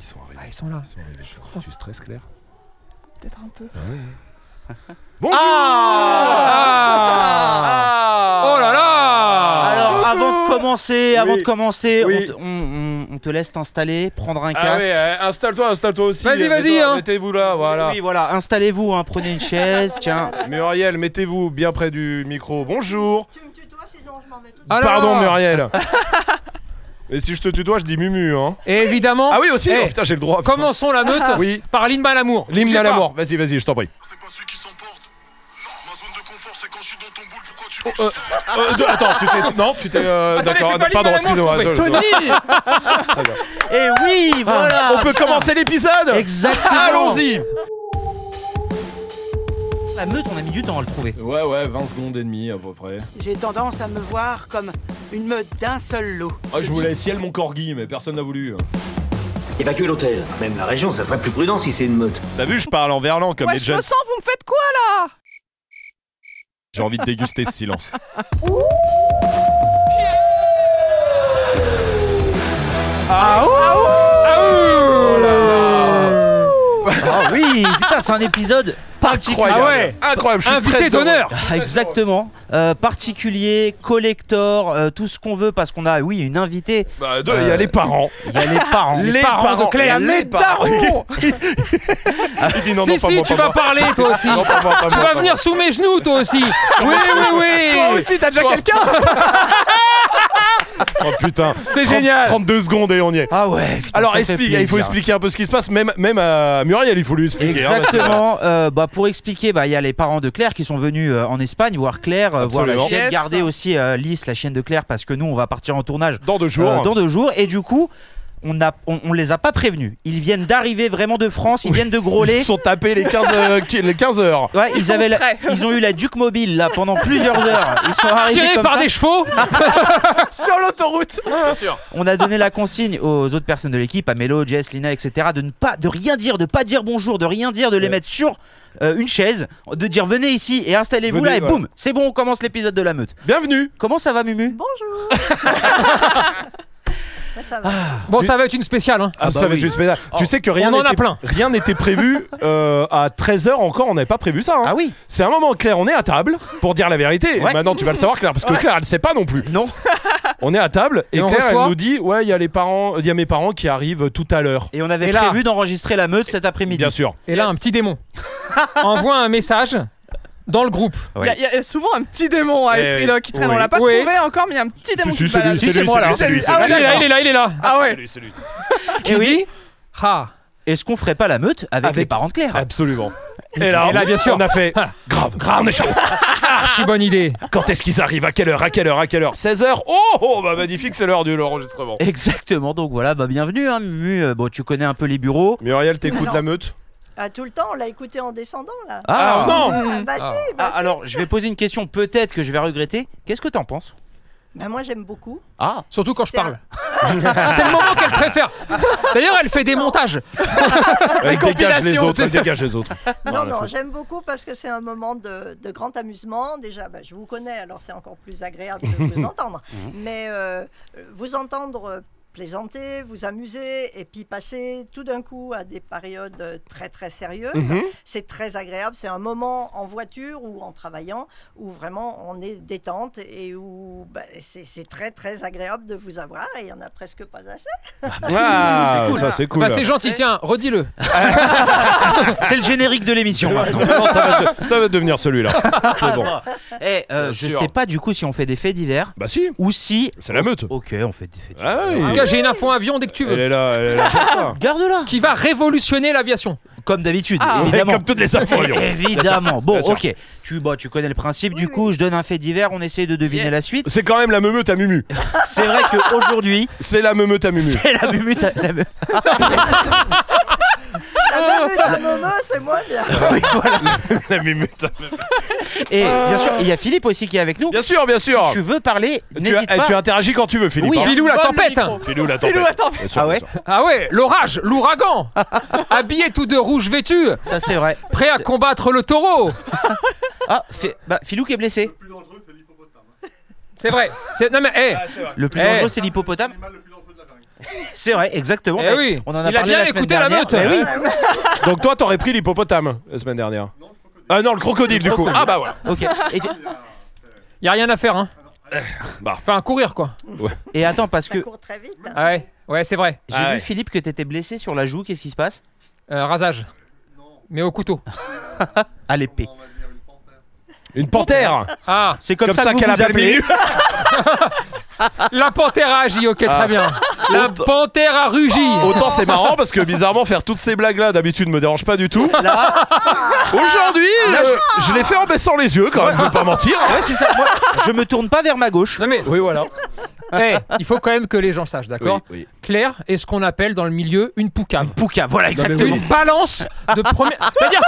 Ah, ils sont là. Ils sont arrivés, ça. crois. Tu stresses, Claire Ah Peut-être un peu. Bonjour Ah Oh là là Ah Alors, avant de commencer, avant Ah. Oui. de commencer, on Oui. te- on, on- on te laisse t'installer, prendre un Ah casque. ouais, euh, installe-toi, installe-toi aussi. Vas-y, Euh, vas-y, mets-toi- hein. Mettez-vous là, voilà. Oui, voilà, installez-vous, hein, prenez une chaise, tiens. Muriel, mettez-vous bien près du micro. Bonjour. Tu me tutoies, sinon je m'en vais tout de Alors Pardon, Muriel. Et si je te tutoie, je dis Mumu, hein. Et évidemment, Ah oui, aussi Eh, Oh, Putain, j'ai le droit. putain. commençons la meute Oui. par l'hymne à l'amour. L'hymne Bougez à la pas. mort. Vas-y, vas-y, je t'en prie. C'est pas celui qui s'emporte. Ma zone de confort, c'est quand je suis dans ton boule. Pourquoi tu veux Euh, euh, de- attends, tu t'es. Non, tu t'es. euh, Attendez, D'accord, c'est pas pardon, l'hymne à la excuse-moi. mort, je attends, Tony Et oui, voilà On peut commencer l'épisode Exactement Ah. Allons-y La Ah, meute, on a mis du temps à le trouver. Ouais, ouais, 20 secondes et demie à peu près. J'ai tendance à me voir comme une meute d'un seul lot. Ah, je voulais ciel mon corgi, mais personne n'a voulu. hein. Évacuer l'hôtel, même la région, ça serait plus prudent si c'est une meute. T'as vu, je parle en verlan comme Ouais, les Ah, je jeunes. me sens, vous me faites quoi là J'ai envie de déguster ce silence. Ah Ah oui, putain, c'est un épisode particulier. Incroyable. Ah ouais. Incroyable, je suis Invité très heureux. d'honneur Ah, Exactement, Euh, particulier, collector, euh, tout ce qu'on veut parce qu'on a, oui, une invitée. Bah, deux, il y a les parents. Il y a les parents. Euh, Les parents de Claire. Ah, Les parents. Il dit non, non, Si, pas si, moi, pas tu vas moi. parler toi aussi Non, pas moi, pas Tu moi, vas pas moi. venir sous mes genoux toi aussi Oui, oui, oui t'as déjà quelqu'un Oh putain. C'est 30 génial 32 secondes et on y est. Ah ouais. putain, Alors ça fait explique, il faut plaisir. expliquer un peu ce qui se passe, même, même à Muriel il faut lui expliquer. hein, parce que- Exactement. euh, bah, pour expliquer, bah, il y a les parents de Claire qui sont venus euh, en Espagne voir Claire, euh, voir la Absolument. chienne, Yes. garder aussi euh, Lys, la chienne de Claire, parce que nous, on va partir en tournage dans deux jours. euh, dans deux jours. Et du coup, on, a, on, on les a pas prévenus. Ils viennent d'arriver vraiment de France, ils viennent de ils Grolet. se sont tapés les 15, euh, qui- les 15 heures. Ouais, ils, sont avaient la- frais. ils ont eu la Duke Mobile là pendant plusieurs heures. Ils sont arrivés Tiré comme par ça. des chevaux Sur l'autoroute On a donné la consigne aux autres personnes de l'équipe, à Mélo, Jess, Lina, etc., de ne pas, de rien dire, de pas dire bonjour, de rien dire, de les mettre sur euh, une chaise, de dire venez ici et installez-vous Venez, là et voilà. boum, c'est bon, on commence l'épisode de la meute. Bienvenue. Comment ça va, Mumu Bonjour Ouais, ça va. Bon, Tu- ça va être une spéciale hein. Ah bah Ça va être oui. une spéciale. Tu sais que rien On en a n'était- plein. rien n'était prévu euh, à 13h encore, on n'avait pas prévu ça. hein. Ah oui C'est un moment, Claire, on est à table pour dire la vérité. Ouais. Maintenant, tu vas le savoir, Claire, parce que Claire, elle sait pas non plus. Non. on est à table et, Et on Claire, reçoit elle nous dit Ouais, il y a les parents, il y a mes parents qui arrivent tout à l'heure. Et on avait Et là prévu d'enregistrer la meute cet après-midi. Bien sûr. Et là, un petit démon envoie un message dans le groupe. Ouais. Il y, a- il y a souvent un petit démon à Eh, Esprit Lock qui traîne, oui. on l'a pas Oui. trouvé encore, mais il y a un petit démon Si, si, qui se balade. c'est lui, c'est lui, c'est lui, c'est lui, c'est Ah ouais, Il est là, d'accord. il est là, il est là. Ah ouais Qui dit Ah, Est-ce qu'on ferait pas la meute avec, Avec- les parents de Claire Absolument. Et là, Et là, bien sûr. on a fait grave, grave, on est chaud. archi bonne idée. Quand est-ce qu'ils arrivent À quelle heure À quelle heure À quelle heure 16h Oh, oh, bah magnifique, c'est l'heure de l'enregistrement. Exactement, donc voilà, bah bienvenue, hein, Mumu. Euh, Bon, tu connais un peu les bureaux. Muriel, t'écoutes Alors- la meute Ah, tout le temps, on l'a écouté en descendant, là. Ah non Ah, bah si, Ah, bah si. alors, je vais poser une question, peut-être que je vais regretter. Qu'est-ce que t'en penses Bah, moi, j'aime beaucoup. Ah Surtout quand je C'est un- parle. C'est le moment qu'elle préfère. D'ailleurs, elle fait des montages. Elle dégage les compilations, autres, elle c'est- dégage les autres. Non, la non, faute. j'aime beaucoup parce que c'est un moment de, de grand amusement. Déjà, bah, je vous connais, alors c'est encore plus agréable de vous entendre. Mais euh, vous entendre euh, plaisanter, vous amuser, et puis passer tout d'un coup à des périodes euh, très, très sérieuses, Mhm. c'est très agréable. C'est un moment en voiture ou en travaillant où vraiment on est détente et où bah, c'est c'est très, très agréable de vous avoir. Et il n'y en a presque pas assez. Ah, C'est cool. ça c'est cool. Bah, c'est gentil, tiens, redis-le. C'est le générique de l'émission. Non, ça, va de- ça va devenir celui-là. C'est bon. Eh, euh, Bien je sûr. sais pas du coup si on fait des faits divers Bah si, ou si. c'est la meute. Ok, on fait des faits divers. Ah oui. En tout cas, j'ai une info avion dès que tu Elle veux. est là, elle est là pour ça. Garde-la Qui va révolutionner l'aviation. Comme d'habitude, Ah. Ouais, évidemment. Comme toutes les infos. Lyon. Évidemment. Bon, Bien sûr. ok. Tu, bah, tu connais le principe. Oui, du oui. coup, je donne un fait divers. On essaye de deviner Yes. la suite. C'est quand même la meute à Mumu. C'est vrai qu'aujourd'hui, C'est la meute à Mumu. c'est la bumute. à- la bu- La mameu, la maman, c'est moins bien. Oui, voilà. La mumute. Et bien sûr, il y a Philippe aussi qui est avec nous. Bien sûr, bien sûr. Si tu veux parler, Tu, as- n'hésite eh, pas. tu interagis quand tu veux, Philippe. Oui, hein. Filou la Donne le tempête. micro. Filou la tempête. Filou, attends, Bien sûr, Ah ouais. bien sûr. Ah ouais, l'orage, l'ouragan. Habillé tout de rouge vêtu, Ça, c'est vrai. prêt à combattre le taureau. Ah, Fi- bah, Philou qui est blessé. C'est vrai. C'est- Non mais, hé, Le plus Eh. Ah, dangereux, c'est l'hippopotame. C'est vrai, exactement. Eh Mais oui, on en a il a parlé bien la semaine écouté la dernière. meute. Mais oui, Donc toi, t'aurais pris l'hippopotame la semaine dernière. Ah non, le crocodile du coup. Ah bah ouais. Eh ok. Et, Y a rien à faire, hein. Bah. Enfin, courir, quoi. et attends, parce Ça que court très vite. Ah ouais, ouais, c'est vrai. j'ai Ah ouais. vu Philippe que t'étais blessé sur la joue. Qu'est-ce qui se passe Euh, rasage. Mais au couteau. À l'épée. Une panthère. Ah, C'est comme, Comme ça, ça que vous qu'elle vous appelle appelez. Milu. la panthère a agi, ok, Ah. très bien. La panthère a rugi. Autant c'est marrant parce que bizarrement faire toutes ces blagues là d'habitude me dérange pas du tout. Là, Aujourd'hui, euh, je l'ai fait en baissant les yeux quand même, je veux pas mentir. ouais, c'est ça. Moi, je me tourne pas vers ma gauche. Non mais, Oui voilà. eh, il faut quand même que les gens sachent, d'accord Claire est ce qu'on appelle dans le milieu une poucave. Pouka, voilà exactement. une balance de première. C'est-à-dire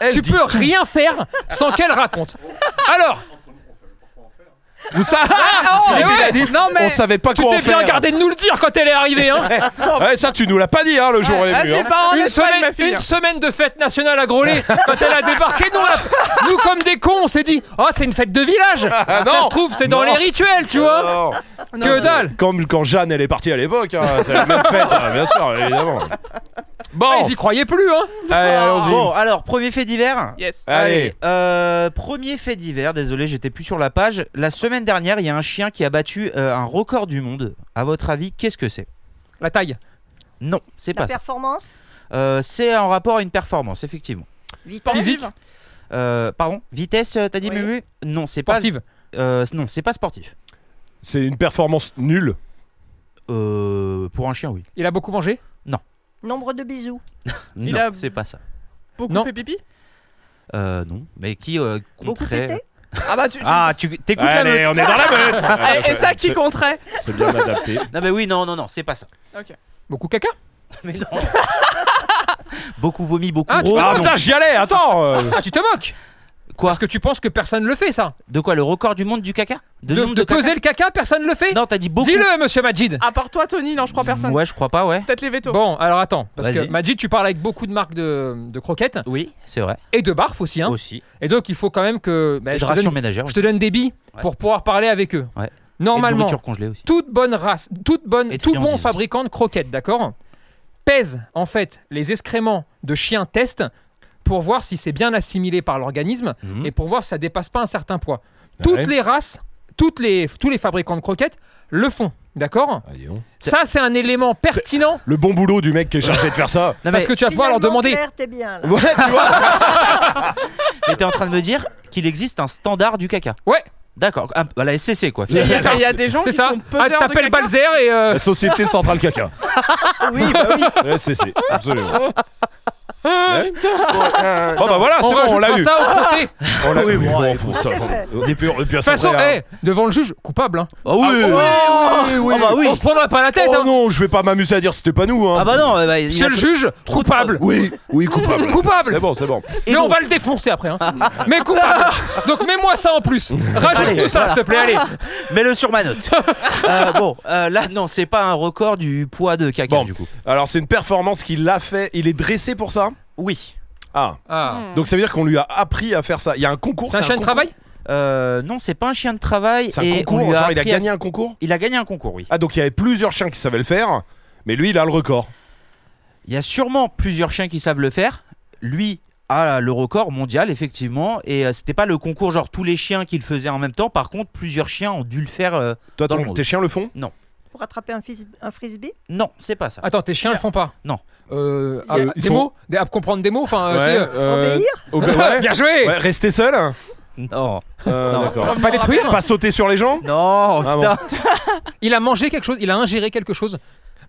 que tu peux rien faire sans qu'elle raconte. Alors, Vous ça mais Philippe, il a ouais, dit, Non, Ah, oh, mais- on savait pas tu quoi en t'es bien faire. gardé de nous le dire quand elle est arrivée. Hein. Ouais, ça tu nous l'as pas dit hein, le jour où on est Ah, venu. c'est hein. pas en une, étoile, ma semaine, fille. une semaine de fête nationale à Grolet. quand elle a débarqué, nous, on a- nous, comme des cons, on s'est dit Oh, c'est une fête de village. Ah, ça non. se trouve, c'est dans Non. les rituels, tu vois. Non. que dalle. Comme quand Jeanne elle est partie à l'époque, hein, c'est la même fête, hein, bien sûr, évidemment. Bon, Ils y croyaient plus, hein. allez, allons-y. Bon, alors premier fait divers. Yes. Allez, euh, premier fait divers. Désolé, j'étais plus sur la page. La semaine dernière, il y a un chien qui a battu euh, un record du monde. À votre avis, qu'est-ce que c'est La taille. Non, c'est La pas ça. performance Euh, c'est en rapport à une performance, effectivement. Physique. Euh, pardon, vitesse, euh, t'as dit Oui. Mumu Non, c'est pas. Sportive. euh, non, c'est pas sportif. c'est une performance nulle. Euh, pour un chien, oui. Il a beaucoup mangé. Nombre de bisous. Non, Il a- c'est pas ça. Beaucoup Non. fait pipi Euh, non, mais qui euh, Beaucoup compterait- pété. Ah bah tu. tu- Ah, tu t'écoutes la meute. Allez, on est dans la meute. Ah, et, et ça qui C'est- compterait C'est bien adapté. Non, mais oui, non, non, non, c'est pas ça. Beaucoup caca. Mais non. beaucoup vomi, beaucoup Ah, tu gros. Ah non. putain, j'y allais, attends. euh, Ah, tu te moques. Quoi Parce que tu penses que personne le fait, ça. De quoi Le record du monde du caca De, nombre de caca peser le caca, personne le fait. Non, t'as dit beaucoup. Dis-le, monsieur Majid. À part toi, Tony, non, je crois personne. Ouais, je crois pas, ouais. Peut-être les vétos. Bon, alors attends, parce que Vas-y. Majid, tu parles avec beaucoup de marques de, de croquettes Oui, c'est vrai. et de barf aussi. Hein. Aussi. Et donc, il faut quand même que. bah, je, te Hydration donne, ménagère. je te donne des billes Ouais. pour pouvoir parler avec eux. Ouais. Normalement, nourriture congelée aussi. toute bonne race, toute bonne, Et tout friandises bon aussi. fabricant de croquettes, d'accord Pèse en fait les excréments de chiens test pour voir si c'est bien assimilé par l'organisme Mhm. et pour voir si ça dépasse pas un certain poids. Ah, Toutes Ouais. les races, toutes les, tous les fabricants de croquettes le font, d'accord ah, dis donc. Ça, c'est un élément pertinent Le bon boulot du mec qui est chargé de faire ça. Non, mais parce que tu vas pouvoir leur Finalement, demander. Claire, t'es bien là. Ouais, tu vois. t'es en train de me dire qu'il existe un standard du caca. Ouais. D'accord. Ah, bah, la SCC, quoi. Il y a- c'est ça. il y a des gens C'est qui ça. sont Ah, peseurs de T'appelles caca. Balzer et euh, La Société Centrale Caca. Oui, bah oui. Ouais, c'est, c'est, absolument. Ouais. Bon, bah voilà, c'est on bon, on l'a rajoutera eu. ça au procès. On l'a Oui, eu. bon, Bon, allez, pour ça, ça, c'est bon. fait. Et puis, et puis, De toute façon, hein. eh, devant le juge, coupable. hein. Ah oui, oui, oui, oui. Ah bah oui. On se prendra pas la tête. Oh hein. non, je vais pas m'amuser à dire c'était pas nous. Hein. Ah bah non. euh, bah, il Monsieur a- le juge, coupable. Oui, oui, coupable. Coupable. C'est bon, c'est bon. Et Mais on donc- va le défoncer après. hein. Mais coupable. Donc mets-moi ça en plus. Rajoute-nous ça, s'il te plaît. Allez. Mets-le sur ma note. Euh, bon, euh, là, non, c'est pas un record du poids de caca, Bon. du coup. Alors, c'est une performance qu'il a fait. Il est dressé pour ça Oui. Ah, Ah. donc ça veut dire qu'on lui a appris à faire ça. Il y a un concours. C'est un chien de concours travail Euh, non, c'est pas un chien de travail. C'est et un on concours. lui a Genre, il a appris à- gagné un concours Il a gagné un concours, oui. Ah, donc il y avait plusieurs chiens qui savaient le faire. Mais lui, il a le record. Il y a sûrement plusieurs chiens qui savent le faire. Lui a le record mondial, effectivement. Et euh, c'était pas le concours, genre tous les chiens qui le faisaient en même temps. Par contre, plusieurs chiens ont dû le faire. euh, Toi, Dans ton- le monde. tes chiens le font Pour attraper un, fris- un frisbee Non, c'est pas Ah. ça. Attends, tes chiens le font pas Non. Euh, ah, Euh, des ils sont- mots Des- À comprendre des mots Enfin, euh, Oh, euh, Obéir obé- c'est- ouais. Bien joué Ouais, Rester seul Non. Euh, Non. d'accord. Pas détruire Pas sauter sur les gens Non, Ah putain. Il a mangé quelque chose Il a ingéré quelque chose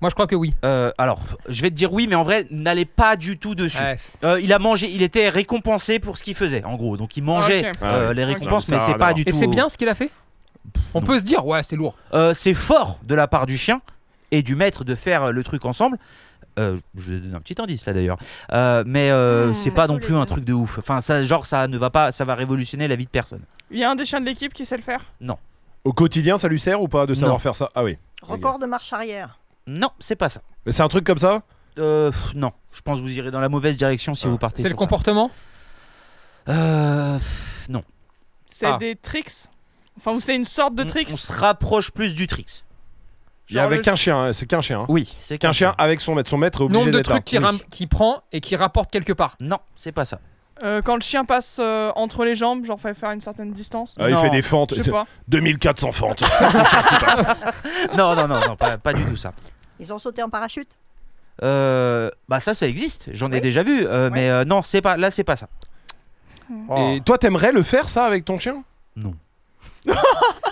Moi, je crois que oui. Euh, alors, je vais te dire oui, mais en vrai, n'allez pas du tout dessus. Ouais. Euh, il a mangé, il était récompensé pour ce qu'il faisait, en gros. Donc il mangeait Ah, ok. euh, Ah ouais. les récompenses, Ok. Ça mais a c'est l'air. pas du Et tout. c'est bien ce qu'il a fait On non. peut se dire, ouais, c'est lourd. Euh, c'est fort de la part du chien et du maître de faire euh, le truc ensemble. Euh, je vais donner un petit indice là d'ailleurs, Euh, mais euh, Ah, Hmm. c'est pas non plus un truc de ouf. Enfin, ça, genre, ça ne va pas, ça va révolutionner la vie de personne. Il y a un des chiens de l'équipe qui sait le faire. Au quotidien, ça lui sert ou pas de savoir Non. faire ça Ah oui. Record de marche arrière. Non, c'est pas ça. Mais c'est un truc comme ça Euh, pff, non, je pense que vous irez dans la mauvaise direction Ah. si vous partez. C'est le sur ça. comportement Euh, pff, non. C'est Ah. des tricks. Enfin, ou c'est une sorte de On- tricks. On, se rapproche plus du tricks. Il y avait qu'un chien, hein, c'est qu'un chien. hein. Oui, c'est Qu'un qu'un chien avec son maître. Son maître est obligé Nombre de d'être trucs qui, là. ram- qui prend et qui rapporte quelque part. Non, c'est pas ça. Euh, quand le chien passe euh, entre les jambes, genre fait faire une certaine distance. Ah, il Non. fait des fentes. Je sais pas. 2400 fentes. Non, non, non, non, pas, pas du tout ça. Ils ont sauté en parachute Euh, bah ça, ça existe. J'en ai déjà vu, euh, mais euh, non, c'est pas. Là, c'est pas ça. Oh. Et toi, t'aimerais le faire ça avec ton chien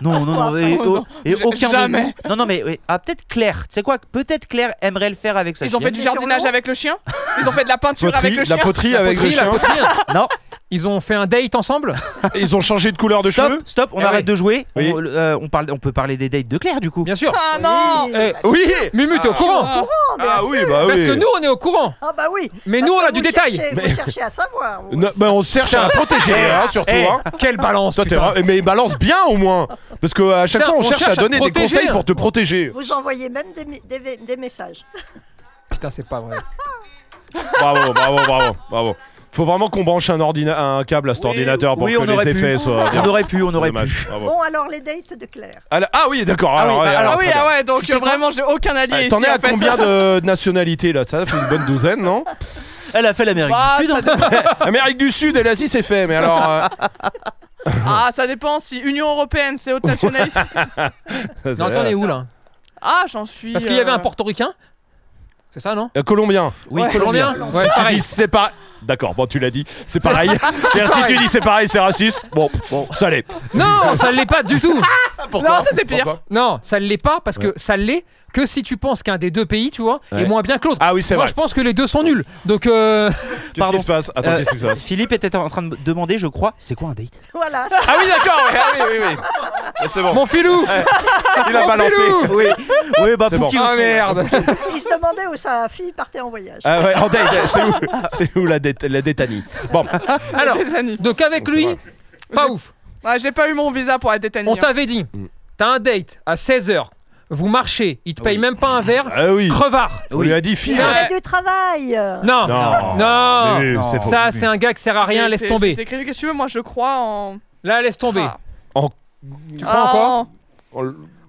Non, non, non. Et, Oh, au- non. et J'ai- aucun. de- jamais. Non, non, mais oui. ah, peut-être Claire. Tu sais quoi Peut-être Claire aimerait le faire avec sa Ils ont fait chienne. du C'est sur jardinage l'eau avec le chien Ils ont fait de la peinture Poterie, avec le La chien poterie La avec poterie, la le chien. poterie. hein. Non. Ils ont fait un date ensemble Ils ont changé de couleur de cheveux Stop, stop. On Eh arrête oui. de jouer. Oui. On, euh, on parle, on peut parler des dates de Claire du coup. Bien sûr. Ah non Eh, Oui Mumu, t'es au courant Ah oui, bah oui. Parce que nous, on est au courant. Oh, Ah bah oui Mais parce nous, on que a du vous détail. cherchez- Mais- Vous cherchez à savoir. vous. Non, bah, on se cherche à la protéger, hein, surtout. Eh, hein. Quelle balance Toi, t'es putain. ra- mais balance bien au moins. Parce que à chaque Putain, fois, on, on cherche, cherche à à te donner des protéger. hein. conseils pour te protéger. Vous envoyez même des, mi- des, des messages. Putain, c'est pas vrai. bravo, bravo, bravo, bravo. Faut vraiment qu'on branche un, ordina- un câble à cet Oui, ordinateur pour oui, que on aurait les pu. effets soient. bien. On aurait pu, on aurait pu. Dommage, bravo. Bon, alors les dates de Claire. Ah, là- ah oui, d'accord. Ah oui, alors, bah, ouais, alors, Ah alors, oui, très ah bien. ouais, donc Tu sais quoi vraiment j'ai aucun allié Ah, ici T'en es en à fait. combien de nationalités là Ça fait une bonne douzaine, non Elle a fait l'Amérique Bah, du Sud. ça hein. dépend- Amérique du Sud et l'Asie, c'est fait. Mais alors, euh, Ah, ça dépend si Union Européenne, c'est haute nationalité. Non, attends, on est où là Ah, j'en suis. Parce qu'il y avait un euh, portoricain C'est ça, non Euh, Colombien. Oui, Ouais, Colombien. Colombien. si Ouais, tu pareil. dis c'est pas. D'accord, bon, tu l'as dit, c'est pareil. C'est-à-dire, si tu dis c'est pareil, c'est raciste, bon, pff, bon, ça l'est. Non, ça ne l'est pas du tout. Non, ça c'est pire. Non, ça ne l'est pas parce que ça l'est que si tu penses qu'un des deux pays, tu vois, Ouais. est moins bien que l'autre. Ah oui, c'est Moi, vrai. je pense que les deux sont nuls. Donc, euh, Qu'est-ce qui se passe Attends, Euh, qu'est-ce qui se passe Philippe était en train de me demander, je crois, c'est quoi un date Voilà. Ah oui, d'accord, ouais, ah oui, oui, oui. Ah, C'est bon, mon filou il a mon balancé. filou Oui, oui, bah C'est pour bon. qui Ah aussi merde Ils se demandaient où sa fille partait en voyage. Ah ouais, en date, c'est où, c'est où la, dé- la détanie Bon, Alors, Des années. donc avec Bon, c'est lui, vrai. pas ouf. Ah, j'ai pas eu mon visa pour la détanie. On hein. t'avait dit, t'as un date à 16h, vous marchez, il te paye même pas un verre, ah oui, crevard. on lui a dit fille. Il avait Ouais. du travail. Non, Non, Non. Mais oui, c'est faux. ça c'est un gars qui sert à rien, J'ai laisse été- j'ai été tomber. créé, Qu'est-ce que tu veux Moi, je crois en. Là, laisse tomber. Ah. Tu crois encore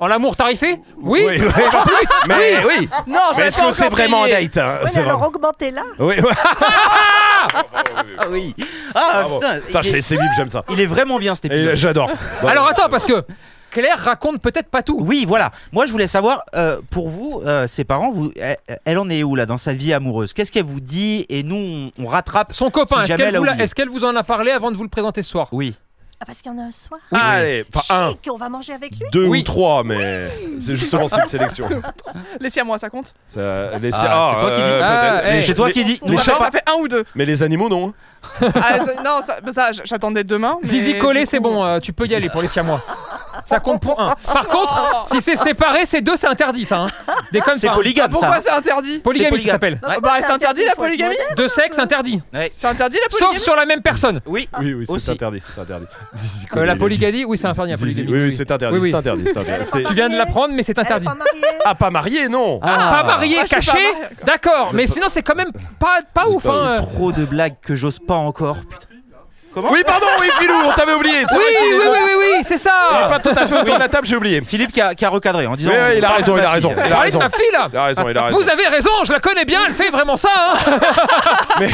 En l'amour tarifé Oui, Oui, Ah, oui. Mais oui, Ah, Non, mais j'avais est-ce pas que c'est encore vraiment un payé. date hein, Oui, c'est mais alors vrai. augmentez-la. Oui, Ah, Ah oui. Ah bravo. putain, Putain, il, c'est est, c'est vif, j'aime ça. il est vraiment bien cet Et euh, épisode. J'adore. Alors attends, parce que Claire raconte peut-être pas tout. Oui, voilà. Moi, je voulais savoir, euh, pour vous, euh, ses parents, vous, elle, elle en est où là dans sa vie amoureuse Qu'est-ce qu'elle vous dit Et nous, on, on rattrape. Son copain, Si est-ce jamais qu'elle elle a vous, l'a- oublié. est-ce qu'elle vous en a parlé avant de vous le présenter ce soir Oui. Ah, parce qu'il y en a un soir. Allez, enfin un. Bah, Chic, on va manger avec lui. deux Oui. ou trois, mais c'est justement cette sélection. Laissez à moi, ça compte. Ça, les- euh, Ah, c'est toi qui dis. Ah, peut-être. eh. Mais- C'est toi qui dis. Nous, Mais je sais ça pas. ça fait un ou deux. Mais les animaux, non hein. Ah, ça- non, ça, bah, ça, j- j'attendais demain. mais Zizi du collé, coup- c'est bon, euh, tu peux y aller pour les siamois. Ça compte pour un. Par Oh. contre, si c'est séparé, c'est deux, c'est interdit ça. Hein. Déconne C'est pas. Ah, polygame pourquoi ça. c'est interdit Polygamie, c'est ça s'appelle. pourquoi Bah, c'est c'est interdit la faut être polygamie moderne. Deux sexes interdit. C'est interdit la Sauf polygamie sur la même personne. Oui. Oui, oui, Aussi. c'est interdit, c'est interdit. Zizi, Euh, comme il la est polygamie, oui, c'est dit. interdit la Zizi, polygamie. Oui, oui, c'est interdit, Oui, oui. c'est interdit, c'est Elle est interdit. pas C'est- Tu viens de mariée. l'apprendre, mais c'est Elle est interdit. pas mariée. Ah, pas marié, non Pas marié, Ah, je suis caché, pas mariée. d'accord, mais sinon c'est quand même pas, pas ouf. Ah. J'ai hein. trop de blagues que j'ose pas encore. putain. Oui, pardon, oui, Filou, on t'avait oublié. c'est Oui, vrai qu'il oui, est- oui, oui, oui, c'est Il est ça. Pas tout à fait autour de la table, j'ai oublié. Philippe qui a, qui a recadré en disant. Oui, oui, il a raison, il a raison. Il a Parlez de raison, ma fille là. il a raison. il a raison. Vous avez raison, je la connais bien, elle fait vraiment ça. hein.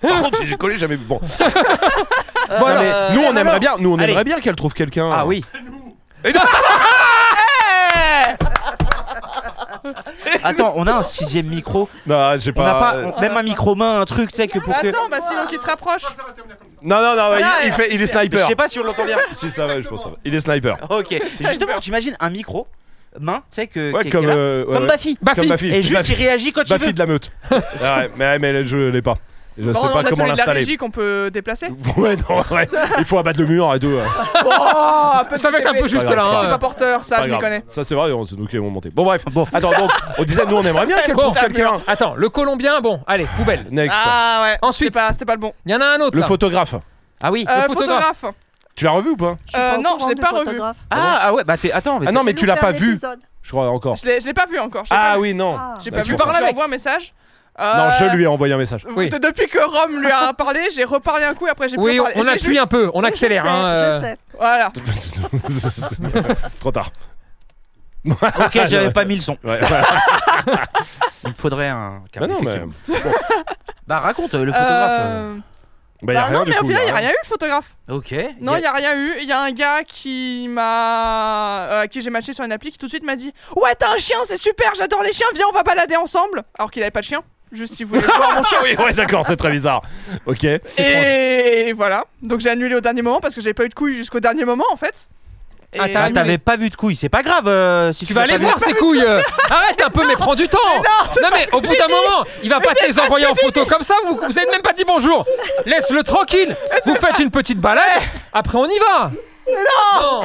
Par contre, j'ai collé, jamais vu. Bon, Voilà. Euh, nous, hein. on alors, aimerait bien, nous, on allez. aimerait bien qu'elle trouve quelqu'un. Ah oui. Attends, on a un sixième micro. Non, j'ai On n'a pas. pas on- même un micro main, un truc, tu sais que pour que. Attends, bah sinon qui se rapproche. Non, non, Ah, non, Voilà, il, il fait, il est Mais Je sniper. sais pas si on l'entend bien. Si ça va, je pense. ça va. Il est sniper. Ok. Justement, t'imagines un micro main, tu sais que. qui- Ouais, qui comme est là. euh, ouais, Comme ouais. Bafi. Bafi. Comme Bafi. Et c'est juste, Bafi. il réagit quand tu Bafi veux. de la meute. Ah ouais, mais, mais je l'ai pas. Je Bon, sais on pas comment a celui de la l'installer. régie qu'on peut déplacer. Ouais, non, ouais. Il faut abattre le mur à deux. hein. Oh, Ça va être un peu juste grave, là. c'est hein. C'est pas porteur, ça, Pas je m'y grave. connais. Ça, c'est vrai, on- c'est nous qui l'avons monté. Bon, bref. Bon. Attends, donc, on disait, nous, on aimerait bien qu'elle Bon. trouve quelqu'un. Attends, le Colombien, bon, allez, poubelle. Next. Ah ouais. Ensuite. C'était pas, c'était pas le bon. Il y en a un autre. Le là. photographe. Ah oui. Euh, photographe. photographe. Tu l'as revu ou pas Je suis Euh, au non, courant je l'ai du pas revu. photographe. Ah, ah ouais, bah t'es- attends, mais Ah non, mais tu l'as Loupé pas un vu, épisode. je crois encore. Je l'ai, je l'ai pas vu encore. je l'ai pas Ah vu. oui, non. Ah. J'ai Bah, pas c'est vu. pour ça. J'ai envoyé un message. Non, Euh, je lui ai envoyé un message. Oui. de- Depuis que Rome lui a parlé, j'ai reparlé un coup et après j'ai Oui, plus on, parlé. on J'ai appuie juste- un peu, on hein, euh. Oui, accélère. Je sais, hein, euh. je sais. Voilà. Trop tard. Ok, j'avais pas mis le son. Ah, Ouais. Il me faudrait un. Bah non, mais. effectivement. Bah raconte euh, le photographe. euh. Euh, Bah, y a bah rien, non, du mais coup, au final, y il n'y a rien eu le photographe. Ok. Non, il Il n'y a rien eu. Il y a un gars qui m'a. euh, à qui j'ai matché sur une appli qui tout de suite m'a dit Ouais, t'as un chien, c'est super, j'adore les chiens, viens, on va balader ensemble. Alors qu'il avait pas de chien. Juste si vous voulez voir mon chien. Ah oui, ouais, d'accord, c'est très bizarre. Ok. Et voilà. Donc j'ai annulé au dernier moment parce que j'avais pas eu de couilles jusqu'au dernier moment en fait. Et Ah, t'as Ah, annulé. t'avais pas vu de couilles, c'est pas grave euh, si tu, Tu vas aller l'as pas vu. voir ces couilles euh. Arrête un peu, mais prends du temps Non, mais au bout d'un moment, il va pas te les envoyer en photo comme ça, vous, vous avez même pas dit bonjour Laisse-le tranquille Vous faites une petite balade, après on y va Non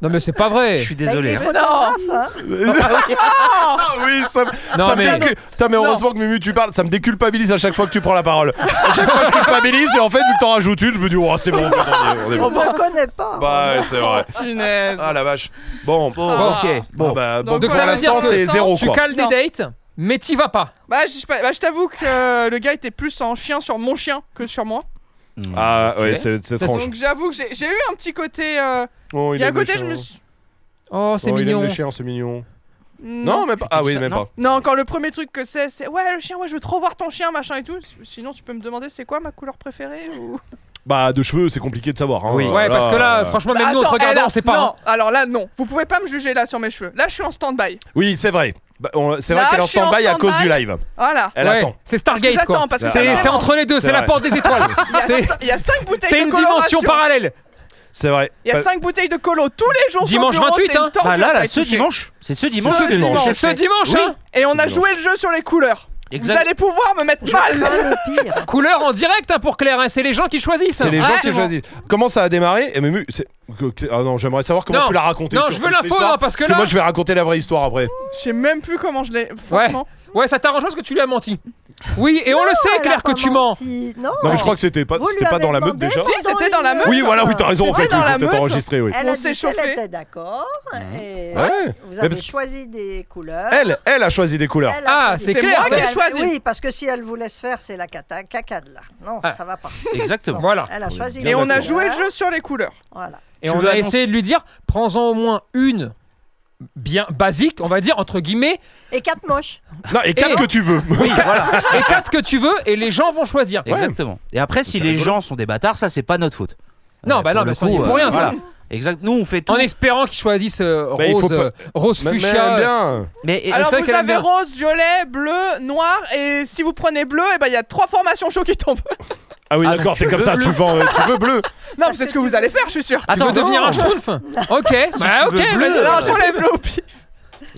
Non, mais c'est pas vrai Je suis désolé. Bah, hein. il est photographe, hein. Ah oui, ça, me- Non, ça me mais- décu- Putain, mais heureusement que Mumu, tu parles, ça me déculpabilise à chaque fois que tu prends la parole. À chaque fois, je culpabilise et en fait, vu que t'en rajoutes une, je me dis, oh, c'est bon, on est bon, on est On bon. ne connaît pas. Bah, ouais, c'est vrai. Punaise. Ah la vache. Bon, bon, Bon, ok. Bon. bah, bon, Donc, pour ça veut dire l'instant, que c'est l'instant, zéro, Tu quoi. cales des Non. dates, mais t'y vas pas Bah, je, sais pas, bah, je t'avoue que euh, le gars était plus en chien sur mon chien que sur moi. Ah, ouais, Ok. c'est c'est Ça, étrange. Donc j'avoue que j'ai j'ai eu un petit côté. euh, Oh, Il il y a un aime le côté, je chien. me suis. Oh, c'est Oh, il aime mignon le chien, c'est mignon. Non. Non, même pas. Ah oui, ça, même non. pas. Non, quand le premier truc que c'est, c'est ouais, le chien, ouais, je veux trop voir ton chien, machin et tout. Sinon, tu peux me demander c'est quoi ma couleur préférée ou. Bah, de cheveux, c'est compliqué de savoir. hein. Oui. Ouais, parce que là, euh, franchement, même Bah, nous, en te attends, eh, regardant, là, on sait pas hein. Non, alors là, non. Vous pouvez pas me juger là sur mes cheveux. Là, je suis en stand-by. Oui, c'est vrai. Bah, on- C'est vrai Là, qu'elle est en je suis en stand-by à cause du stand-by. live. Voilà. Elle Ouais, attend. C'est Stargate, J'attends quoi parce C'est- que ça C'est me c'est manque. entre les deux, C'est c'est la vrai. porte des étoiles Il y a C'est- cin- Il y a 5 bouteilles C'est de une dimension coloration. parallèle C'est vrai. Il y a Pas- 5 bouteilles de colo tous les jours. sur Dimanche le bureau, 28, c'est une hein. torture Bah là, à là y ce toucher. dimanche, c'est ce dimanche. Ce dimanche. C'est ce dimanche, Oui. hein Et on a dimanche. joué le jeu sur les couleurs. Exact. Vous allez pouvoir me mettre Je mal. crains le pire. Couleur en direct hein, pour Claire, hein, c'est les gens qui choisissent C'est les gens Ouais, qui bon. choisissent. Comment ça a démarré Eh, mais Mu, c'est- que- que- Ah non, j'aimerais savoir comment Non. tu l'as raconté. Non, surtout, je veux l'info, fais ça, hein, parce que là- moi, je vais raconter la vraie histoire après. Je sais même plus comment je l'ai. Franchement. Ouais, ça t'arrange parce que tu lui as menti. Oui, et on le sait, Elle a Claire, que pas tu mens. menti. Non. Non, mais je crois que c'était pas, Vous c'était lui pas dans la avez meute demandé déjà. si Si, c'était dans la une- meute. Oui, voilà, oui, t'as raison, en C'est fait, vrai, oui, dans la c'était meute. enregistré, oui. Elle On a s'est dit qu'elle chauffé. était d'accord. Et Ouais. Vous Mais avez parce que- choisi des couleurs. Elle, elle a choisi des couleurs. Elle Ah, a choisi- c'est C'est clair. moi qui ai Elle- choisi. Oui, parce que si elle vous laisse faire, c'est la cata- cacade là. Non, Ah. ça va pas. Exactement. Voilà. Elle a choisi. Et Ah, les on a couleurs. joué le jeu sur les couleurs. Voilà. Et Tu on lui a annonces- essayé de lui dire, prends-en au moins une bien basique, on va dire, entre guillemets, Et quatre moches. Non, et quatre Et- que tu veux. et quatre que tu veux, et les gens vont choisir. Exactement. Et après, si les gens sont des bâtards, ça c'est pas notre faute. Non, Euh, bah non, pour le bah ça, on y est coup, pour euh, rien, ça. voilà. Exact. Nous, on fait tout. En espérant qu'ils choisissent euh, Bah, il faut rose, pas- euh, rose Mais- mais fuchsia. euh, bien. Mais et- Alors c'est vrai vous qu'elle aime bien. avez rose, violet, bleu, noir. Et si vous prenez bleu, et ben il y a trois formations chaudes qui tombent. Ah oui, Ah, d'accord, tu c'est comme veux ça, bleu. tu vends, euh, tu veux bleu. Non, mais c'est ce que vous allez faire, je suis sûr. Tu veux Attends, devenir non. un schtroumpf Ok, bah tu ok, veux bleu, vas-y. alors, Non, je prends les bleus au pif.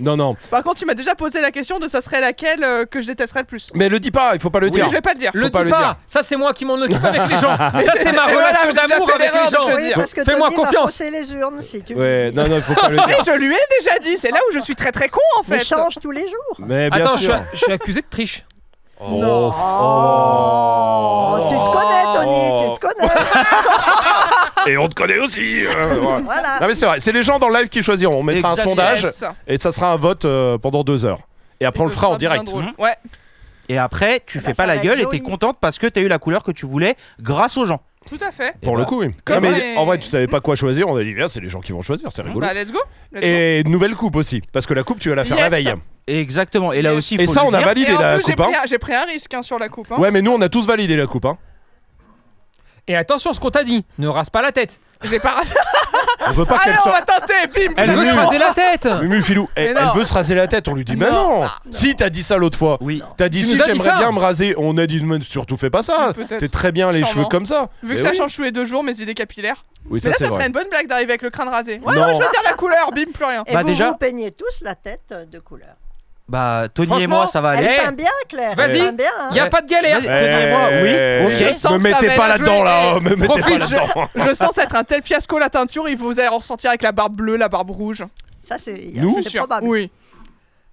Non, non. Par contre, tu m'as déjà posé la question de ça serait laquelle euh, que je détesterais le plus. Mais le dis pas, il faut pas le Oui, dire. je vais pas le dire. Le dis pas pas, le dire. ça c'est moi qui m'en occupe avec les gens. Ça c'est ma Et voilà, relation j'ai déjà d'amour fait avec les l'erreur de gens. te Oui, dire. parce que Fais-moi Tony va confiance. fausser les urnes si tu veux. Ouais, non, non, il faut pas le Mais dire. je lui ai déjà dit, c'est là où je suis très très con en Mais fait. change tous les jours. Mais bien Attends, je sûr. suis- je suis accusé de triche. Oh. Oh, tu te connais, Tony, tu te connais. Et on te connaît aussi. hein, voilà. voilà. Non mais c'est vrai, c'est les gens dans le live qui choisiront. On mettra Exact. un sondage Yes. et ça sera un vote euh, pendant deux heures. Et après on le Ce fera sera en bien direct. Hmm. drôle. Mhm. Ouais. Et après, tu Ah fais bah, pas ça la va gueule et être t'es joli. contente parce que t'as eu la couleur que tu voulais grâce aux gens. Tout à fait. Bah, Pour Et le voilà. coup, oui. Comme Non, mais les- en vrai, tu savais pas quoi choisir. On a dit, bien, c'est les gens qui vont choisir, c'est rigolo. Bah let's go. Let's go. Et nouvelle coupe aussi, parce que la coupe, tu vas la faire Yes. la veille. Exactement. Et là Yes. aussi, Et faut ça, le on a dire. validé Et en la plus, j'ai coupe. hein. pris, un- j'ai pris un risque hein, sur la coupe. hein. Ouais, mais nous, on a tous validé la coupe. Hein. Et attention à ce qu'on t'a dit, ne rase pas la tête. J'ai pas raté. On veut pas Allez, qu'elle on va sorte. tenter. Bim. Elle Mais veut se non. raser la tête Mumu Filou, elle, Mais non. elle veut se raser la tête. On lui dit, mais Non. non. Si, t'as dit ça l'autre fois. Oui. T'as dit Tu si, nous as dit j'aimerais ça. bien me raser. On a dit, mais surtout fais pas ça. Si, peut-être. T'es très bien les Sûrement. cheveux comme ça. Vu Mais que ça oui. change tous les deux jours mes idées capillaires. Oui, Mais ça là, c'est ça serait vrai. une bonne blague d'arriver avec le crâne rasé. Ouais, Non. on va choisir la couleur, bim, plus rien. Et Bah, vous déjà- vous peignez tous la tête de couleur. Bah, Tony et moi, Franchement, ça va Elle aller. Eh, peint bien, Claire. vas-y. Elle peint bien. hein. Il a pas de galère. Vas-y, Eh, Tony et moi, oui. eh, Ok. Je sens Me que ça mettez va pas être là-dedans joué. là. Me mettez pas Profite, je- là-dedans. Je sens être un tel fiasco la teinture, il vous allez en ressortir avec la barbe bleue, la barbe rouge. Ça, c'est Nous c'est Sûr. probable. Oui.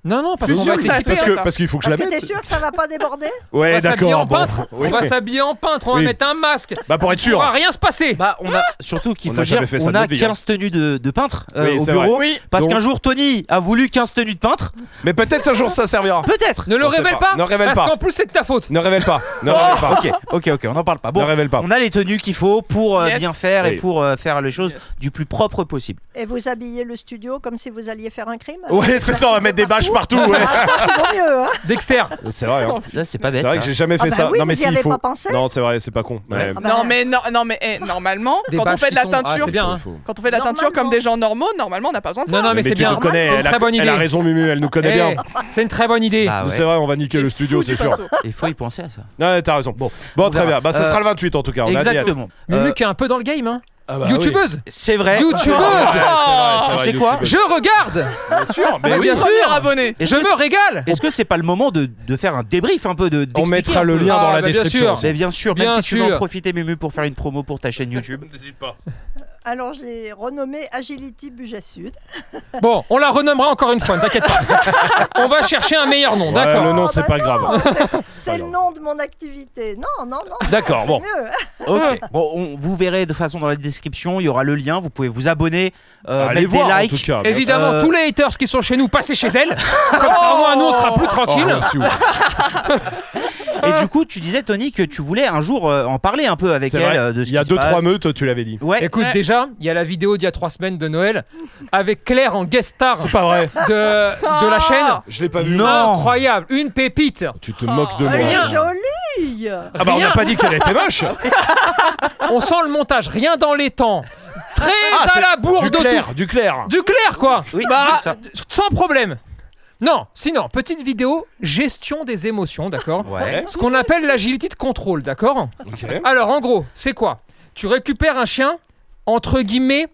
Non, non, parce C'est qu'on sûr va que être ça a l'équipe- fait- Parce attends. que parce qu'il faut que je Parce la que t'es mette. sûr que ça va pas déborder on Ouais, va s'habiller en d'accord. bon. peintre, Oui. on va s'habiller en peintre, on va Oui. mettre un masque, Bah pour être il sûr. va rien se passer. Bah, on a surtout qu'il On faut a dire jamais fait ça on de a notre vie, 15 tenues de, de peintre euh, Oui, au c'est bureau. vrai. Oui. Parce Donc- qu'un jour, Tony a voulu 15 tenues de peintre. Mais peut-être un jour ça servira. Peut-être. Ne le On sait révèle pas. pas, Ne révèle parce pas. qu'en plus c'est de ta faute. Ne révèle pas. Ne révèle pas. ok, ok, ok, on n'en parle pas. Ah Bon, Ne révèle pas. on a les tenues qu'il faut pour euh, Yes. bien faire et Oui. pour euh, faire les choses Yes. du plus propre possible. Et vous habillez le studio comme si vous alliez faire un crime Ouais, c'est ça, on va mettre des bâches partout. ouais. Ah, vaut mieux, Bah, hein Dexter, C'est vrai. hein. Là, c'est pas C'est bête. vrai ça. que j'ai jamais Ah fait bah ça. oui, Non mais vous y s'il avez faut. pas pensé Non, c'est vrai, c'est pas con. Ouais. Ah bah, Non mais non, non mais eh, normalement des quand on bâches fait de la qui tombent. Ah, teinture, c'est bien. hein. Faut- faut- quand on fait de la teinture comme Normalement. des gens normaux, normalement on n'a pas besoin de ça. Non, non, mais c'est tu nous bien. connais, C'est une elle, très a, bonne elle idée. a raison Mumu, elle nous connaît Eh, bien. c'est une très bonne idée. Bah ouais. C'est vrai, on va niquer Il le est studio, fou c'est du sûr. pinceau. Il faut y penser à ça. Non, ouais, t'as raison. Bon, bon On très verra. bien. Bah, ça Euh, sera le 28 en tout cas. On a hâte. Exactement. Mumu Euh, qui est un peu dans le game, hein. Ah bah oui. Youtubeuse. c'est vrai. Youtubeuse. Ouais, c'est vrai, c'est Tu vrai, sais quoi YouTube. Je regarde. Bien sûr, mais Mais oui. bien Premier sûr. abonné. Je Est-ce que me régale. Est-ce que c'est pas le moment de, de faire un débrief un peu On de d'expliquer mettra un le peu lien dans Ah, la bah, bien description. sûr. Mais bien sûr, même Bien si tu veux en sûr. profiter, Mumu, pour faire une promo pour ta chaîne YouTube. N'hésite pas. Alors j'ai renommé Agility Budget Sud. Bon, on la renommera encore une fois, ne t'inquiète pas. on va chercher un meilleur nom, d'accord. le nom, Ah, Oh. c'est bah pas non, grave. c'est- C'est le grave. nom de mon activité. Non, non, non. D'accord, c'est bon. mieux. Ok. Bon, on- vous verrez de façon dans la description, il y aura le lien. Vous pouvez vous abonner, euh, Allez mettre voir des en likes. tout cas. bien Évidemment, Euh, tous les haters qui sont chez nous, passez chez elle. Comme ça, au moins, nous, on sera plus sûr. tranquille. Oh, je suis ouf. Et du coup, tu disais Tony que tu voulais un jour euh, en parler un peu avec C'est elle vrai. euh, de ce Il y a qui se deux trois passe. meutes, tu l'avais dit. Ouais. Écoute, Ouais. déjà, il y a la vidéo d'il y a trois semaines de Noël avec Claire en guest star Pas vrai. Oh. de, de la chaîne. Je l'ai pas vu. Non. Incroyable, une pépite. Tu te moques de Oh, Ah, Elle rien. est moi. jolie. Ah bah on Rien. n'a pas dit qu'elle était moche. On sent le montage, rien dans les temps. Très Ah, à c'est la bourre du de clair, tout. du clair. Du clair, quoi. Oui, Bah, c'est ça. sans problème. Non, sinon, petite vidéo, gestion des émotions, d'accord Ouais. Ce qu'on appelle l'agilité de contrôle, d'accord Ok. Alors, en gros, c'est quoi Tu récupères un chien, entre guillemets,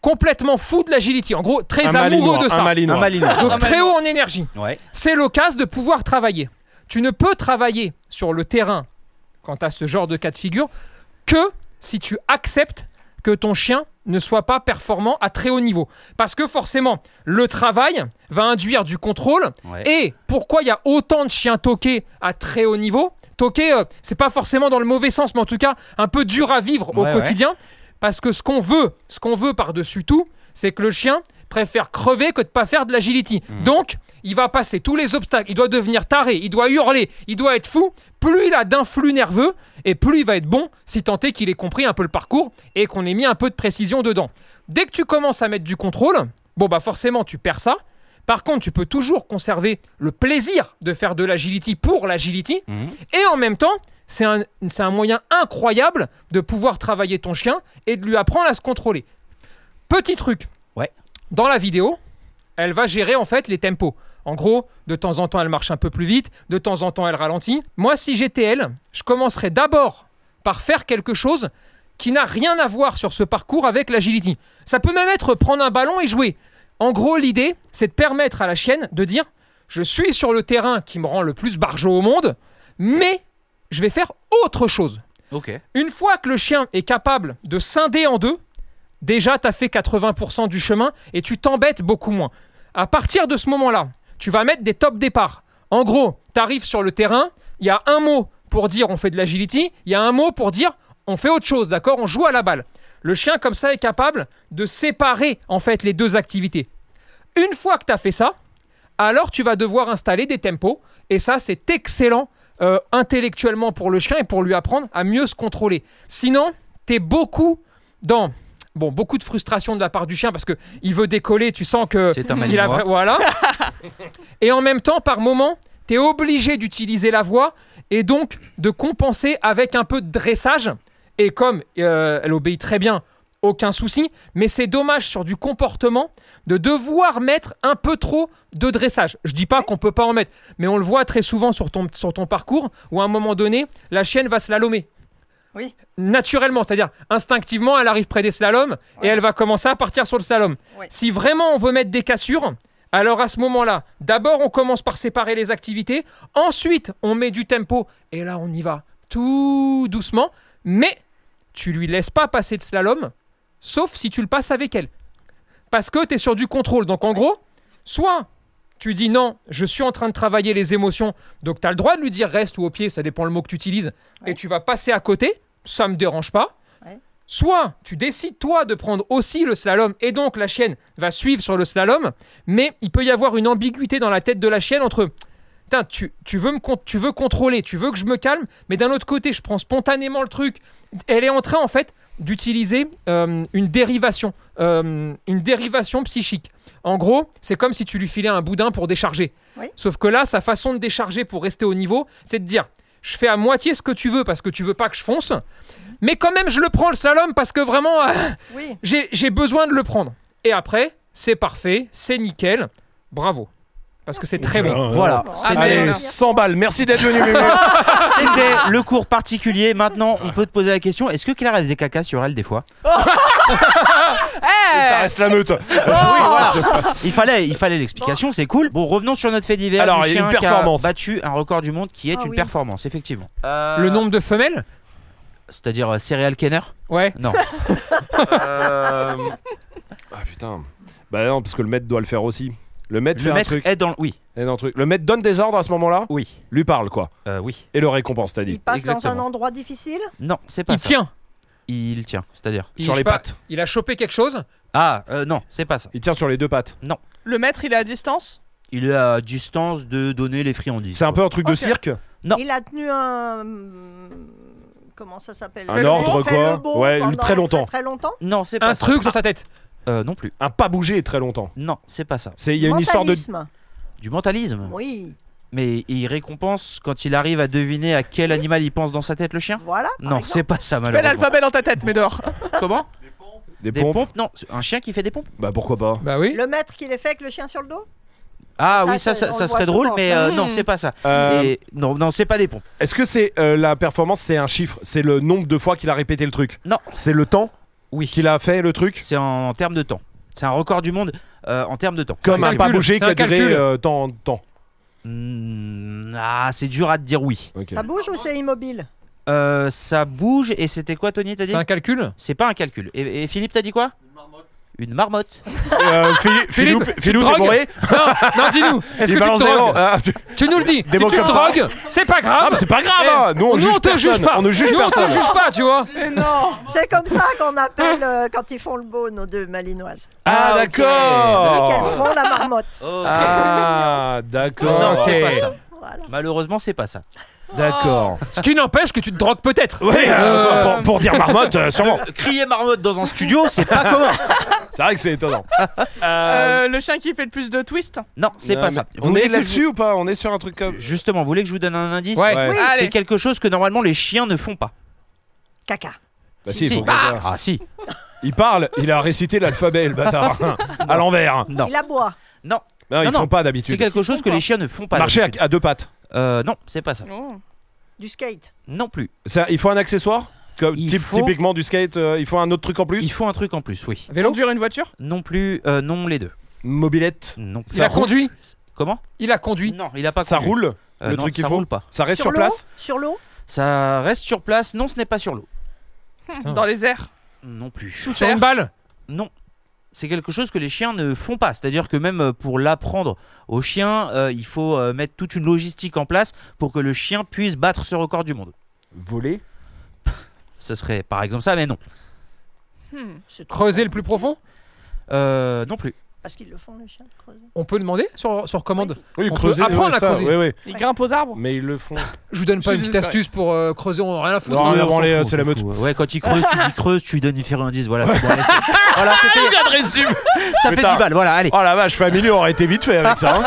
complètement fou de l'agility. En gros, très Un malinois, amoureux de un ça. Un malinois. malinois. Donc, très haut en énergie. Ouais. C'est l'occasion de pouvoir travailler. Tu ne peux travailler sur le terrain quant à ce genre de cas de figure que si tu acceptes que ton chien ne soit pas performant à très haut niveau. Parce que forcément, le travail va induire du contrôle. Ouais. Et pourquoi il y a autant de chiens toqués à très haut niveau Toqués, euh, c'est pas forcément dans le mauvais sens, mais en tout cas un peu dur à vivre Ouais, au ouais. quotidien. Parce que ce qu'on veut, ce qu'on veut par-dessus tout, c'est que le chien préfère crever que de pas faire de l'agility. Hmm. Donc, il va passer tous les obstacles, il doit devenir taré, il doit hurler, il doit être fou. Plus il a d'influx nerveux, et plus il va être bon, si tant est qu'il ait compris un peu le parcours et qu'on ait mis un peu de précision dedans. Dès que tu commences à mettre du contrôle, bon bah forcément tu perds ça. Par contre, tu peux toujours conserver le plaisir de faire de l'agility pour l'agility. Mhm. Et en même temps, c'est un, c'est un moyen incroyable de pouvoir travailler ton chien et de lui apprendre à se contrôler. Petit truc. Ouais. Dans la vidéo, elle va gérer en fait les tempos. En gros, de temps en temps, elle marche un peu plus vite, de temps en temps, elle ralentit. Moi, si j'étais elle, je commencerais d'abord par faire quelque chose qui n'a rien à voir sur ce parcours avec l'agility. Ça peut même être prendre un ballon et jouer. En gros, l'idée, c'est de permettre à la chienne de dire je suis sur le terrain qui me rend le plus barjot au monde, mais je vais faire autre chose. Ok. Une fois que le chien est capable de scinder en deux, déjà t'as fait 80% du chemin et tu t'embêtes beaucoup moins. À partir de ce moment-là, tu vas mettre des top départs. En gros, t'arrives sur le terrain, il y a un mot pour dire on fait de l'agility, il y a un mot pour dire on fait autre chose, d'accord On joue à la balle. Le chien comme ça est capable de séparer en fait les deux activités. Une fois que t'as fait ça, alors tu vas devoir installer des tempos. Et ça, c'est excellent euh, intellectuellement pour le chien et pour lui apprendre à mieux se contrôler. Sinon, t'es beaucoup dans bon beaucoup de frustration de la part du chien parce que il veut décoller. Tu sens que C'est un il a malinois. vra- voilà. et en même temps, par moment, t'es obligé d'utiliser la voix et donc de compenser avec un peu de dressage. Et comme euh, elle obéit très bien, aucun souci. Mais c'est dommage sur du comportement de devoir mettre un peu trop de dressage. Je dis pas qu'on peut pas en mettre, mais on le voit très souvent sur ton, sur ton parcours où à un moment donné, la chienne va slalomer. Oui. Naturellement, c'est-à-dire instinctivement, elle arrive près des slaloms et elle va commencer à partir sur le slalom. Ouais. Si vraiment on veut mettre des cassures, alors à ce moment-là, d'abord on commence par séparer les activités, ensuite on met du tempo et là on y va tout doucement, mais tu lui laisses pas passer de slalom, sauf si tu le passes avec elle parce que tu es sur du contrôle. Donc en gros, soit tu dis non, je suis en train de travailler les émotions, donc tu as le droit de lui dire reste ou au pied, ça dépend le mot que tu utilises, et Ouais. tu vas passer à côté, ça me dérange pas. Ouais. Soit tu décides toi de prendre aussi le slalom, et donc la chienne va suivre sur le slalom, mais il peut y avoir une ambiguïté dans la tête de la chienne entre Putain, tu, tu veux me con- tu veux contrôler, tu veux que je me calme, mais d'un autre côté, je prends spontanément le truc. Elle est en train, en fait, d'utiliser euh, une dérivation, euh, une dérivation psychique. En gros, c'est comme si tu lui filais un boudin pour décharger. Oui. Sauf que là, sa façon de décharger pour rester au niveau, c'est de dire je fais à moitié ce que tu veux parce que tu veux pas que je fonce, mais quand même, je le prends le slalom parce que vraiment, euh, Oui. j'ai j'ai besoin de le prendre. Et après, c'est parfait, c'est nickel, bravo. Parce que c'est très bon. Voilà, Ah, c'était Allez, mais- 100 balles. Merci d'être venu, Mimu. c'était le cours particulier. Maintenant, on peut te poser la question est-ce que Clara elle faisait caca sur elle des fois Eh, Ça reste la Oh. meute. Il fallait, il fallait l'explication, c'est cool. Bon, revenons sur notre fait divers. Alors, il du y a chien une qui performance. a battu un record du monde qui est Ah une oui. performance, effectivement. Euh, Le nombre de femelles C'est-à-dire euh, céréal Kenner Ouais. Non. Euh. Ah putain. Bah non, parce que le maître doit le faire aussi. Le maître fait le un maître truc. est dans le. Oui, Et non, truc. Le maître donne des ordres à ce moment-là, oui, lui parle quoi. euh, oui. Et le récompense, t'as Il dit. passe dans exactement. un endroit difficile Non, c'est pas Il ça. tient. Il tient, c'est-à-dire. Il- Sur je les sais pas, pattes. Il a chopé quelque chose. Ah, euh, non, c'est pas ça. Il tient sur les deux pattes. Le maître, il est à distance Il est à distance de donner les friandises. C'est un peu un truc de Ok. cirque. Non. Il a tenu un. hmm, Comment ça s'appelle Un Fait le ordre, beau, fait quoi. le beau Ouais, pendant très longtemps. Très, très longtemps. Non, c'est pas Un ça. truc sur sa tête. Euh, non plus. Un pas bougé très longtemps. Non, c'est pas ça. C'est- Il y a une histoire de. Mentalisme. Du mentalisme. Oui, Mais il récompense quand il arrive à deviner à quel animal il pense dans sa tête le chien voilà. par Non, exemple. c'est pas Ah, ça Fais malheureusement. l'alphabet dans ta tête, Médor. Comment Des Des pompes. pompes Non, c'est un chien qui fait des pompes Bah pourquoi pas. Bah oui. Le maître qui les fait avec le chien sur le dos Ah Ça, oui, ça, ça, ça, on ça le serait voit drôle, souvent, mais ça. euh, Hmm. non, c'est pas ça. Euh, Et- Non, non, c'est pas des pompes. Est-ce que c'est euh, la performance, c'est un chiffre C'est le nombre de fois qu'il a répété le truc Non. C'est le temps Oui. qu'il a fait le truc C'est en, en termes de temps. C'est un record du monde euh, en termes de temps. Comme un un pas calcul, bougé c'est qui un a duré calcul. euh, tant de temps. Hmm, ah, c'est dur à te dire oui. Ok. Ça bouge ou c'est immobile Euh, ça bouge et c'était quoi, Tony T'as dit C'est un calcul. C'est pas un calcul. Et, et Philippe, t'as dit quoi Une marmotte. Euh, Philippe, Philippe, Philippe, tu te Philippe, drogues bourré Non, non dis-nous. Est-ce Il que tu balance des te noms. drogues Ah, tu- Tu nous le dis. Des mots si tu comme te ça. drogues, c'est pas grave. Ah, mais c'est pas grave. Eh, hein. Nous on nous, juge on te personne. juge pas. On ne juge Nous, on se personne. juge pas, tu vois. Mais non C'est comme ça qu'on appelle euh, quand ils font le beau, nos deux malinoises. Ah Ah, ok. Et d'accord. qu'elles font la marmotte. Ah d'accord. Non, c'est Ok. pas ça. Voilà. Malheureusement, c'est pas ça. D'accord. Ce qui n'empêche que tu te drogues peut-être. Ouais, Oh. Euh, euh, pour, pour dire marmotte, euh, sûrement. Crier marmotte dans un studio, c'est pas commun. C'est vrai que c'est étonnant. Euh, Le chien qui fait le plus de twists Non, c'est Non, pas mais ça. Vous On voulez que est je là-dessus ou pas On est sur un truc comme. vous- Justement, vous voulez que je vous donne un indice Euh, Ouais. Ouais. Oui, C'est Allez quelque chose que normalement les chiens ne font pas. Caca. Bah si, Si. faut qu'on ah, regarde. ah, si. Il parle, il a récité l'alphabet, le bâtard. à l'envers. Non. Il aboie. Non, ils Non, non. font pas C'est d'habitude. quelque chose que pas. les chiens ne font pas. Marcher à, à deux pattes. Euh, non, c'est pas ça. Oh. Du skate. Non plus. Ça, il faut un accessoire Comme Il typ- faut- Typiquement du skate, euh, il faut un autre truc en plus Il faut un truc en plus, oui. Vélo. Conduire une voiture Non plus, euh, non les deux. Mobilette Non. Il a conduit. Comment Il a conduit. Non, il a pas Ça conduit. roule Euh, le non, truc qu'il ça faut roule pas. Ça reste sur, l'eau place Sur l'eau Ça reste sur place. Non, ce n'est pas sur l'eau. Putain. Dans les airs Non plus. Sous Sur terre une balle. C'est quelque chose que les chiens ne font pas. C'est-à-dire que même euh, pour l'apprendre aux chiens, euh, il faut euh, mettre toute une logistique en place pour que le chien puisse battre ce record du monde. Voler Ce serait par exemple ça, mais non. Hmm. C'est trop Creuser con. le plus profond. Euh, non plus. Parce qu'ils le font, le chien, de creuser. On peut demander sur, sur commande. Oui, On creuser, peut apprendre ouais, à ça, creuser. ouais, Il Ouais. grimpe aux arbres Mais ils le font. Je vous donne pas Je une suis petite désespéré. astuce pour euh, creuser. On a rien à foutre. Non, Ouais, mais on s'en branlé, fout, c'est la on s'en meute. fout. Ouais, quand il creuse, tu dis creuse, tu donnes une ferrandise. Voilà, c'est bon. allez, c'est- voilà, c'était- ça fait Putain. 10 balles. Voilà, allez. Oh la vache, famille aurait été vite fait avec ça. hein.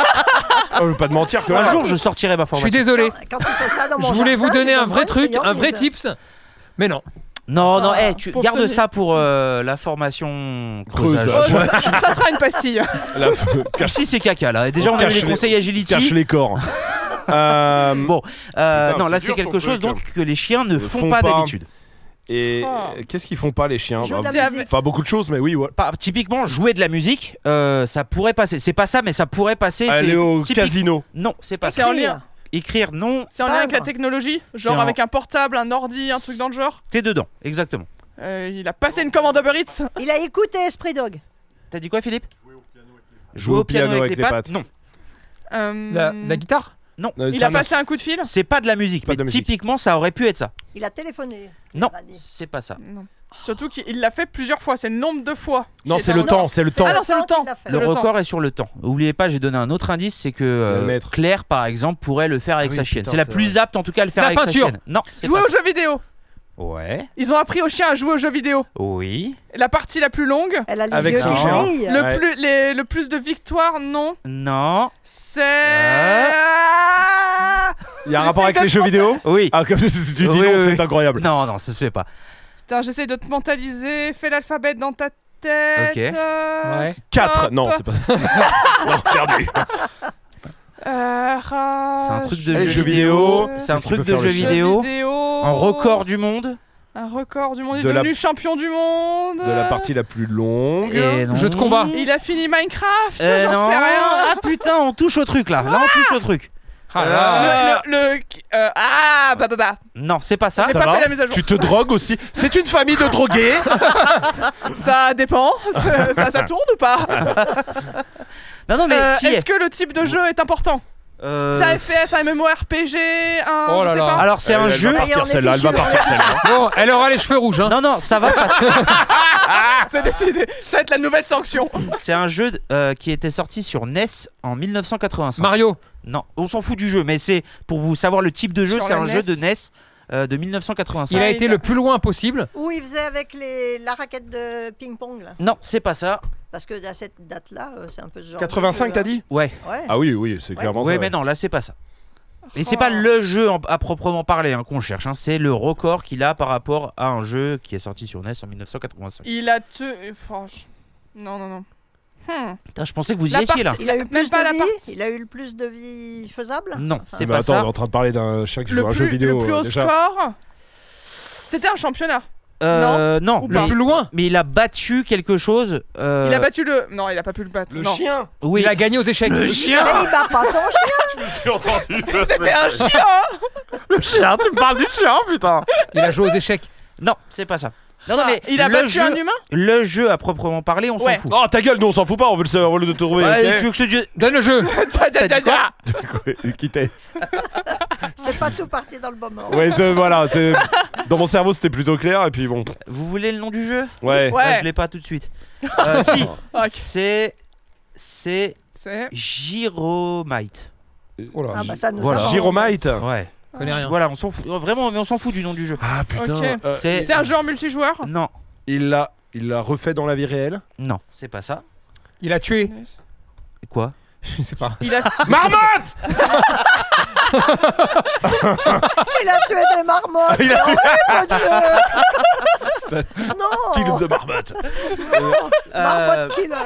Oh, je veux pas te mentir que Un là. jour, je sortirai ma Je suis formation. désolé. Quand tu fais ça dans Je mon voulais vous jardin, donner j'ai un une vrai bonne truc, un vrai friandise. tips. Mais non. Non, non, Ah, eh, tu pauvre garde Tony. ça pour euh, la formation Creuse. creusage. Oh, ça, ça sera une pastille La feu- cache, Ici, c'est caca là. Et Déjà, on a eu Cache les les- conseils agility. cache les corps. Euh, Bon, euh, Putain, non, là, c'est c'est dur, quelque ton chose truc, hein. donc que les chiens ne Ne font font pas pas. d'habitude. Et Oh. qu'est-ce qu'ils font pas les chiens Ils jouent Bah, de c'est la avec- musique. Enfin, beaucoup de choses, mais oui. ouais. Pas- typiquement, jouer de la musique, euh, ça pourrait passer. C'est pas ça, mais ça pourrait passer. Aller c'est au typique- casino. Non, c'est pas C'est ça. en lien Écrire, non, C'est en lien avec la Peindre. technologie Genre C'est en- avec un portable, un ordi, un truc dans le genre t'es dedans. Exactement. Euh, Il a passé une commande Uber Eats Il a écouté Esprit Dog. T'as dit quoi, Philippe Jouer au piano avec les pattes. Non. Euh, La, Hmm. la guitare il a passé un coup de fil C'est pas de la musique, Pas mais de la musique. typiquement ça aurait pu être ça. Il a téléphoné. Non, Rani. c'est pas ça. Non. Surtout qu'il l'a fait plusieurs fois, c'est le nombre de fois. Non, qui est c'est le un- temps, c'est le temps. Ah non, c'est le temps. qu'il a fait. C'est Le le temps. record est sur le temps. Oubliez pas, j'ai donné un autre indice, c'est que euh, Le maître. Claire, par exemple, pourrait le faire avec Ah oui, sa chienne. putain, C'est la c'est plus apte, en tout cas, à le faire La avec peinture. sa chienne. Non, c'est Jouer pas aux jeux vidéo. ça. Ouais. Ils ont appris aux chiens à jouer aux jeux vidéo. Oui. La partie la plus longue, Elle a les Avec yeux son qui chien. brillent. le, Ouais. plus, les- le plus de victoires, non. Non. C'est. Il y a un rapport avec les jeux vidéo Oui. Ah, comme tu dis Oui, non, oui, c'est oui. incroyable. Non, non, ça se fait pas. Putain, j'essaie de te mentaliser. Fais l'alphabet dans ta tête. Ok. euh, Ouais. 4 Stop. Non, c'est pas. non, perdu. euh, C'est un truc de Les jeu jeux vidéo. vidéo, C'est un qu'est-ce truc qu'il peut de faire, jeu le chien vidéo. Un record du monde. Un record du monde. Il est De la- devenu champion du monde. De la partie la plus longue. Et non. Jeu de combat. Il a fini Minecraft. Euh, J'en non. sais rien. Ah putain, on touche au truc là. Là, on touche au truc. Ah là. Ah. Le, le- le- euh, ah, bah bah bah. Non, c'est pas ça. J'ai Ça pas va fait la mise à jour. Tu te drogues aussi. C'est une famille de drogués. Ça dépend. ça, ça- ça tourne ou pas Non, non, Ah, mais Euh, qui Est-ce est, que le type de jeu est important Euh, C'est un FPS, un MMORPG, un. Oh là je sais là. pas. Alors, c'est Elle- un jeu. Elle va Allez, on partir est celle-là, elle va fichu. partir celle-là. Bon, elle aura les cheveux rouges. Hein. Non, non, ça va parce que C'est décidé. Ça va être la nouvelle sanction. c'est un jeu euh, qui était sorti sur NES en 1985. Mario, Non, on s'en fout du jeu, mais c'est pour vous savoir le type de jeu, Sur E c'est la un jeu NES. de NES euh, de 1985. il a il été a- le plus loin possible. Où il faisait avec les... la raquette de ping-pong. là. Non, c'est pas ça. Parce que à cette date-là, euh, c'est un peu ce genre. de 85, jeu, t'as hein. dit Ouais, Ouais. Ah oui, oui, c'est Ouais. clairement ouais, ça. mais ouais. non, là c'est pas ça. Et c'est Oh. pas le jeu en- à proprement parler hein, qu'on cherche, hein, c'est le record qu'il a par rapport à un jeu qui est sorti sur NES en 1985. Il a tué. Franche. Non, non, non. Hmm. Putain, je pensais que vous y La étiez là. partie- Il a eu Même plus pas de la vie partie. Il a eu le plus de vie faisable Non, c'est Mais pas attends, on est ça. en train de parler d'un chien qui Le joue à un plus, jeu vidéo. le plus haut euh, déjà. score. C'était un championnat. Euh, non, Ou mais, Le plus loin. mais il a battu quelque chose. euh, Il a battu le. Non, il a pas pu le battre. non. chien Oui, Il a gagné aux échecs. Mais il bat pas son chien J'ai entendu. C'était un chien. hein. Le chien, tu me parles du chien, putain Il a joué aux échecs. non, c'est pas ça. Non, non, mais Ah, Il a le battu jeu, un humain. le jeu à proprement parler, on Ouais. s'en fout. Non, Oh, ta gueule, nous on s'en fout pas, on veut le savoir, on veut le trouver. Ouais, ok tu veux que je te dise- Donne le jeu. Ouais, quittez. C'est pas tout parti dans le bon moment. Ouais, te- voilà, t'es- dans mon cerveau c'était plutôt clair, et puis bon. Vous voulez le nom du jeu Ouais. Ouais. Ah, je l'ai pas tout de suite. Euh, si, Ah, Ok. c'est c'est C'est. Gyromite. Oh là, Ah bah ça nous Voilà. avance. Gyromite Ouais. je connais rien. Voilà, on s'en fout. Oh, Vraiment, mais on s'en fout du nom du jeu. Ah putain. Ok. euh, c'est C'est un jeu en multijoueur. non, il l'a il l'a refait dans la vie réelle non, c'est pas ça. Il a tué. Quoi Je sais pas. Il a. Marmotte Il a tué des marmottes Il Oh, a tué mon Dieu Non de marmotte Euh, Marmotte killer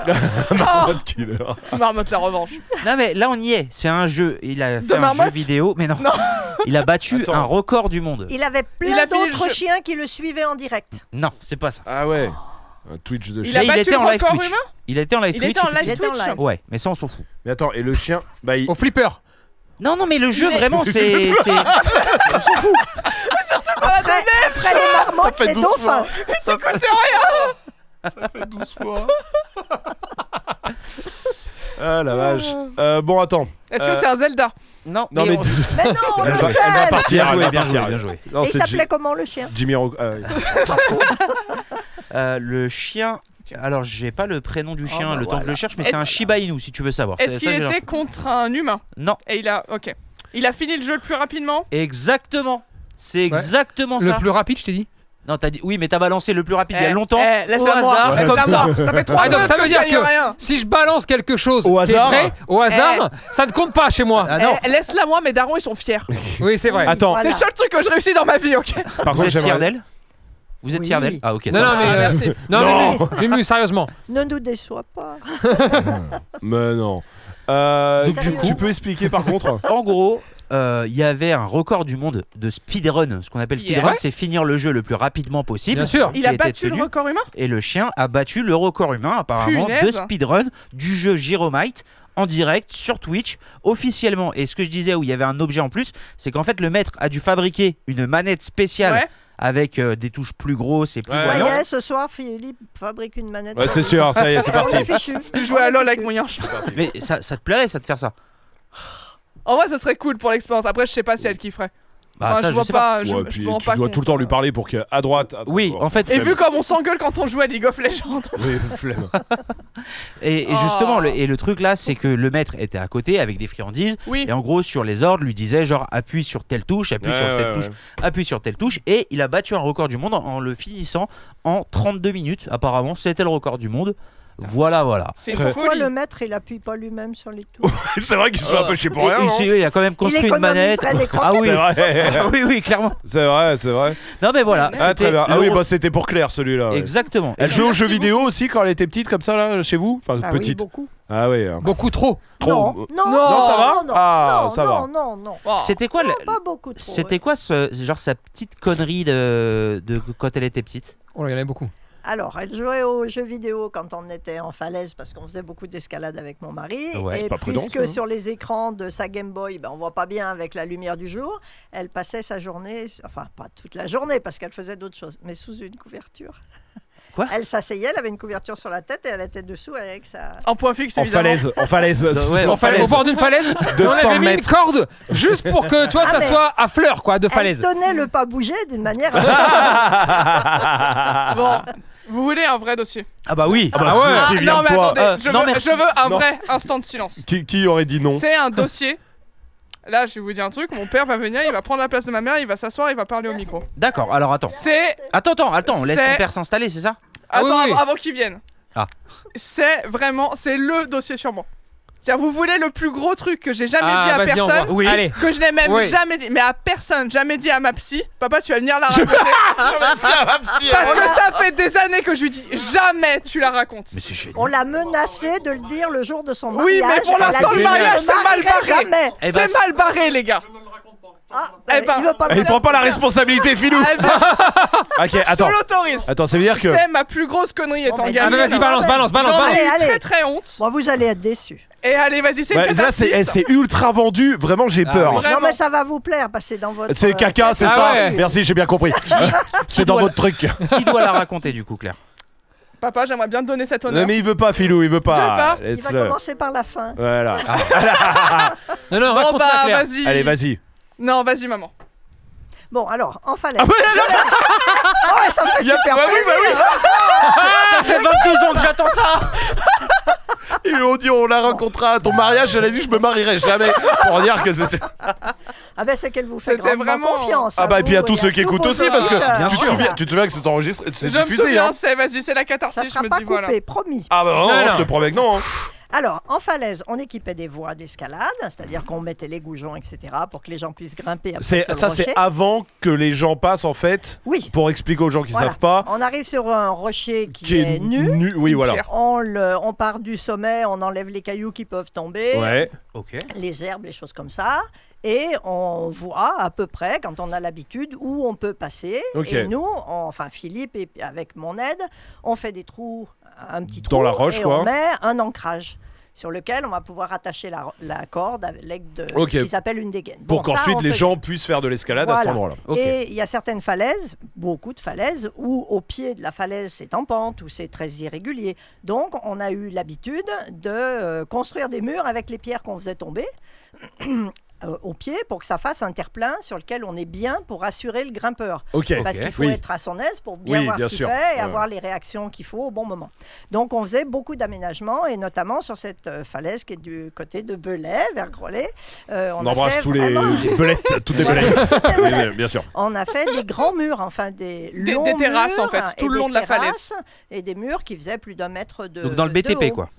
Marmotte killer Marmotte la revanche. Non mais là on y est. C'est un jeu. Il a fait un jeu marmotte vidéo, mais non. Non. Il a battu Attends. un record du monde. Il avait Il plein a fini le d'autres jeu. chiens qui le suivaient en direct. Non, c'est pas ça. Ah ouais Un Twitch de Il chien. a Mais il battu était le en live record Twitch. humain Il était en live Il Twitch. était en live Il était en Twitch. live. Ouais, mais ça on s'en fout. Mais attends, et le chien Bah il. Au flipper. Non, non, mais le jeu Mais- vraiment c'est. c'est- on s'en fout. Après, après les marmottes, fait les 12 dauphins. Ah la vache Euh, Bon, attends. Est-ce que Euh, c'est un Zelda Non, Non et mais. on- Mais non, on Elle le va- elle va sait partir, Bien elle joué, va bien partir. joué, bien joué. Non, Et Il c'est Ji- s'appelait comment le chien Jimmy Rock. ah ouais. Euh, le chien. Alors, j'ai pas le prénom du chien, bah le temps que je voilà. le cherche, mais Est-ce- c'est un Shiba Inu si tu veux savoir. Est-ce Ça, qu'il ça, j'ai était contre un humain l'info. Non, Et il a. Ok. Il a fini le jeu le plus rapidement. exactement. C'est exactement Le ça. plus rapide, je t'ai dit. Non, t'as dit oui, mais t'as balancé le plus rapide il y a Eh, longtemps. eh, au laisse-la moi, hasard. laisse-la comme ça. moi. Ça fait trois Ah, donc minutes ça veut dire j'y ai que- rien. Si je balance quelque chose Au qui est hasard. vrai, au hasard, ça ne compte pas chez moi. Ah non. Eh, Laisse-la moi, mes darons ils sont fiers. Oui, c'est vrai. Attends, Voilà. C'est le seul truc que je réussis dans ma vie, ok par Vous contre, êtes fier j'aimerais. d'elle Vous êtes Oui. fier d'elle Ah ok. Non, ça non, va. mais, Ah, euh, merci. non, Non. mais- Mimu, sérieusement. Ne nous déçois pas. Euh, Mais non. Euh, Donc, tu, du tu coup- peux expliquer par contre En gros, euh, il y avait un record du monde de speedrun. Ce qu'on appelle Yeah. speedrun, c'est finir le jeu le plus rapidement possible. Bien sûr. qui Il a était battu tenu. le record humain Et le chien a battu le record humain apparemment de Punaise. speedrun du jeu Gyromite en direct sur Twitch officiellement. Et ce que je disais où il y avait un objet en plus, c'est qu'en fait le maître a dû fabriquer une manette spéciale Ouais. avec euh, des touches plus grosses et plus Ouais. Ça y voyantes. est, ce soir, Philippe fabrique une manette. Ah, Ouais, c'est sûr, ça y est, c'est Et on parti. est fichu. Je jouais à LoL avec mon yanche. Mais ça, ça te plairait ça de faire ça En vrai, ça serait cool pour l'expérience. Après, je sais pas si elle kifferait. Bah, Enfin, ça, je vois sais pas. je- Ouais, je puis me rends tu pas dois compte. tout le temps lui parler pour que à droite. à- Oui, en fait, Et flemme. vu comme on s'engueule quand on joue à League of Legends. Oui, flemme. Et, et Oh. justement, le, et le truc là, c'est que le maître était à côté avec des friandises. Oui. Et en gros, sur les ordres, lui disait genre appuie sur telle touche, appuie Ouais, sur telle ouais, touche, ouais. appuie sur telle touche. Et il a battu un record du monde en, en le finissant en 32 minutes. Apparemment, c'était le record du monde. Voilà, voilà. C'est Très- une Pourquoi folie. le maître, il appuie pas lui-même sur les touches c'est vrai qu'il se fait un peu chier pour Et- rien. et non c'est- il a quand même construit une manette. économiserait les Ah oui. C'est vrai. Ah oui, oui, clairement. C'est vrai, c'est vrai. Non, mais voilà. Ah, c'était très bien. Ah oui, Ah. l'Euro- bah c'était pour Claire celui-là. ouais. Exactement. Elle jouait aux Merci jeux vidéo aussi quand elle était petite, comme ça, là, chez vous Enfin, Ah oui, petite. beaucoup. ah oui. hein. Beaucoup trop. Trop. Non, Non, non, ça va non, non, Ah, non, ça va. non, non, non. Oh. C'était quoi le- Ah, Non, Pas beaucoup trop. C'était ouais. quoi ce genre sa petite connerie de, de quand elle était petite Oh là, il y en a beaucoup. Alors, elle jouait aux jeux vidéo quand on était en falaise parce qu'on faisait beaucoup d'escalade avec mon mari. Ouais, et c'est pas prudent, puisque ça, hein. sur les écrans de sa Game Boy, ben, on voit pas bien avec la lumière du jour, elle passait sa journée, enfin pas toute la journée parce qu'elle faisait d'autres choses, mais sous une couverture. Quoi Elle s'asseyait, elle avait une couverture sur la tête et elle était dessous avec sa... En point fixe, En évidemment. falaise, en falaise. ouais, en Falaise. en Au falaise. bord d'une falaise, et on 100 avait mis une mètres. corde juste pour que toi, Ah, ça mais- Eh, soit à fleur, quoi, de Elle falaise. tenait le pas bouger d'une manière... Bon, vous voulez un vrai dossier Ah bah oui. Ah ouais. c'est Non, mais toi. attendez, Euh, je, non, veux, merci. je veux un Non. vrai instant de silence. Qui, qui aurait dit non C'est un dossier. Là, je vais vous dire un truc. Mon père va venir, il va prendre la place de ma mère, il va s'asseoir, il va parler au micro. D'accord. Alors attends. C'est. Attends, attends, attends. Laisse C'est- ton père s'installer, c'est ça Ah Attends, oui, oui. av- avant qu'il vienne. Ah. C'est vraiment. C'est le dossier sur moi. C'est-à-dire, vous voulez le plus gros truc que j'ai jamais Ah, dit à vas-y, personne envoie. Oui. Allez. Que je n'ai même Oui. jamais dit, mais à personne, jamais dit à ma psy. Papa, tu vas venir la raconter. Parce que ça fait des années que je lui dis jamais tu la racontes. Mais c'est génial. On l'a menacée de le dire le jour de son mariage. Oui, mais pour Elle a l'instant, dit, le je ne mariage, c'est mal marierai barré. jamais. Eh C'est ben, mal barré, les gars. Ah, Eh euh, ben, il veut pas le Il dire. prend pas la responsabilité, Filou Eh ben, Ok, je attends. l'autorise. Attends, ça veut dire que. C'est ma plus grosse connerie étant Bon, ben, mais Ah, mais gamin. vas-y, balance, balance, balance, J'en balance. ai eu Allez, très allez. très honte. Bon, vous allez être déçus. Et allez, vas-y, c'est une Ouais, là, c'est eh, catharsis. c'est ultra vendu. Vraiment, j'ai Ah, peur. oui. Non, Vraiment. mais ça va vous plaire, parce que c'est dans votre... euh, C'est caca, c'est Ah ça. ouais. Merci, j'ai bien compris. c'est dans votre truc. Qui doit la raconter du coup, Claire Papa, j'aimerais bien te donner cet Non, honneur. mais il veut pas, Filou, il veut pas. Il Il va Laisse-le. commencer par la fin. Voilà. Non, non, Bon, raconte ça, bah, Claire. vas-y. Allez, vas-y. Non, vas-y, maman. Bon, alors, en Ah falaise. Ah ouais, ça me fait super bah oui, plaisir. hein. bah Ça fait 22 ans que j'attends ça Ah, Ils lui ont dit, on la rencontrera à ton mariage. Elle a dit, je me marierai jamais. Pour dire que c'est. Ah ben c'est qu'elle vous fait C'était grandement vraiment- confiance. Ah, à bah, et vous puis à tous et ceux qui tous écoutent vos aussi, parce que auditeurs. tu te souviens, tu te souviens que c'est enregistré, c'est Je me diffusé. souviens, Hein. c'est vas-y, c'est la Ça catharsis. Je sera me pas dis voilà. coupé, promis. Ah bah non, Non, non, non. je te promets que non. hein. Alors, en falaise, on équipait des voies d'escalade, c'est-à-dire qu'on mettait les goujons, etc., pour que les gens puissent grimper après C'est sur le ça, c'est rocher. avant que les gens passent en fait, Oui, pour expliquer aux gens qui Voilà. savent pas, on arrive sur un rocher qui, est, nu. Oui, voilà. pierre. On, le- on part du sommet, on enlève les cailloux qui peuvent tomber, Ouais. Ok. les herbes, les choses comme ça, et on voit à peu près, quand on a l'habitude, où on peut passer. Ok. Et nous, on- enfin Philippe, et puis avec mon aide, on fait des trous, un petit Dans trou, la roche, et quoi. on met un ancrage sur lequel on va pouvoir attacher la, la corde avec l'aide de Ok. ce qu'ils appellent une dégaine. Pour Bon, ça, qu'ensuite on les fait- gens puissent faire de l'escalade à cet Voilà. endroit-là. Ok. Et il y a certaines falaises, beaucoup de falaises, où au pied de la falaise c'est en pente, où c'est très irrégulier. Donc on a eu l'habitude de euh, construire des murs avec les pierres qu'on faisait tomber euh, au pied pour que ça fasse un terre-plein sur lequel on est bien pour assurer le grimpeur. Ok. Parce qu'il faut oui. être à son aise pour bien Oui, voir bien ce qu'il sûr. fait et Ouais. avoir les réactions qu'il faut au bon moment. Donc on faisait beaucoup d'aménagements et notamment sur cette euh, falaise qui est du côté de Belay, vers Grolet. euh, On, a embrasse fait tous les, vraiment- les belettes, toutes les belettes. Oui, oui, bien sûr. on a fait des grands murs, enfin des Des- longs des terrasses, murs, en fait, hein, tout et le des long de la terrasses, Et des murs qui faisaient plus d'un mètre de. Donc dans le de BTP haut. quoi.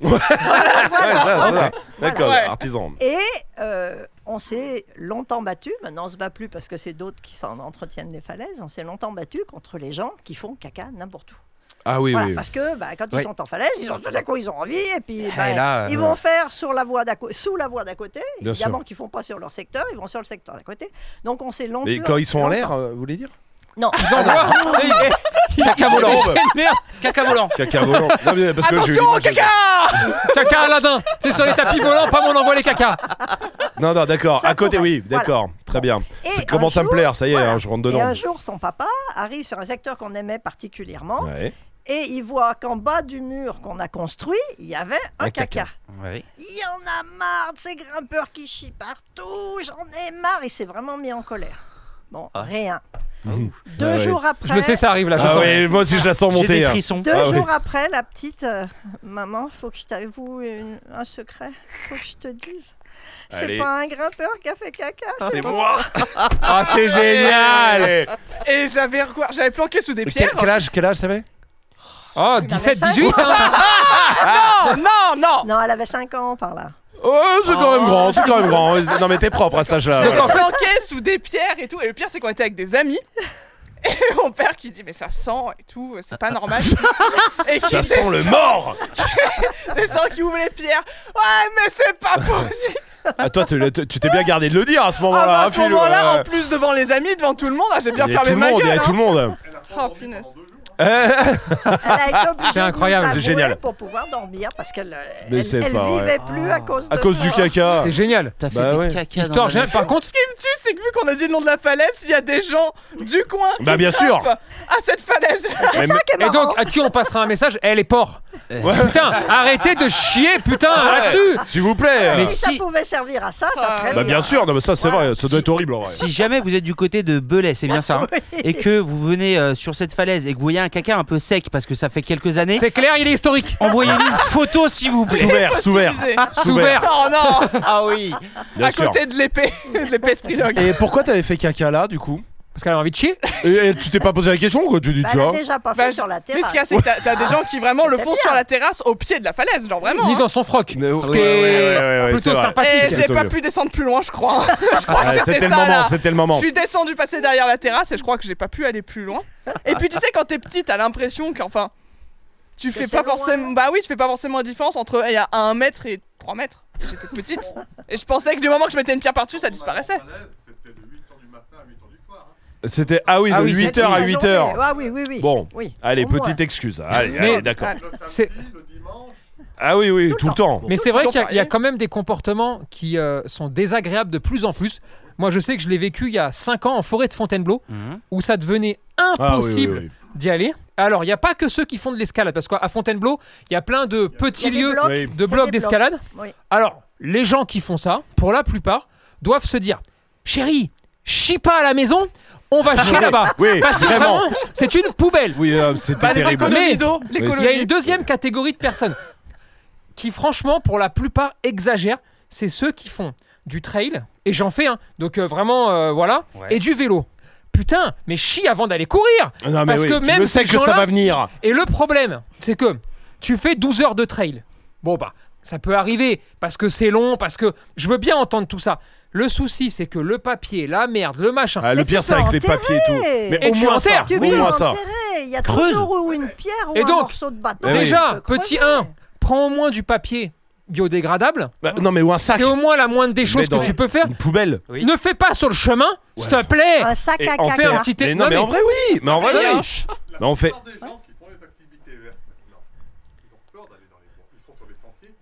Ouais, ouais, ouais. D'accord, Ouais. artisan. Et euh, on s'est longtemps battu, maintenant on se bat plus parce que c'est d'autres qui s'en entretiennent les falaises, on s'est longtemps battu contre les gens qui font caca n'importe où. Ah oui, Voilà, oui. Ah, parce que bah, quand Ouais. ils sont en falaise, ils ont tout à coup ils ont envie et puis Et bah, là, euh, ils vont faire sur la voie d'à co- sous la voie d'à côté, Bien sûr. évidemment qu'ils font pas sur leur secteur, ils vont sur le secteur d'à côté. Donc on s'est longtemps Mais quand ils sont en l'air, euh, vous voulez dire Non, Ils envoient. Et il est- Il a Caca volant. merde. Caca volant. Caca volant. Non, mais parce que j'ai eu Attention, l'image de- Oh, caca Caca Aladdin. C'est sur les tapis volants, pas mon envoi les cacas. Non, non, d'accord. Ça À côté, pourrait. oui, d'accord. Très bien. Et Ça un commence à me jour- plaire, ça y est, voilà. hein, je rentre Et dedans. un jour, son papa arrive sur un secteur qu'on aimait particulièrement Ouais. et il voit qu'en bas du mur qu'on a construit, il y avait un Un caca. caca. Ouais. Il y en a marre de ces grimpeurs qui chient partout, j'en ai marre. Il s'est vraiment mis en colère. Bon, rien. Deux Ah ouais. jours Je après, le sais, ça arrive là. je Ah sens. ouais, moi aussi je la sens J'ai monter. des hein. frissons. deux Ah oui. jours après, la petite euh, maman, faut que je t'avoue une- un secret, faut que je te dise. C'est Allez. pas un grimpeur qui a fait caca, c'est moi. Ah, c'est génial. Allez. Et j'avais recours- j'avais planqué sous des Quel, pierres. quel âge, quel âge t'avais Oh, 17-18 hein. Non, non, non. Non, elle avait 5 ans par là. Oh, c'est quand même grand, c'est quand même grand. Non mais t'es propre à cet âge-là. Donc voilà. en fait, Planqué sous des pierres et tout. Et le pire, c'est qu'on était avec des amis. Et mon père qui dit mais ça sent et tout, c'est pas normal. et qui Ça sent le descend- mort descend, qui ouvre les pierres. Ouais mais c'est pas possible. Ah toi, tu tu t'es bien gardé de le dire à ce Ah bah, moment-là. à hein, ce Philou, moment-là, ouais. en plus devant les amis, devant tout le monde, ah, j'ai bien Il y a tout le fermé ma monde, il y gueule. a tout hein. le monde. Oh punaise. Eh, Elle a été obligée C'est incroyable, de nous c'est génial. avouer pour pouvoir dormir parce qu'elle euh, Mais elle, c'est elle pas vrai. vivait plus à cause À de cause ça. du caca. c'est génial. T'as fait Bah des ouais. caca. dans Histoire la géniale. nature. Par contre, Ce qui me tue, c'est que vu qu'on a dit le nom de la falaise, il y a des gens du coin Bah, qui bien sûr. tapent à cette falaise. C'est ça qui est et marrant. donc à qui on passera un message Elle est porc. Putain, arrêtez de chier, putain, là-dessus. S'il vous plaît. Mais si, ça si- pouvait servir à ça, ça serait Bah bien sûr, non, mais ça c'est vrai, ça doit être horrible en vrai. Si jamais vous êtes du côté de Belay, c'est bien ça, hein, et que vous venez euh, sur cette falaise et que vous voyez un caca un peu sec parce que ça fait quelques années, C'est clair, il est historique. envoyez-nous une photo s'il vous plaît. Sous verre, sous verre, Sous verre. Non, non, Ah oui. bien à sûr. côté de l'épée, de l'épée Sprilog. Et pourquoi t'avais fait caca là du coup Parce qu'elle a envie de chier. et, et tu t'es pas posé la question quoi Tu dis Bah, tu elle a vois déjà pas Bah, fait sur la Mais ce terrasse. qu'il y a, c'est que t'as- t'as des gens qui vraiment le font bien. sur la terrasse au pied de la falaise, genre vraiment. Ni hein. dans son froc. Ouais, Ce ouais, ouais, qui ouais, est ouais, c'est vrai. plutôt Et Eh, sympathique. j'ai Plutôt pas mieux. pu descendre plus loin, je crois. je crois Ah, que c'était C'était le ça moment, là. c'était le moment. Je suis descendu passer derrière la terrasse et je crois que j'ai pas pu aller plus loin. Et puis tu sais quand t'es petit, t'as l'impression qu'enfin tu Que fais c'est pas loin. forcément bah oui, tu fais pas forcément la différence entre eh, il y a 1 mètre et 3 mètres. Et J'étais petite et je pensais que du moment que je mettais une pierre par-dessus, ça disparaissait. C'était de 8h du matin à 8h du soir. C'était ah oui de Ah oui, 8h à La journée. 8h. Ouais, oui, oui, oui. Bon, Oui, allez au moins. petite excuse. Allez, Mais- allez, d'accord. Le C'est- samedi, le dimanche. Ah oui oui tout le temps. Mais c'est vrai qu'il y, a- il y a fériés. quand même des comportements qui euh, sont désagréables de plus en plus. Moi, je sais que je l'ai vécu il y a 5 ans en forêt de Fontainebleau, Mhm. où ça devenait Ah oui, impossible oui, oui. d'y aller. Alors, il n'y a pas que ceux qui font de l'escalade, parce qu'à Fontainebleau, il y a plein de Il y a petits des lieux blocs. Oui. de C'est blocs des blocs. d'escalade. Oui. Alors, les gens qui font ça, pour la plupart, doivent se dire Chérie, chie pas à la maison, on va chier là-bas. Oui, Parce que vraiment. vraiment, c'est une poubelle. Oui, euh, c'était Bah, les terrible. Mais- économies d'eau, Il y a l'écologie. une deuxième catégorie de personnes qui, franchement, pour la plupart, exagèrent. C'est ceux qui font du trail, et j'en fais un, donc euh, vraiment, euh, voilà, Ouais. et du vélo. Putain, mais chie avant d'aller courir Non mais Parce oui, que tu même le sais ces que ça gens-là- va venir. Et le problème, c'est que tu fais 12 heures de trail. Bon, bah, ça peut arriver, parce que c'est long, parce que je veux bien entendre tout ça. Le souci, c'est que le papier, la merde, le machin. Ah, le Mais tu pire c'est peux avec les enterrer. papiers et tout. Mais Et au tu moins ça, enterres. Tu au peux moins ça. enterrer, Il y a Creuse. toujours ou une pierre ou Et un donc, morceau de bâton. Déjà, Tu peux petit creuser. 1, prends au moins du papier biodégradable. Bah, non mais ou un sac, C'est au moins la moindre des choses dans- que tu peux faire. une poubelle. Oui. Ne fais pas sur le chemin, s'il te plaît. Un sac Et à en Fais un caca. petit. Mais non mais en vrai oui, mais en vrai Il y a oui. un ch- Mais on fait La plupart des gens qui font les activités vertes maintenant, ils ont peur d'aller dans les bois. Ils sont sur les sentiers,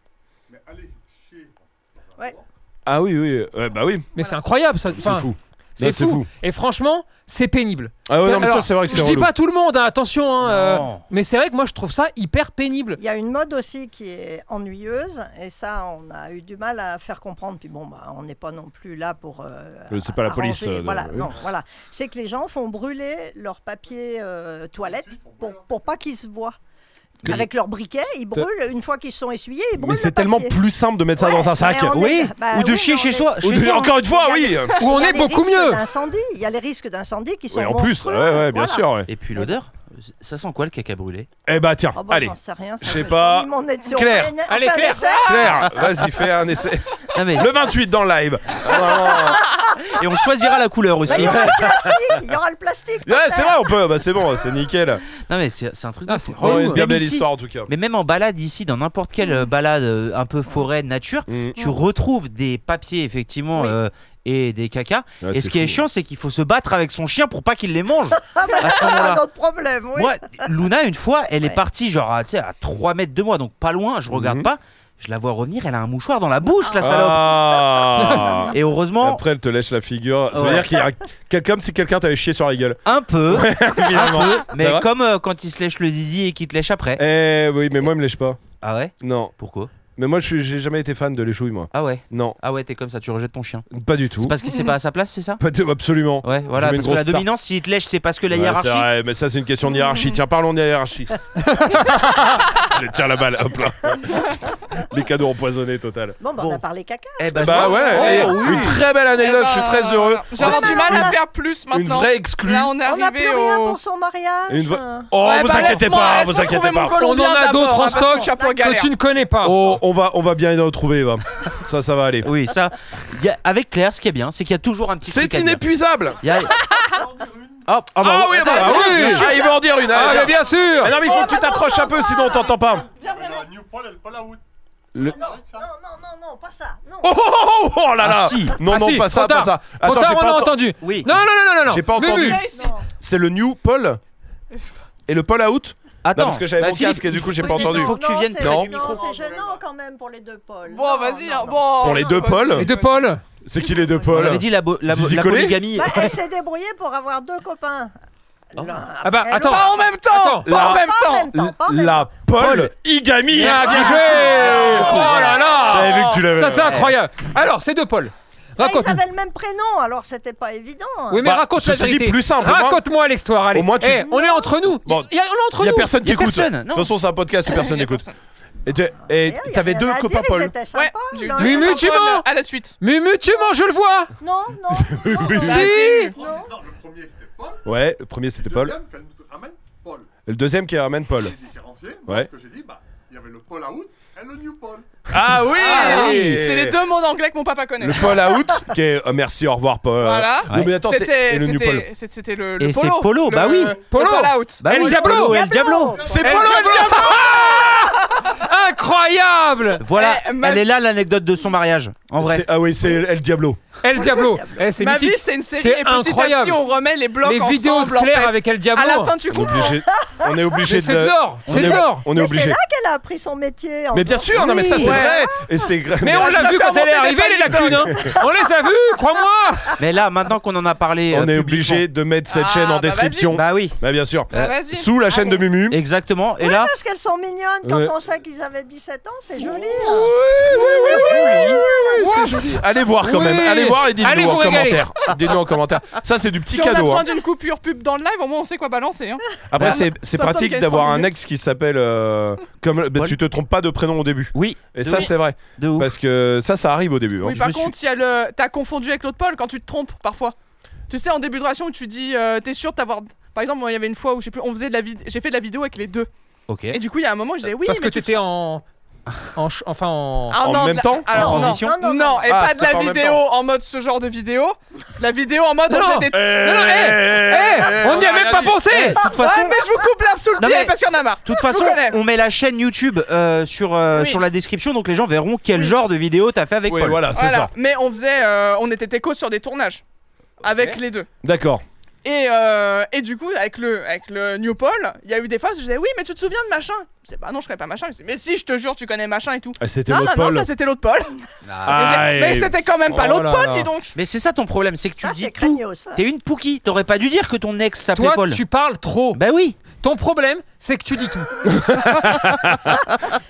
mais allez chier dans un Ouais. bois. Ah oui oui, euh, bah oui, Mais c'est incroyable ça. c'est Enfin, fou. C'est Non, c'est fou. fou. Et franchement, c'est pénible. Ah ouais, C'est- non mais ça alors, c'est vrai que c'est Je dis relou. pas tout le monde, hein, attention. hein, Non. euh, mais c'est vrai que moi je trouve ça hyper pénible. Il y a une mode aussi qui est ennuyeuse et ça, on a eu du mal à faire comprendre. Puis bon, bah, on n'est pas non plus là pour. euh, Euh, c'est pas la arranger, police, euh, de- Voilà, oui. non, voilà. C'est que les gens font brûler leur papier euh, toilette pour, pour pas qu'ils se voient. Mais- Avec leur briquet, ils brûlent. Une fois qu'ils se sont essuyés, ils brûlent. Mais le c'est tellement papier. plus simple de mettre ça Ouais, dans un sac. mais on est- Oui. bah Ou de oui, chier mais on chez est- soi. Ou chez de- toi. Encore une fois, Il y a oui. Où on Il y a est les beaucoup risques mieux. d'incendie. Il y a les risques d'incendie qui sont. Oui, en plus, ouais, ouais, bien sûr. Ouais. Et puis l'odeur, ça sent quoi le caca brûlé Eh bah tiens, Allez, allez, je Je sais pas. Claire. Allez, Claire. Claire, vas-y, fais un essai. Non, mais- Le 28 dans le live. Vraiment. Et on choisira la couleur aussi. Il y aura le plastique. Il y aura le plastique. Ouais, c'est vrai, on peut. Bah c'est bon, c'est nickel. Non mais c'est c'est un truc. de Ah, fou. c'est Oh, relou, une hein. bien belle ici- histoire en tout cas. Mais même en balade ici, dans n'importe quelle euh, balade euh, un peu forêt, nature, Mm. tu retrouves des papiers effectivement Oui. euh, et des cacas. Ouais, et Ah, c'est ce qui est fou. chiant, c'est qu'il faut se battre avec son chien pour pas qu'il les mange. Ah, bah, À ce c'est un moment-là. autre problème. Oui. Moi, Luna, une fois, elle est Ouais. partie genre à, tu sais, à 3 mètres de moi, donc pas loin, je regarde Mhm. pas. Je la vois revenir, elle a un mouchoir dans la bouche, la salope. Ah. Et Et heureusement, Après, elle te lèche la figure. Ça veut Ouais. dire qu'il y a quelqu'un, comme si quelqu'un t'avait chié sur la gueule. un peu, Évidemment. Ah. Ça mais va comme euh, quand il se lèche le zizi et qu'il te lèche après. Eh oui, mais moi, il me lèche pas. Ah ouais Non. Pourquoi Mais moi, je suis- j'ai jamais été fan de l'échouille, moi. Ah ouais Non, Ah ouais, t'es comme ça, tu rejettes ton chien. pas du tout. C'est parce qu'il s'est pas à sa place, c'est ça Pas du- Absolument. Ouais, voilà, mets une parce que la grosse tarte. dominance, s'il te lèche, c'est parce que la Ouais, hiérarchie. c'est vrai, mais ça, c'est une question de hiérarchie. Tiens, parlons de la hiérarchie. Allez, tiens la balle, hop là. Les cadeaux empoisonnés, total. Bon, bah, on a parlé caca. Eh ben, Bah c'est- ouais, Oh, et oui. une très Eh belle anecdote, bah, je suis très heureux. J'ai avoir ben, euh, du mal à faire plus Une maintenant. vraie exclue. Là, on est On n'a arrivé plus rien au. pour son mariage. Une vraie- Euh, Oh, Ouais, vous bah, inquiétez laisse-moi- pas, laisse-moi vous inquiétez trouver mon pas. col. On en Colombien a d'abord, d'autres hein, en parce que stock je suis un peu en que galère. tu ne connais pas. Oh, on va, on va bien les retrouver, va. Ça, ça va aller. Oui, ça. y a- Avec Claire, ce qui est bien, c'est qu'il y a toujours un petit C'est truc à dire. inépuisable. Y a- Oh, oh, bah, Ah oui, bah, Ah oui, oui. bien sûr. Ah, il va en dire une. Ah, allez, mais viens. bien sûr Ah non, mais il faut que tu t'approches un peu, sinon on t'entend pas. Mais la Newport, elle est pas la route. Le- Non, ça. Non, non, non, non, pas ça. Non. Oh, oh, oh, oh, oh là là. Ah, si. Non, Ah, non, si, pas ça, trop pas tard. ça. Trop Attends, tard, j'ai on pas a entendu. entendu. Oui. Non, non, non, non, non. J'ai pas Mumu. entendu. Là, ici. C'est le new Paul et le Paul out Attends, Non, parce que j'avais bah, mon Philippe, casque et du il coup, j'ai faut- pas parce qu'il entendu. faut que tu Non, viennes c'est- près Non. du micro. Non, c'est gênant quand même pour les deux pôles. Bon, Non, vas-y. non, hein, Oh non. bon. Pour les deux Paul Les deux Paul C'est qui les deux On Paul avait dit la, bo- la, bo- Zizi la collé polygamie. Bah, elle s'est débrouillée pour avoir deux copains. Ah bah, attends. Pas en même temps. Attends. Ah. Pas en même Pas en temps. même temps. pas en même La Paul Igami Ah, Bien bien joué Oh là J'avais vu là que tu l'avais. Ça, c'est incroyable. Alors, ces deux Paul. temps. Bah, Raconte. Ils avaient le même prénom, alors c'était pas évident. hein. Oui, mais Bah, raconte la ceci dit, vérité. plus simple, au moins- Raconte-moi l'histoire, allez. au moins, tu- Eh, on est entre nous. Bon. Il y a- on est entre Il y a nous. personne qui Y a écoute. personne, non. De toute façon, c'est un podcast où personne n'écoute. Et tu- et D'ailleurs, il y t'avais avait deux Nadir, copains ils Paul. étaient sympas, Ouais, j'ai eu l'un deux et Mumu, l'autre. copains tu Paul mens À la suite. Mumu, tu mens, je le vois. Non, non. non, mais non. si. Bah, j'ai eu- Non. Non, le premier c'était Paul. Ouais, le premier c'était Le Paul. deuxième qu'elle nous ramène, Paul. Et Le deuxième qui ramène Paul. J'ai différencié. Ouais. Moi, ce que j'ai dit, bah, il y avait le Paul out et le New Paul. Ah oui Ah, C'est les deux mots anglais que mon papa connaît. Le Paul out qui est oh, merci, au revoir Paul. Voilà. Non, mais attends, c'est et C'était le new Paul. c'était- c'est- c'était le, Et le c'est polo. polo, Le- bah oui. Polo. Le Paul out. Bah El oui, Diablo. Polo, El Diablo. C'est Elle Paul dit- out Incroyable Voilà, Eh, ma- elle est là l'anecdote de son mariage, en vrai. C'est- Ah oui, c'est El Diablo. El Diablo. Eh, c'est Ma vie, mythique. c'est une série. C'est Et petit à petit, incroyable. on remet les blocs Les ensemble. vidéos de en Claire fait. avec El Diablo. À la fin, tu On est comprends. obligé, on est obligé Mais c'est de l'or. on C'est est- de l'or. On est Mais obligé. C'est là qu'elle a appris son métier. Mais enfin. bien sûr, non mais ça c'est vrai. Et c'est gra- Mais on Merci. l'a vu fait quand elle est remonter arrivée, des les lacunes. hein. On les a vues, crois-moi. Mais là, maintenant qu'on en a parlé. On euh, est publiquement- obligé de mettre cette Ah, chaîne en bah, vas-y. description. Bah, Bah oui, bien sûr. Bah, vas-y. Sous la chaîne de Mumu. exactement. Et Oui, là, parce qu'elles sont mignonnes quand Ouais. on sait qu'ils avaient 17 ans, c'est joli. hein. C'est joli. Allez voir quand Oui. même. Allez voir et Allez dites-nous vous en régaler. commentaire. Dites-nous en commentaire. Ça c'est du petit Si on a cadeau. besoin hein. d'une coupure pub dans le live, au moins on sait quoi balancer. Hein. Après Ouais. c'est c'est Ça me semble pratique qu'il y a d'avoir trois un minutes. ex qui s'appelle euh, comme bah, Paul. tu te trompes pas de prénom au début. oui, Et ça Oui. c'est vrai de ouf. parce que ça ça arrive au début. hein. Oui, je par me suis- contre, il y a le. T'as confondu avec l'autre Paul quand tu te trompes parfois. Tu sais, en début de relation, où tu dis, euh, t'es sûr de t'avoir. Par exemple, moi, il y avait une fois où je sais plus, on faisait de la vid- j'ai fait de la vidéo avec les deux. Ok. Eh, Et du coup, il y a un moment, je disais oui, Parce que mais tu te- t'étais en. en ch- Enfin, en. Ah en non, de même la- temps, alors, en non. transition. Non, Non, et Ah, pas de c'était la pas en même vidéo temps. Euh, en mode ce genre de vidéo. La vidéo en mode Non, on non. faisait des- Non, non, eh, eh, on n'y a même pas pensé. Eh, de toute Ouais, façon, mais je vous coupe l'arbre sous le Non, pied mais- parce qu'il y en a marre. toute vous façon, connais. on met la chaîne YouTube euh, sur euh, Oui. sur la description, donc les gens verront quel genre de vidéo t'as fait avec Oui Paul. voilà c'est Voilà. ça. Mais on faisait. euh, on était éco sur des tournages. Avec les deux. D'accord. Et, euh, et du coup, avec le, avec le New Paul, il y a eu des phases où je disais Oui, mais tu te souviens de machin Je disais Bah non, je connais pas machin. Je disais, mais si, je te jure, tu connais machin et tout. Ah, C'était Non, non, l'autre non, Paul. ça c'était l'autre Paul. Ah, mais et- c'était quand même pas Oh l'autre là Paul, là. dis donc. Mais c'est ça ton problème, c'est que tu ça, dis c'est tout. craignos. hein. ça. T'es une pouki, t'aurais pas dû dire que ton ex s'appelait Toi, Paul. tu parles trop. Bah oui. Ton problème, c'est que tu dis tout.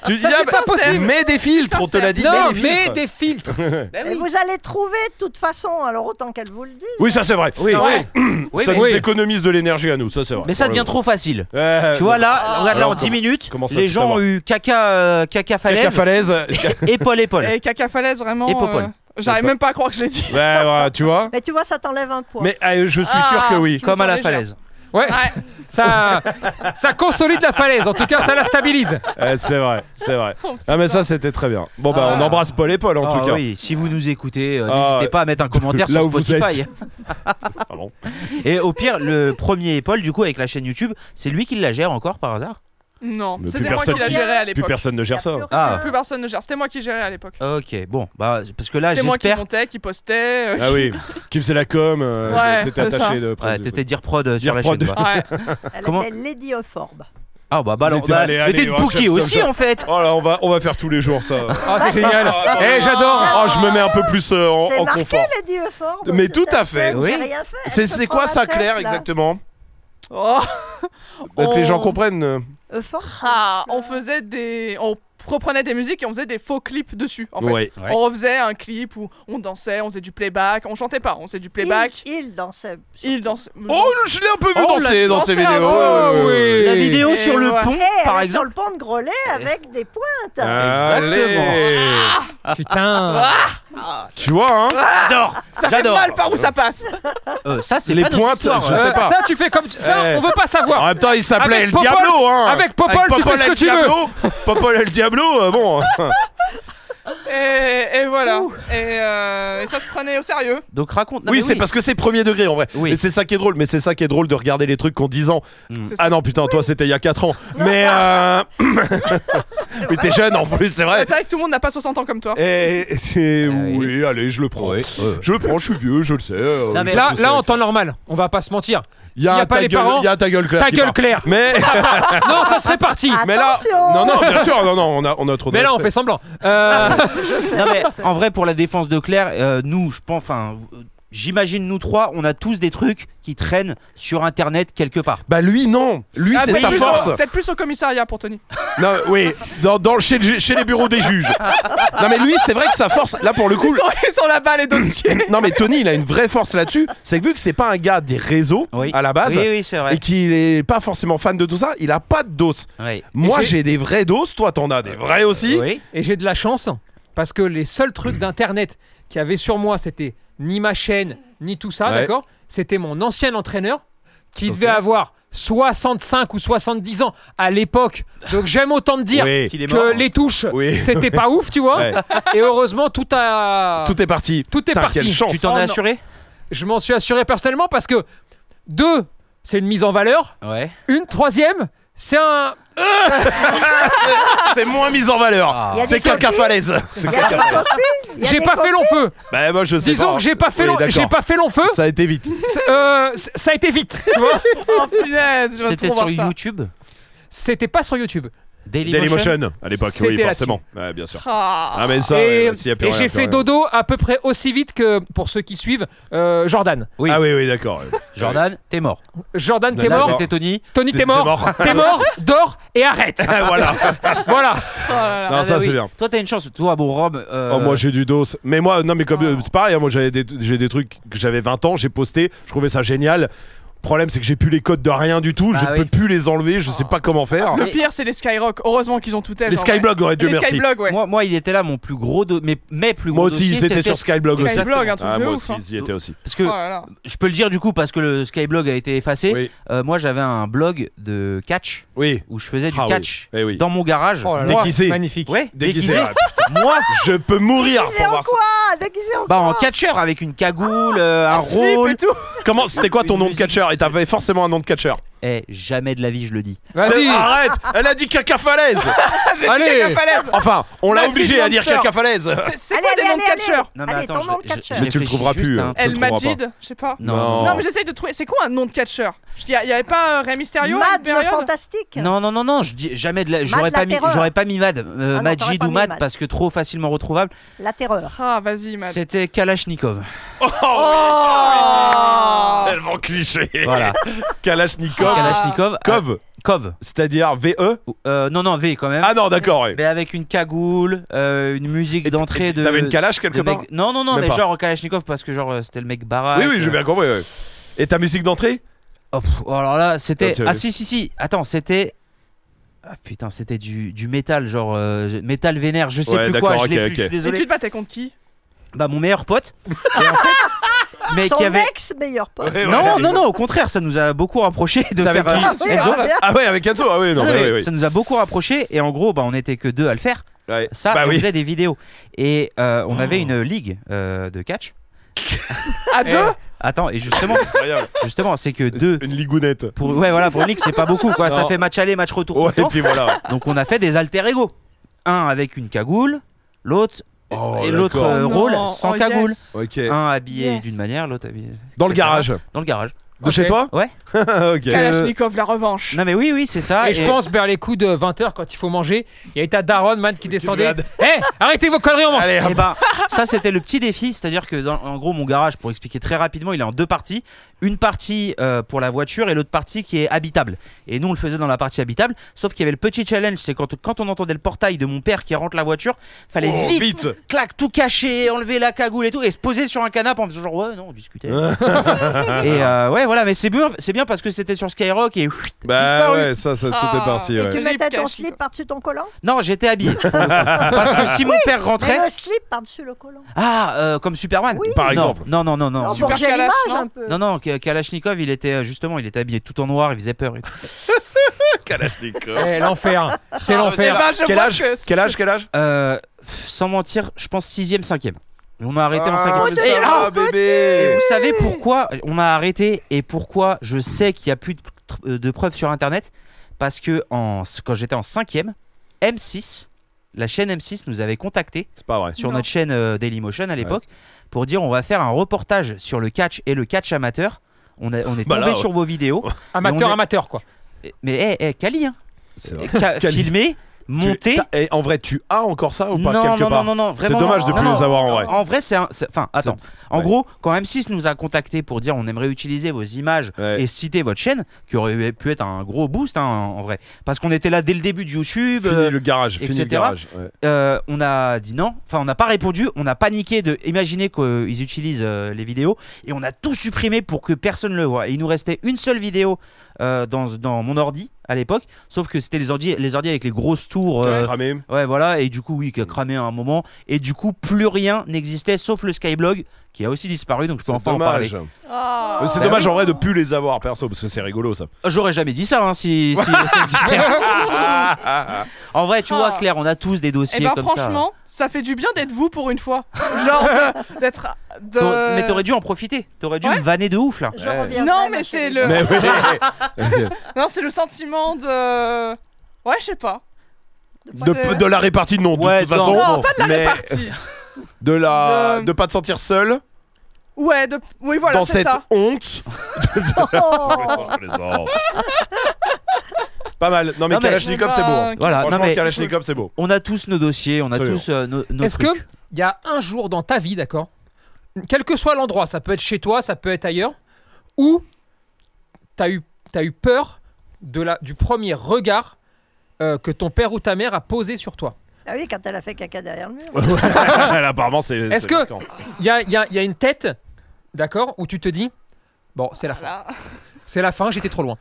Tu dis Ça, ah, c'est bah, sincère. mets des filtres on te l'a dit. non, mets des mais filtres. des filtres. Bah Et vous allez trouver de toute façon, alors autant qu'elle vous le dise. Oui ça c'est vrai. Oui. Ah ouais. Oui, ça mais, nous oui. économise de l'énergie à nous, ça c'est vrai. mais ça Pour le devient coup. trop facile. Ouais, Tu vois ouais. là, regarde là Euh, Ah. Alors, en 10 comment- minutes, comment ça, les tout gens avoir ont eu caca euh, caca Caca Eh, falaise, falaise. ouais, épaule épaule. Et caca falaise, vraiment. euh, Et Popol. J'arrive même pas à croire que je l'ai dit. ouais, tu vois. Mais tu vois, ça t'enlève un poids. Mais euh, je suis sûr que oui. je me Comme à sens la légère. falaise. Ouais. Ça, ça consolide la falaise. En tout cas, ça la stabilise. Ouais, Eh, c'est vrai, c'est vrai. Ah mais ça c'était très bien. Bon bah on Ah. embrasse Paul et Paul en Ah tout cas. oui, si vous nous écoutez, euh, Ah, n'hésitez pas à mettre un commentaire là sur où vous Spotify. Pardon. Et au pire, le premier Paul, du coup, avec la chaîne YouTube, c'est lui qui la gère encore par hasard Non, Mais plus c'était moi personne qui la qui- gérais à Plus l'époque. personne Ah, ne Y a gère ça. plus Ah. Plus rien. personne ne gère. C'était moi qui gérais à l'époque. Ok, bon, bah parce que là, C'était moi qui j'espère. montais, qui postais. euh, Ah oui, qui faisait la com, euh, Ouais, t'étais c'est ça. attaché de près. Ouais, t'étais dire prod euh, sur Dire la prod. chaîne. quoi. Ouais. Elle Comment- était ladyophobe. Ah bah, bah alors, était bah, allé, mais allez, t'es de on va faire bookie ça, aussi ça. en fait. Oh là, on va, on va faire tous les jours ça. Oh, c'est génial. Eh, j'adore. Ah, je me mets un peu plus euh, en, C'est en marqué confort. Lady Euphor. Mais tout à fait, Oui. oui. rien fait. elle C'est se c'est prend quoi la ça, tête, Claire, là. exactement Oh. Pour Que les gens On- comprennent. euh. Euphor Ah, on faisait des. On reprenait des musiques et on faisait des faux clips dessus, en fait. Ouais. Ouais. On refaisait un clip où on dansait, on faisait du playback, on chantait pas, on faisait du playback. Il, euh, il dansait. Il, dansait. Oh, je l'ai un peu vu Oh, on danser l'a dans ces dansé un vidéos. peu. Ouais, ouais, ouais. oui. La vidéo Et sur le ouais. pont, Eh, elle par est sur exemple. le pont de Grelais avec des pointes. Ah. Allez Putain. Tu vois, hein J'adore. ça fait Ah, J'adore. Ah, mal par où ça passe. Euh, ça, c'est Les pas notre pointes, histoire, je euh. sais pas. Ça, tu fais comme. Ça, Eh. on veut pas En savoir. même temps, il s'appelait Avec El Popol- Diablo, hein avec Popol, tu fais ce El que tu veux. Diablo, Popol El Diablo, euh, bon. Et, et voilà. Et, euh, et ça se prenait au sérieux. Donc raconte. non, oui, mais c'est parce que c'est premier degré en vrai. Oui. Et c'est ça qui est drôle, mais c'est ça qui est drôle de regarder les trucs qu'on 10 ans. C'est ça. Ah non, putain, toi c'était il y a 4 ans. Mais euh... Mais t'es jeune en plus, c'est vrai. C'est vrai que tout le monde n'a pas 60 ans comme toi. Et c'est. oui. Oui, allez, je le prends. Je le prends, je suis vieux, je le sais. euh, Non, mais- Là, je sais là, en que ça- temps normal, on va pas se mentir. Il y s'il y a a pas ta les gueule- parents, il y a ta gueule claire. Ta qui gueule part. Ah. claire. Mais, Non, ça serait parti. mais là. Attention. Non, non, bien sûr, non, non, on a, on a trop de. Mais là, on respect. fait semblant. Euh, Non, mais en vrai, pour la défense de Claire, euh, nous, je pense, enfin, euh, j'imagine nous trois, on a tous des trucs qui traînent sur Internet quelque part. Bah lui, non. Lui, Ah, c'est peut-être sa plus force. au- Peut-être plus au commissariat pour Tony. Non, oui, dans, dans- chez, le- chez les bureaux des juges. Non, mais lui, c'est vrai que sa force, là pour le coup. Ils sont, ils sont là-bas les dossiers. Non, mais Tony, il a une vraie force là-dessus. C'est que vu que c'est pas un gars des réseaux Oui. à la base Oui, oui, c'est vrai. et qu'il est pas forcément fan de tout ça, il a pas de doses. Oui. Moi, Et j'ai- j'ai des vraies doses, toi, t'en as des vraies aussi. Oui. et j'ai de la chance parce que les seuls trucs d'internet qui avaient sur moi, c'était ni ma chaîne, ni tout ça, Ouais. d'accord C'était mon ancien entraîneur qui devait avoir 65 ou 70 ans à l'époque. Donc j'aime autant te dire Oui. Qu'il est mort. que les touches, Oui. c'était pas ouf, tu vois. Ouais. Et heureusement, tout a. Tout est parti. Tout est Putain, parti. Quelle chance. Tu t'en Oh, as non. assuré Je m'en suis assuré personnellement parce que deux, c'est une mise en valeur. Ouais. Une troisième, c'est un. Ah. C'est moins mise en valeur. Ah. Il y a C'est des copies, quelqu'un falaise. C'est il y a des quelqu'un falaise. copies, il y a J'ai des pas fait long feu. Bah, moi, je sais Disons pas. que j'ai pas fait Oui, long, d'accord. j'ai pas fait long feu. Ça a été vite. C'est- euh, c'est- ça a été vite. tu vois. Oh punaise, je vais C'était trop voir sur ça. YouTube C'était pas sur YouTube. Dailymotion Dailymotion à l'époque, C'était oui, la forcément. Ouais, bien sûr. Ah. Ah, mais ça, et ouais, s'il y a plus et rien, j'ai plus fait rien. dodo à peu près aussi vite que pour ceux qui suivent euh, Jordan. Oui. Ah, oui, oui, d'accord. ouais. Jordan, t'es mort. Jordan, t'es Là, mort. Là, c'était Tony. Tony, t'es t'es mort. mort. T'es mort. Dors et arrête. Ah, voilà. voilà. Oh là là. Non, Ah, ça, bah oui. c'est bien. Toi, t'as une chance. Toi, bon, Rob. euh, Oh, moi j'ai du dos. Mais moi, non, mais Ah. comme euh, c'est pareil, hein, moi j'avais des, j'ai des trucs que j'avais 20 ans, j'ai posté, je trouvais ça génial. Problème, c'est que j'ai plus les codes de rien du tout, Bah je ne oui. peux plus les enlever, je sais pas comment faire. Ah, Le pire, c'est les Skyrock. Heureusement qu'ils ont tout tel. Les Skyblog, ouais, Dieu Les merci. Skyblog, ouais. Moi, moi, il était là, mon plus gros. do- Mes, mes plus gros. Moi aussi, ils dossiers, étaient c'était- sur Skyblog aussi. Skyblog, un truc Ah, de moi ouf. aussi, hein. ils y étaient aussi. Parce Oh que là là. je peux le dire du coup, parce que le Skyblog a été effacé. Oui. euh, moi, j'avais un blog de catch Oui. où je faisais du Ah oui. catch Eh oui. dans mon garage. Oh là là. Moi- Déguisé. Magnifique. Ouais, Déguisé. déguisé. Ah, putain, Moi, je peux mourir Déguisé pour en voir ça. quoi Déguisé en bah en quoi catcheur avec une Ah. cagoule, Ah, euh, un Slip et rôle. tout. Comment C'était quoi ton Une nom de musique. catcheur Et t'avais forcément un nom de catcheur. Eh, jamais de la vie, je le dis. C'est- Vas-y. Arrête Elle a dit cacafalaise Allez. Caca falaise. Enfin, on l'a Magic obligé à dire Monster. cacafalaise C'est- C'est Allez, quoi des allez, noms de allez, catcheurs Non mais Allez, attends, ton nom de je- je- catcheur. je Mais tu le réfléchis trouveras juste plus, à un hein. truc. Je le El trouverai Majid, je sais pas. Non. Non. Non. Non, mais j'essaye de trouver. C'est quoi un nom de catcheur Il y, a- y avait pas euh, Rey Mysterio à une Mad le période fantastique. Non, non, non, non, je dis jamais de la. J'aurais la pas, mis, terreur. j'aurais pas mis Mad, Ah euh, non, t'aurais Majid pas ou mis Mad, Mad. parce que trop facilement retrouvable. La terreur. Ah, vas-y, Mad. C'était Kalachnikov. Oh Tellement cliché Voilà. Ah. Kalachnikov. Kalachnikov. euh, Kov, Kov. c'est-à-dire VE Euh, non, non, V quand même. Ah non, d'accord, ouais. Mais avec une cagoule, euh, une musique d'entrée de. T'avais une calache quelque de part mec- Non, non, non, Même mais pas. genre Kalachnikov parce que genre euh, c'était le mec baraque. Oui, oui, j'ai euh. bien compris. ouais. Et ta musique d'entrée Oh, pff, oh, alors là, c'était. Ah, tu Ah, l'avais. si, si, si. Attends, c'était. Ah putain, c'était du, du métal, genre euh, je- métal vénère, je sais Ouais, plus quoi, d'accord, je l'ai ok, plus, je suis ok. Et désolé. tu te battais contre qui Bah, mon meilleur pote. Et en fait, mais Son qui avait. ex meilleur pote. Non, non, non, au contraire, ça nous a beaucoup rapproché de Ça faire avait euh, Ah oui, Enzo. ah, bien. Ah ouais, avec Enzo, ah oui, non, Non, bah mais oui, oui. Ça nous a beaucoup rapproché et en gros, bah, on était que deux à le faire. Ouais. Ça, bah on oui. Oh. faisait des vidéos. Et euh, on avait une ligue euh, de catch. À deux Attends, et justement, Incroyable. justement, c'est que deux. Une ligounette. Pour, ouais, voilà, pour une ligue, c'est pas beaucoup, quoi. Ça Non. fait match aller, match retour. tout Ouais, le et temps. puis voilà. Donc on a fait des alter ego. Un avec une cagoule, l'autre Oh, et l'autre d'accord. euh, Oh non, rôle sans oh cagoule. yes. Ok. Un habillé Yes. d'une manière, l'autre habillé Dans le garage. dans le garage. De chez Ok. toi Ouais. Ok. Kalachnikov, la revanche. Non mais oui oui c'est ça. Ah, Et je pense vers les coups de 20h quand il faut manger, il y a ta daronne man qui descendait. Hé, arrêtez vos conneries, on mange. Allez, hop. Et ben ça c'était le petit défi, c'est-à-dire que dans, en gros mon garage, pour expliquer très rapidement, il est en deux parties, une partie euh, pour la voiture et l'autre partie qui est habitable. Et nous on le faisait dans la partie habitable, sauf qu'il y avait le petit challenge, c'est quand quand on entendait le portail de mon père qui rentre la voiture, fallait Oh, vite, vite. clac tout caché, enlever la cagoule et tout, et se poser sur un canapé en faisant genre ouais non on discutait. et euh, ouais voilà mais c'est bien, c'est bien parce que c'était sur Skyrock et Bah Disparu. ouais, ça, ça tout est Ah. parti. Et ouais. que- Tu Le mettais slip ton caché, slip quoi. par-dessus ton collant non j'étais habillé parce que si mon père rentrait Mais le slip par-dessus le collant. ah euh, comme Superman Par Non, exemple. non non non non Alors, super pour gérer calache, l'image non un peu. Non, non, K- Kalachnikov, il était euh, justement, il était habillé tout en noir, il faisait peur. et tout. Eh, l'enfer, Ah, c'est Eh l'enfer. ben, je Quel vois âge que c'est- Quel âge Quel âge Euh, pff, sans mentir, je pense 6ème, 5ème. On a arrêté en Ah, 5 mais ça Et, va, ah, et bébé vous savez pourquoi on a arrêté et pourquoi je sais qu'il n'y a plus de, tr- euh, de preuves sur internet Parce que en, quand j'étais en 5ème, M6, la chaîne M6 nous avait contacté C'est pas vrai. sur Non. notre chaîne euh, Dailymotion à l'époque pour dire on va faire un reportage sur le catch et le catch amateur. On, a- on est tombé Bah là, ouais. sur vos vidéos. Amateur, on est- amateur quoi. Et- Mais hé, hé, Kali, hein. C'est vrai. Ca- Quali- filmé, monté. Tu- t'as- eh, En vrai, tu as encore ça ou pas non, quelque non, part non, non, non, C'est vraiment. dommage de non, plus non. les avoir en vrai. En vrai, c'est un. c'est- Enfin, attends. En ouais. gros, quand M6 nous a contacté pour dire on aimerait utiliser vos images Ouais. et citer votre chaîne, qui aurait pu être un gros boost hein, en vrai, parce qu'on était là dès le début de YouTube, Fini euh, le garage, fini le etc. garage. ouais. euh, on a dit non, enfin on n'a pas répondu, on a paniqué de imaginer qu'ils utilisent euh, les vidéos et on a tout supprimé pour que personne le voit. Et il nous restait une seule vidéo euh, dans, dans mon ordi à l'époque, sauf que c'était les ordi, les ordi avec les grosses tours. euh, Cramé. Ouais, voilà, et du coup, oui, qui a cramé à un moment, et du coup, plus rien n'existait sauf le Skyblog qui a aussi disparu, donc je peux C'est enfin en dommage. parler. Ah. Mais C'est Bah dommage en vrai de plus les avoir perso parce que c'est rigolo ça. J'aurais jamais dit ça hein, si, si ça existait. Ah, en vrai, tu vois, Claire, on a tous des Eh dossiers ben comme franchement, ça. fait du bien d'être vous pour une fois. Genre de- d'être. ça. T'aurais- De... Mais t'aurais dû en profiter, t'aurais dû euh, Ouais. me vanner de ouf là. Je Ouais. reviens. Non, mais c'est le. Mais oui. Non, c'est le sentiment de. Ouais, je sais pas. de, de la répartie non de Ouais, toute non. façon. Oh, non, pas de la mais répartie. De la De- de pas te sentir seul Ouais, de. Oui, voilà, dans c'est cette ça. honte. Je plaisante. Pas mal. Non mais Non, mais- Kalachnikov c'est beau. hein. Ok. Voilà, non Franchement mais Kalachnikov c'est beau. on a tous nos dossiers, on a Absolument. tous euh, nos, nos Est-ce que trucs. il y a un jour dans ta vie, d'accord, quel que soit l'endroit, ça peut être chez toi, ça peut être ailleurs, où t'as eu t'as eu peur de la du premier regard euh, que ton père ou ta mère a posé sur toi. Ah oui, quand elle a fait caca derrière le mur. Là, apparemment c'est. Est-ce c'est que- marquant. Il y a, il y a- il y a une tête, d'accord, où tu te dis bon c'est la fin, Voilà. c'est la fin, j'étais trop loin,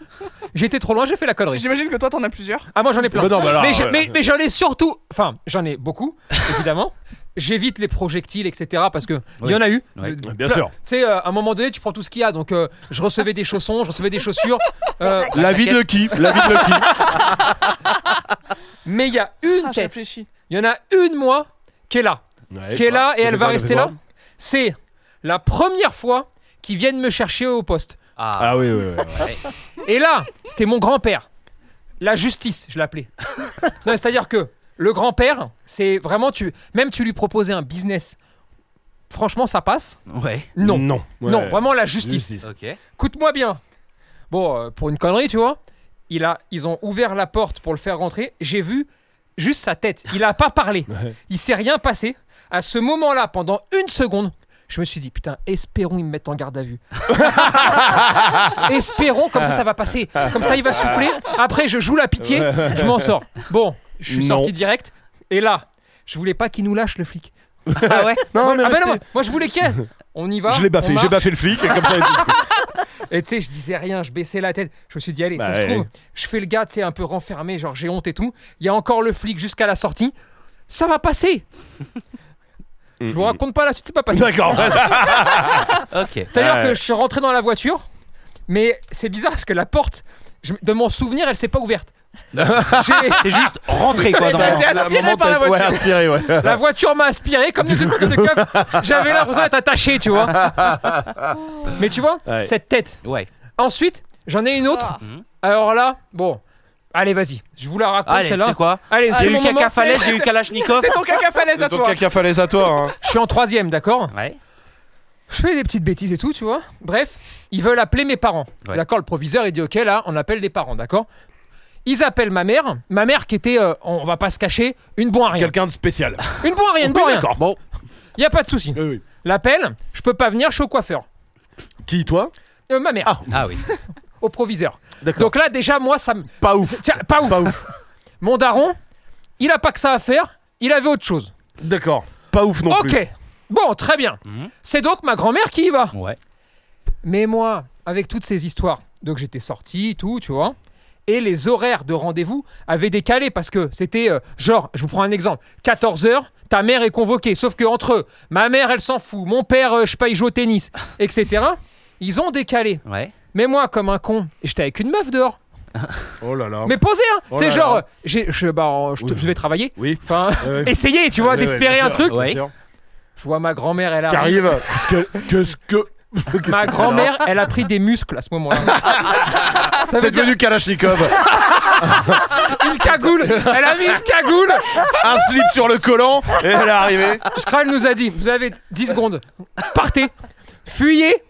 j'étais trop loin, j'ai fait la connerie. J'imagine que toi, t'en as plusieurs. Ah moi j'en ai plein. Bah non, bah là, mais j'ai- euh, ouais. mais- mais j'en ai surtout, enfin j'en ai beaucoup évidemment. J'évite les projectiles etc parce que il y Oui. en a eu. Oui. Euh, Bien plein- sûr. Tu sais, euh, à un moment donné, tu prends tout ce qu'il y a. Donc, euh, je recevais des chaussons, je recevais des chaussures. euh, La vie de qui La vie de qui mais il y a une Ah, j'ai tête. réfléchi. Il y en a une, moi, qui est là. qui est là et elle va rester là. C'est la première fois qu'ils viennent me chercher au poste. Ah, Ah oui oui. oui. Et là, c'était mon grand-père. La justice, je l'appelais. Non, C'est-à-dire que le grand-père, c'est vraiment. tu Même tu lui proposais un business, franchement, ça passe. ouais. Non. Non. Mm. Ouais. Non, vraiment la justice. Ok. Écoute-moi bien. Bon, euh, pour une connerie, tu vois, il a, ils ont ouvert la porte pour le faire rentrer. J'ai vu juste sa tête. Il a pas parlé. Ouais. Il s'est rien passé. À ce moment-là, pendant une seconde, je me suis dit putain, espérons ils me mettent en garde à vue. espérons, comme ça, ça va passer. Comme ça, il va souffler. Après, je joue la pitié. Je m'en sors. Bon, je suis Non. sorti direct. Et là, je voulais pas qu'il nous lâche le flic. Ah ouais. Non mais Ah ben non, restez- moi, moi, je voulais qu'il. y ait. On y va. Je l'ai baffé, on j'ai marche. baffé le flic et comme ça. il dit- Et tu sais, je disais rien, je baissais la tête. Je me suis dit, allez, Bah ça se ouais. trouve, je fais le gars, tu sais, un peu renfermé, genre j'ai honte et tout. Il y a encore le flic jusqu'à la sortie. Ça va passer. je vous raconte pas la suite, c'est pas passé. D'accord. Ok. C'est-à-dire Ouais. que je suis rentré dans la voiture, mais c'est bizarre parce que la porte, je- de mon souvenir, elle s'est pas ouverte. J'ai- T'es juste rentré quoi. Dans... T'as été À un aspiré moment, par la t'as- Ouais, voiture. aspiré, ouais. la voiture m'a aspiré comme des trucs de keuf. J'avais l'impression d'être attaché, tu vois. mais tu vois, Ouais. cette tête, Ouais. Ensuite, j'en ai une autre. Mmh. Alors là, bon, allez, vas-y, je vous la raconte Allez, tu Ah, celle-là. sais quoi Allez, c'est J'ai eu mon moment. caca falaise, j'ai eu Kalachnikov. C'est ton caca falaise à C'est ton toi. caca falaise à toi. hein. Je suis en troisième, d'accord Ouais. Je fais des petites bêtises et tout, tu vois. Bref, ils veulent appeler mes parents. Ouais. D'accord, le proviseur, il dit Ok, là, on appelle des parents, d'accord Ils appellent ma mère. Ma mère qui était, euh, on va pas se cacher, une bon à rien. Quelqu'un de spécial. Une bon à rien, une bon à Oui, rien. D'accord. Bon. Y a pas de souci. Oui, oui. L'appel, je peux pas venir, je suis au coiffeur. Qui, toi Euh, ma mère, Ah oui. au proviseur. D'accord. Donc là, déjà, moi, ça me. Pas ouf. Tiens, pas ouf. Pas ouf. Mon daron, il a pas que ça à faire, il avait autre chose. D'accord. Pas ouf non plus. ok, bon, très bien. Mhm. C'est donc ma grand-mère qui y va. Ouais. Mais moi, avec toutes ces histoires, donc j'étais sorti, tout, tu vois. Et les horaires de rendez-vous avaient décalé parce que c'était euh, genre, je vous prends un exemple, 14h, ta mère est convoquée. Sauf que entre eux, ma mère, elle s'en fout, mon père, euh, je sais pas, il joue au tennis, etc. Ils ont décalé. Ouais. Mais moi, comme un con, j'étais avec une meuf dehors. Oh là là. Mais posé, hein. Oh tu sais, là genre, là. euh, j'ai- je, bah, euh, je, te- Oui. je vais travailler. Oui. Enfin, Ouais, ouais. essayez, tu vois, Ouais, ouais, d'espérer bien un sûr, truc. Ah bien Ouais. sûr. Je vois ma grand-mère, elle arrive. Qu'arrive Qu'est-ce que. Qu'est-ce que. Ma grand-mère, elle a pris des muscles à ce moment-là. Ça veut C'est dire devenu Kalachnikov. une cagoule. Elle a mis une cagoule. Un slip sur le collant et elle est arrivée. Je crois qu'elle nous a dit, vous avez 10 secondes. Partez, fuyez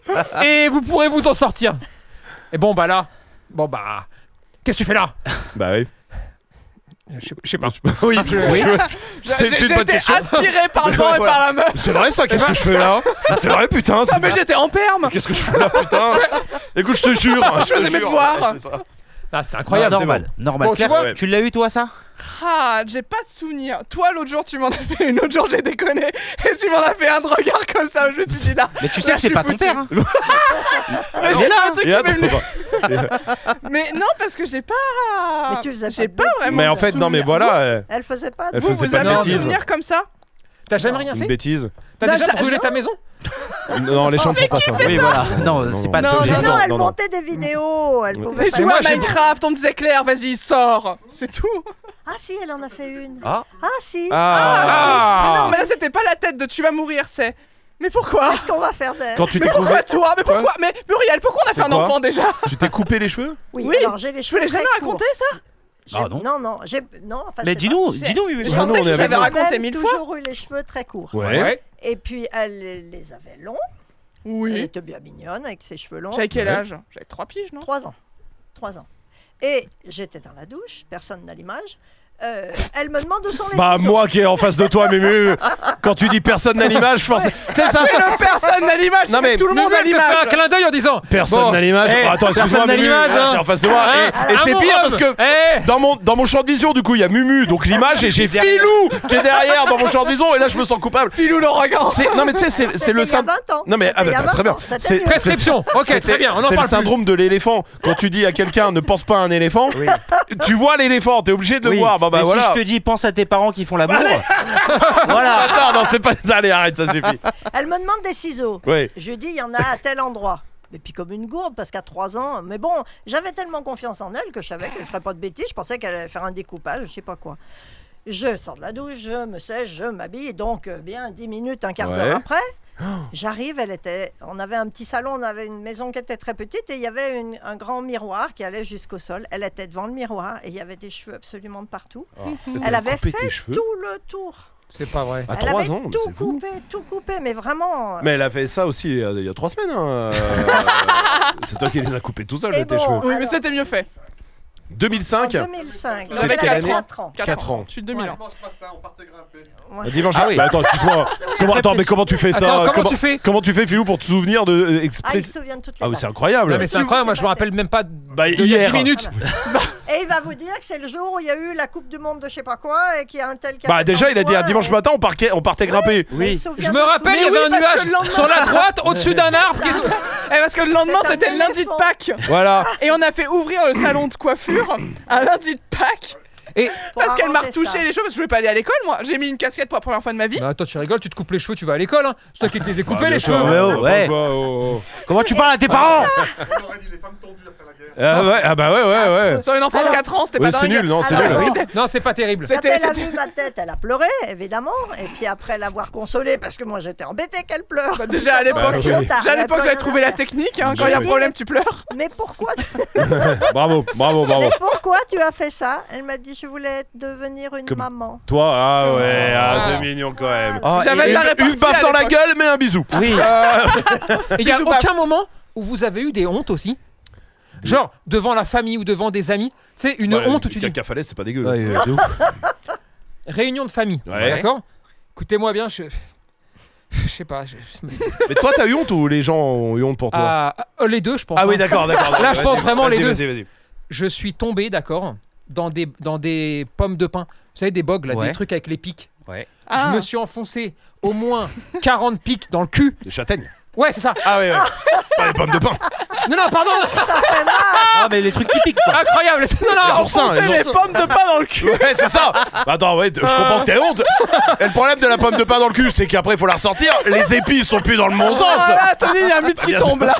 et vous pourrez vous en sortir. Et bon, bah là, bon, bah, qu'est-ce que tu fais là Bah oui. Je sais- je sais pas. Oui. J'ai- C'est c'est j'ai une bonne été question. aspiré par le vent et Voilà. par la meuf. C'est vrai ça, qu'est-ce que je fais là C'est vrai putain, c'est Ah, mais j'étais en perme. Qu'est-ce que je fais là putain Écoute, je te jure. Je faisais te mes jure. devoirs. Ouais, c'est ça. Ah, c'était incroyable. Non, normal. Normal. Bon, tu Claire, vois- tu l'as eu toi ça Ah, j'ai pas de souvenir. Toi, l'autre jour, tu m'en as fait une. L'autre jour, j'ai déconné. Et tu m'en as fait un de regard comme ça. Je me suis dit là. Mais tu sais Là, que je c'est suis pas ton foutu. père. hein. Ah Mais c'est pas un truc Et qui m'est attends, venu. papa. Mais non, parce que j'ai pas. Mais tu faisais J'ai pas de pas bêtises. vraiment. Mais en de fait, non, mais souvenir. voilà, euh, Elle faisait pas. Elle Vous, faisait vous pas de avez un bêtises. souvenir comme ça T'as jamais rien Une fait bêtise. T'as Non, déjà j'a- brûlé j'a- ta maison Non, les Oh, chants ne font pas ça. Oui, voilà. Non, c'est pas Non, ton mais père. non, elle non, non. montait des vidéos. Elle pouvait Mais pas- tu moi, vois, j'ai- Minecraft, on me disait Claire, vas-y, sors C'est tout Ah si, elle en a fait une. Ah. si. Ah, Ah non, mais là, c'était pas la tête de tu vas mourir, c'est. Mais pourquoi Qu'est-ce qu'on va faire d'elle Quand tu Mais t'es coupé, pourquoi toi Mais pourquoi Mais Muriel, pourquoi on a C'est fait un quoi enfant déjà tu t'es coupé les cheveux Oui, Oui, alors j'ai les Je cheveux voulais jamais très courts. raconter ça J'ai- Ah, non. non, non, j'ai non. Enfin, Mais c'est dis-nous, J'ai- dis-nous, oui, oui. pas- Je pensais non, on que je est l'avais avec J'ai raconté même mille fois. toujours eu les cheveux très courts. Ouais. Et puis elle les avait longs. Elle Oui. était bien mignonne avec ses cheveux longs. Oh, J'avais quel Ouais. âge J'avais 3 piges, non Trois ans. Trois ans. Et j'étais dans la douche, personne n'a l'image. Euh, elle me demande où sont les Bah ciseaux. moi qui est en face de toi, Mému. Quand tu dis personne n'a l'image, forcément. Tu sais ça Mais le personne n'a l'image, Non, mais mais tout le monde a Elle te fait un l'image clin d'œil en disant Personne bon, n'a l'image. eh, Oh, attends, personne excuse-moi, n'a Mému. l'image. Ah, hein. t'es en face de moi. Et- Hein, Et, un c'est bon pire homme. parce que Eh, dans mon, dans mon champ de vision, du coup, il y a Mumu, donc l'image, et j'ai Filou qui est derrière dans mon champ de vision, et là je me sens coupable. Filou l'ouragan C'est- Non mais tu sais, c'est- c'est C'était le il y a syndrome. 20 ans. Non mais ah, C'était il y a bah, très 20 bien. ans, c'était C'est- mieux. Prescription. Ok, C'était- très bien. On en C'est le parle plus. syndrome de l'éléphant. Quand tu dis à quelqu'un ne pense pas à un éléphant, tu vois l'éléphant, t'es obligé de le Oui. voir. Bah bah Mais voilà. si je te dis, pense à tes parents qui font l'amour. voilà. Attends, non, c'est pas. Allez, arrête, ça suffit. Elle me demande des ciseaux. Oui. Je dis, il y en a à tel endroit. Mais puis comme une gourde, parce qu'à 3 ans, mais bon, j'avais tellement confiance en elle que je savais qu'elle ne ferait pas de bêtises. Je pensais qu'elle allait faire un découpage, je sais pas quoi. Je sors de la douche, je me sèche, je m'habille. Donc, euh, bien 10 minutes, un quart Ouais. Oh. d'heure après, j'arrive. Elle était, on avait un petit salon, on avait une maison qui était très petite et il y avait une- un grand miroir qui allait jusqu'au sol. Elle était devant le miroir et il y avait des cheveux absolument de partout. Ah, Elle avait coupé tes fait cheveux tout le tour. C'est pas vrai. À elle 3 avait ans, mais tout c'est fou. coupé, tout coupé, mais vraiment. euh, Mais elle a fait ça aussi euh, il y a 3 semaines. hein, euh, c'est toi qui les as coupés tout seul, Et tes bon, cheveux. Oui, mais alors- c'était mieux fait. En 2005 2005. T'avais elle quelle avait année 4 ans. Quatre ans. Je suis de 2000 ans. Dimanche matin, on partait grimper. Ouais. Dimanche Ah oui. Bah attends, excuse-moi. Excuse-moi, attends, mais comment tu fais ça Attends, comment tu fais comment tu fais, Philou, pour te souvenir de. euh, Ah, exprès- il se souvient de toutes les Ah oui, dates. c'est incroyable. Non, mais c'est incroyable. Moi, je me rappelle même pas. de- Bah, de il y a hier. 10 minutes. Et il va vous dire que c'est le jour où il y a eu la Coupe du Monde de je sais pas quoi et qu'il y a un tel qui a Bah fait déjà, tant il a de dit à points, dimanche et- matin, on, parquait- on partait grimper. Mais il se souvient Je de me tout. rappelle, il y Mais avait oui, un parce que le nuage lendemain- sur la droite, au-dessus d'un arbre. qui est- Eh, parce que le lendemain, C'est un c'était le lundi de éléphant. Pâques. Voilà. Et on a fait ouvrir le salon de coiffure un lundi de Pâques. Et- Pour Parce qu'elle m'a inventer retouché ça. les cheveux parce que je voulais pas aller à l'école moi. J'ai mis une casquette pour la première fois de ma vie. Mais bah, attends, tu rigoles, tu te coupes les cheveux, tu vas à l'école. Hein. C'est toi qui te les ai coupés Ah, bien les sûr, cheveux. Ouais, on va ouais. pas- oh, oh, oh. Comment tu parles à tes parents On aurait dit les femmes tendues après la guerre. Ah, ouais, ah bah ouais, ouais, ouais. Sur une enfant de Alors- 4 ans, c'était Ouais, pas c'est dingue. nul, non, c'est Alors- nul. Non, c'est pas terrible. Quand C'était- elle a c'était- vu ma tête, elle a pleuré, évidemment. Et puis après l'avoir consolée, parce que moi j'étais embêtée qu'elle pleure. Bah, déjà à l'époque, Bah, Déjà, déjà à l'époque, j'avais trouvé la technique. hein, quand il y a un Oui. problème, tu pleures. Mais pourquoi, tu... Bravo, bravo, bravo. Mais pourquoi tu as fait ça Elle m'a dit Je voulais devenir une Comme- maman. Toi, ah ouais, ah, Voilà. c'est mignon quand même. Ah, Oh, J'avais et- de la répartie Une baffe à dans la l'époque. gueule, mais un bisou. Oui. Ah, Il n'y a Bisous, pap. aucun moment où vous avez eu des hontes aussi Genre devant la famille ou devant des amis C'est une ouais, honte où tu dis Caca falaise, c'est pas dégueu. Ouais, euh, de ouf. réunion de famille. Ouais. D'accord Écoutez-moi bien, je. Je sais pas. je- je me- Mais toi, t'as eu honte ou les gens ont eu honte pour toi Ah, ah, les deux, je pense. Ah oui, hein. d'accord, d'accord. Là, d'accord, je pense vas-y, vraiment les vas-y, deux. Vas-y, vas-y. Je suis tombé, d'accord, dans des, dans des pommes de pin. Vous savez, des bogues, là, Ouais. des trucs avec les pics. Ah. Je me suis enfoncé au moins 40 pics dans le cul. Des châtaignes. Ouais, c'est ça. Ah ouais, ouais. Pas des pommes de pain. Non, non, pardon Ah, mais les trucs typiques, quoi. Incroyable Non, Les non oursins, les Enfoncer Ah, les oursins. pommes de pain dans le cul. Ouais, c'est ça. Bah, Attends, ouais, je comprends que t'aies honte. Et le problème de la pomme de pain dans le cul, c'est qu'après, il faut la ressortir. Les épices sont plus dans le bon sens. Ah, là, Tony, il y a un mythe qui Bien sûr. tombe là.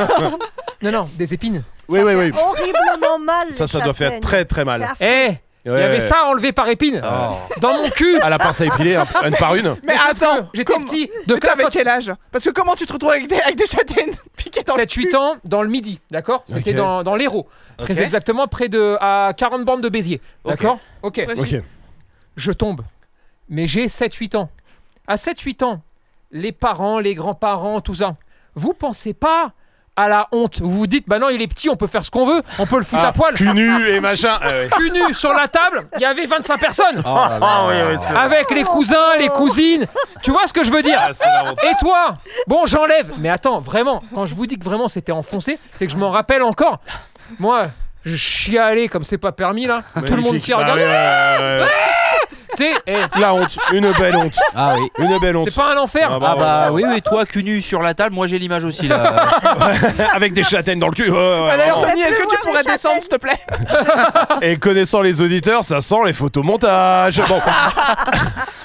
Non, non, des épines. Oui, oui, oui. Horriblement mal. Ça, les ça doit faire châtaignes. très, très mal. C'est affreux. Eh Il y Ouais. avait ça enlevé par épine Oh. dans mon cul À la pince à épiler, un- une par une. Mais sauf attends, que J'étais comme- petit de Mais t'avais clapote. quel âge Parce que comment tu te retrouves avec des, avec des châtaignes piquées dans le 7-8 ans dans le midi, d'accord C'était Ok. dans, dans l'Hérault, très Ok. exactement près de à 40 bornes de Béziers, Ok. d'accord ok. Précis. Ok. Je tombe, mais j'ai 7-8 ans. À 7-8 ans, les parents, les grands-parents, tout ça, vous pensez pas à la honte Vous vous dites, bah non, il est petit, on peut faire ce qu'on veut, on peut le foutre Ah, à poil. Cul nu et machin. Ah, ouais. Cul nu sur la table, il y avait 25 personnes Ah, Oh là là. avec les cousins, les cousines. Tu vois ce que je veux dire Ah, c'est la honte. et toi Bon, j'enlève. Mais attends, vraiment, quand je vous dis que vraiment c'était enfoncé, c'est que je m'en rappelle encore. Moi, je chialais comme c'est pas permis là. Tout le monde Magnifique. qui Bah regarde. ouais, ouais, ouais, ouais. Tu sais, eh, La honte, une belle honte, Ah oui. une belle honte. c'est pas un enfer. Ah Ah bah oui, oui, toi, cul nu sur la table, moi j'ai l'image aussi là. Avec des châtaignes dans le cul. ouais, ouais, Ah, ouais, D'ailleurs, vraiment. Tony, est-ce plus que tu voir pourrais les descendre, s'il te plaît Et connaissant les auditeurs, ça sent les photomontages. Bon,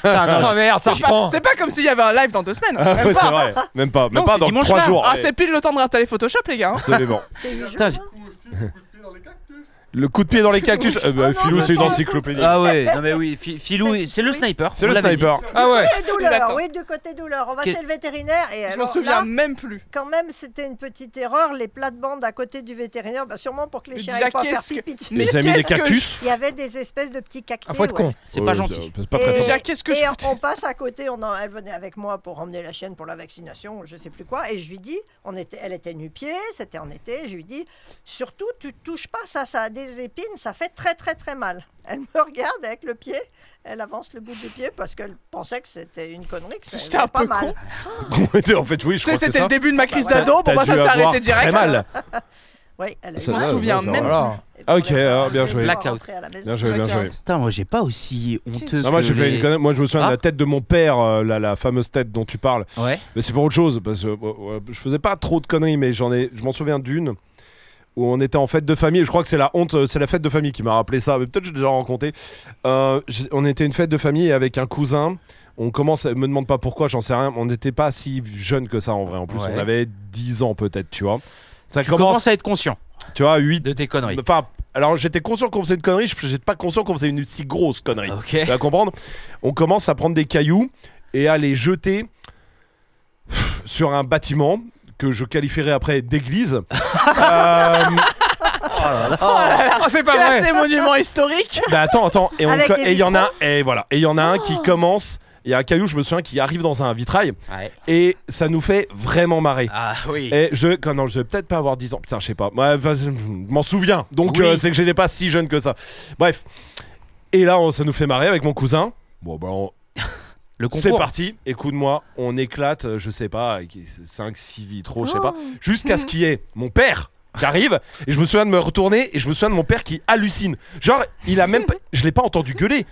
Ah, non, Oh merde, ça reprend. C'est pas comme s'il y avait un live dans deux semaines. Ah même ouais, pas. c'est vrai. Même pas, même Non, pas c'est dans dimanche trois là. jours. Ah, c'est pile le temps de réinstaller Photoshop, les gars. hein. Absolument. C'est huit Putain, jours, j'ai- hein. Ou aussi beaucoup de pied dans les cactus. Le coup de pied dans les cactus. Euh, bah, Oh non, Philou, ça c'est une sent- encyclopédie. Ah ouais, non mais oui, Fi- Filou, c'est le sniper. c'est on le l'avait dit. sniper. Ah ouais. Côté douleur, attends. oui, du côté douleur. On va Qu'est- chez le vétérinaire et Je m'en alors souviens là, même plus. quand même, c'était une petite erreur. Les plates-bandes à côté du vétérinaire, bah, sûrement pour que les Mais chiens déjà, aillent pas faire qu'est-ce que- pipi dessus. Mais Les amis des qu'est-ce que cactus. Il y avait des espèces de petits cactus. Ah, faut être Eh ouais. con. C'est pas Ouais, gentil. C'est pas très Et- sympa. Déjà, qu'est-ce que et je on, on passe à côté, on en- elle venait avec moi pour emmener la chienne pour la vaccination, ou je sais plus quoi, et je lui dis, on était, elle était nu-pieds, c'était en été, je lui dis, surtout tu touches pas ça, ça a des épines, ça fait très très très mal. Elle me regarde avec le pied, elle avance le bout du pied parce qu'elle pensais que c'était une connerie, que ça J'étais faisait un pas peu mal. con. en fait, oui, je Tu sais, crois que c'est C'était le ça. début de ma crise T'as- d'ado. Bon, T'as bah, ça dû s'est avoir arrêté direct. Très mal. Oui, elle a Ça eu m'en va, mal. souviens ouais, même voilà. Et puis, Ok, on est alors, bien rentré- joué. on est Blackout. rentré à la maison. Bien joué, bien joué. Putain, moi j'ai pas aussi honteux. Non, Ah, moi, que j'ai fait les- une conne- moi je me souviens Ah. de la tête de mon père, euh, la, la fameuse tête dont tu parles. Ouais. Mais c'est pour autre chose, parce que euh, euh, je faisais pas trop de conneries, mais j'en ai, je m'en souviens d'une où on était en fête de famille. Je crois que c'est la honte, euh, c'est la fête de famille qui m'a rappelé ça, mais peut-être j'ai déjà rencontré. Euh, j'ai- on était une fête de famille avec un cousin. On commence, me demande pas pourquoi, j'en sais rien. On n'était pas si jeune que ça en vrai. En plus, Ouais. on avait 10 ans peut-être, tu vois. Ça Tu commence, commences à être conscient tu vois, 8. de tes conneries. Enfin, alors j'étais conscient qu'on faisait une connerie, je j'étais pas conscient qu'on faisait une si grosse connerie. Ok. Tu vas comprendre On commence à prendre des cailloux et à les jeter sur un bâtiment que je qualifierais après d'église. Euh, Oh, c'est pas vrai. Classé monument historique. bah attends, attends. Et on Avec co- des et il y en a un, et voilà. Et il y en a un Oh. qui commence. Il y a un caillou, je me souviens, qui arrive dans un vitrail Ouais. et ça nous fait vraiment marrer. Ah oui. Et je, quand, non, je vais peut-être pas avoir 10 ans. Putain, je sais pas. Ouais, enfin, je m'en souviens. Donc, Oui. euh, c'est que j'étais pas si jeune que ça. Bref. Et là, on- ça nous fait marrer avec mon cousin. Bon, bah, on- Le C'est concours. parti, écoute-moi, on éclate, euh, je sais pas, 5, 6 vitraux, je sais pas, jusqu'à ce qu'il y ait mon père qui arrive, et je me souviens de me retourner, et je me souviens de mon père qui hallucine. Genre, il a même pas- Je l'ai pas entendu gueuler.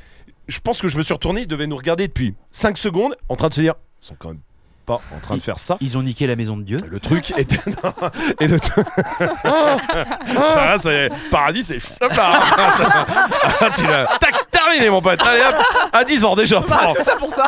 Je pense que je me suis retourné, il devait nous regarder depuis 5 secondes, en train de se dire, ils sont quand même pas en train de faire ça. Ils ont niqué la maison de Dieu. Le truc était. non, et le truc. Ça, là, c'est. Paradis, c'est. Hop là. Ah, tu l'as- Tac, tac terminé, mon pote. Allez, hop, à 10 ans déjà. Bah, tout ça pour ça.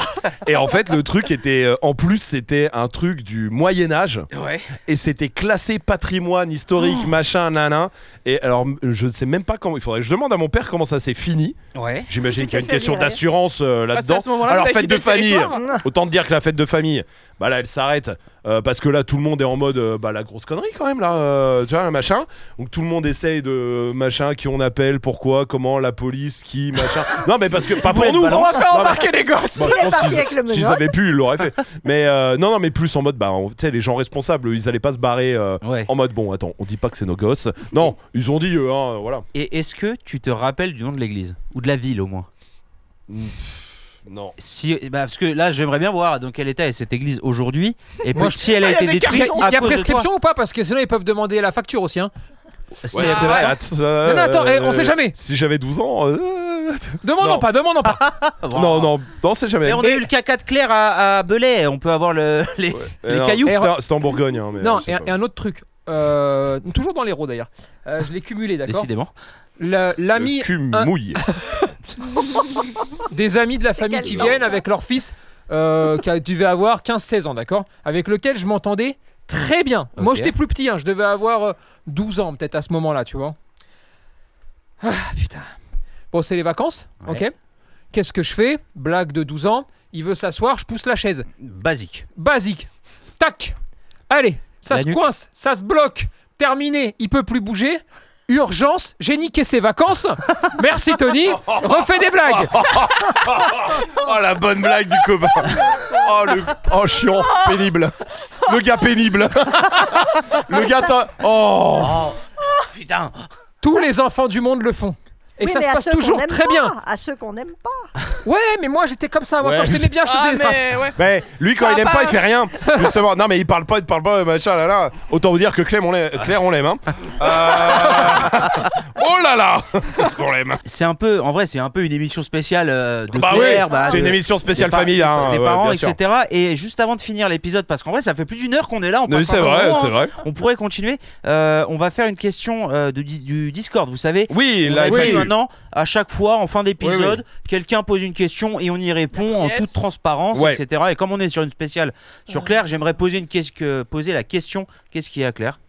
Et en fait, le truc était. euh, En plus, c'était un truc du Moyen-Âge. Ouais. Et c'était classé patrimoine historique, Oh. machin, nanan. Et alors, m- je ne sais même pas comment. Il faudrait que je demande à mon père comment ça s'est fini. Ouais. J'imagine Tout qu'il y a est une question fermé. d'assurance euh, Bah, c'est là-dedans. à ce moment-là que alors, t'as fête quitté de le famille. territoire. Autant te dire que la fête de famille, bah là, elle s'arrête euh, parce que là, tout le monde est en mode euh, bah, la grosse connerie quand même, là, euh, tu vois, machin. Donc tout le monde essaye de euh, machin, qui on appelle, pourquoi, comment, la police, qui, machin. non, mais parce que pas pour être nous, hein. balancé. On va faire Non, embarquer les gosses. Bon, S'il Bah, je est pense parti qu'ils- avec le S'ils menotte. avaient pu, ils l'auraient fait. Mais euh, non, non, mais plus en mode, bah, on- tu sais, les gens responsables, ils allaient pas se barrer euh, Ouais. en mode, bon, attends, on dit pas que c'est nos gosses. Non, ils ont dit, euh, hein, voilà. Et est-ce que tu te rappelles du nom de l'église ou de la ville au moins Non. si, bah, parce que là, j'aimerais bien voir dans quel état est cette église aujourd'hui. Et Moi, puis, je- si elle Ah, a y a été des Il y détruite, a, il cartons. y a à cause de toi. prescription ou pas Parce que sinon ils peuvent demander la facture aussi. Hein. Ouais, C'était- c'est vrai. att- euh, Non, non, attends, eh, on euh, sait jamais. Si j'avais 12 ans. euh, Demandons Non. pas, demandons pas. Wow. Non, non, non, c'est jamais. Et hein. on a eu le caca de Claire à, à Belay. On peut avoir le, les, Eh les non, cailloux. c'était- C'était en Bourgogne. hein, mais Non, je sais et, pas. et un autre truc. Euh, toujours dans les l'héros d'ailleurs. Euh, je l'ai cumulé, d'accord Décidément. Le- Le L'ami cul un- mouille. des amis de la famille quel qui nom, viennent ça avec leur fils euh, qui a- devait avoir 15-16 ans, d'accord Avec lequel je m'entendais très bien. Moi, Ok. j'étais plus petit, hein, je devais avoir euh, 12 ans peut-être à ce moment-là, tu vois. Ah putain. Bon, c'est les vacances, Ouais. ok Qu'est-ce que je fais Blague de 12 ans, il veut s'asseoir, je pousse la chaise. Basique. Basique. Tac Allez, ça La se nuque. coince, ça se bloque. Terminé, il peut plus bouger. Urgence, j'ai niqué ses vacances. Merci Tony, refais des blagues. Oh la bonne blague du copain. Oh le oh chiant, pénible. Le gars pénible. Le gars t'as- oh. Putain. Tous les enfants du monde le font. Et Oui, ça mais se à passe ceux qu'on toujours aime très pas, bien. À ceux qu'on n'aime pas. Ouais, mais moi j'étais comme ça. Moi, Ouais, quand je mais t'aimais bien, je te Ah, faisais des faces. mais ouais. Mais Ben, lui quand Ça il aime va pas, pas. il fait rien. Justement, non mais il parle pas, il parle pas machin là là. Autant vous dire que Claire on l'aime, Claire on l'aime hein. Euh, Oh là là. Parce qu'on l'aime. hein. C'est un peu. En vrai, c'est un peu une émission spéciale euh, de Bah oui, Claire. bah, c'est de- une émission spéciale des par- famille hein. des ouais, parents, bien sûr. etc. Et juste avant de finir l'épisode, parce qu'en vrai, ça fait plus d'une heure qu'on est là. On Oui, passe c'est un bon vrai, moment, c'est hein. vrai. On pourrait continuer. Euh, on va faire une question euh, de di- du Discord. Vous savez, Oui, On la a dit FAQ. maintenant, à chaque fois, en fin d'épisode, Oui, quelqu'un pose une question et on y répond en Yes. toute transparence, Ouais. etc. Et comme on est sur une spéciale sur Claire, j'aimerais poser, une ques- que- poser la question qu'est-ce qu'il y a, Claire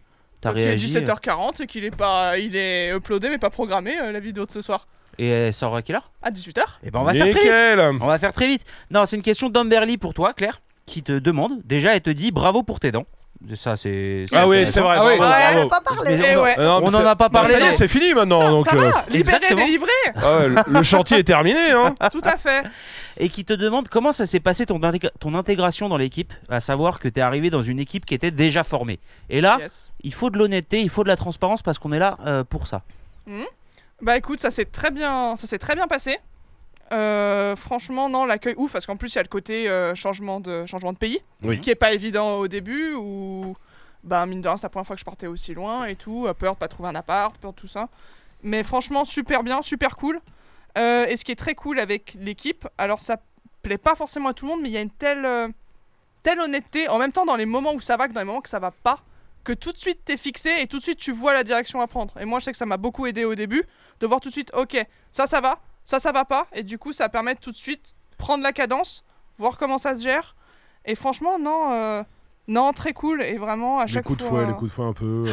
T'as Donc, Il est réagi 17h40 et qu'il est pas, il est uploadé mais pas programmé euh, la vidéo de ce soir euh, Et elle sort à quelle heure à 18h. Eh ben, on va faire très vite. Nickel. On va faire très vite. Non, c'est une question d'Amberly pour toi, Claire, qui te demande déjà, elle te dit bravo pour tes dents. Ça, c'est. Ah oui, intéressant. c'est vrai. Ah oui. bravo, Ouais, On bravo. n'a pas Mais parlé. Et on- ouais. Ah non, mais On c'est- en a pas bah, parlé. Ça y est, non. c'est fini maintenant. ça, donc, ça euh, va, libéré, exactement. délivré, ah ouais, le- le chantier est terminé. Hein. tout à fait. et qui te demande comment ça s'est passé ton, intégra- ton intégration dans l'équipe, à savoir que t'es arrivé dans une équipe qui était déjà formée. Et là, Yes. il faut de l'honnêteté, il faut de la transparence parce qu'on est là euh, pour ça. Bah écoute, ça s'est très bien, ça s'est très bien passé. Euh, franchement, non, l'accueil ouf, parce qu'en plus il y a le côté euh, changement de changement de pays, Oui. qui est pas évident au début. Ou bah mine de rien, c'est la première fois que je partais aussi loin et tout, euh, peur de pas trouver un appart, peur de tout ça. Mais franchement, super bien, super cool. Euh, et ce qui est très cool avec l'équipe, alors ça plaît pas forcément à tout le monde, mais il y a une telle euh, telle honnêteté. En même temps, dans les moments où ça va, que dans les moments que ça va pas, que tout de suite t'es fixé et tout de suite tu vois la direction à prendre. Et moi, je sais que ça m'a beaucoup aidé au début de voir tout de suite, ok, ça, ça va, ça, ça va pas, et du coup, ça permet de tout de suite prendre la cadence, voir comment ça se gère. Et franchement, non, euh, non, très cool, et vraiment à chaque fois. de fouet un peu.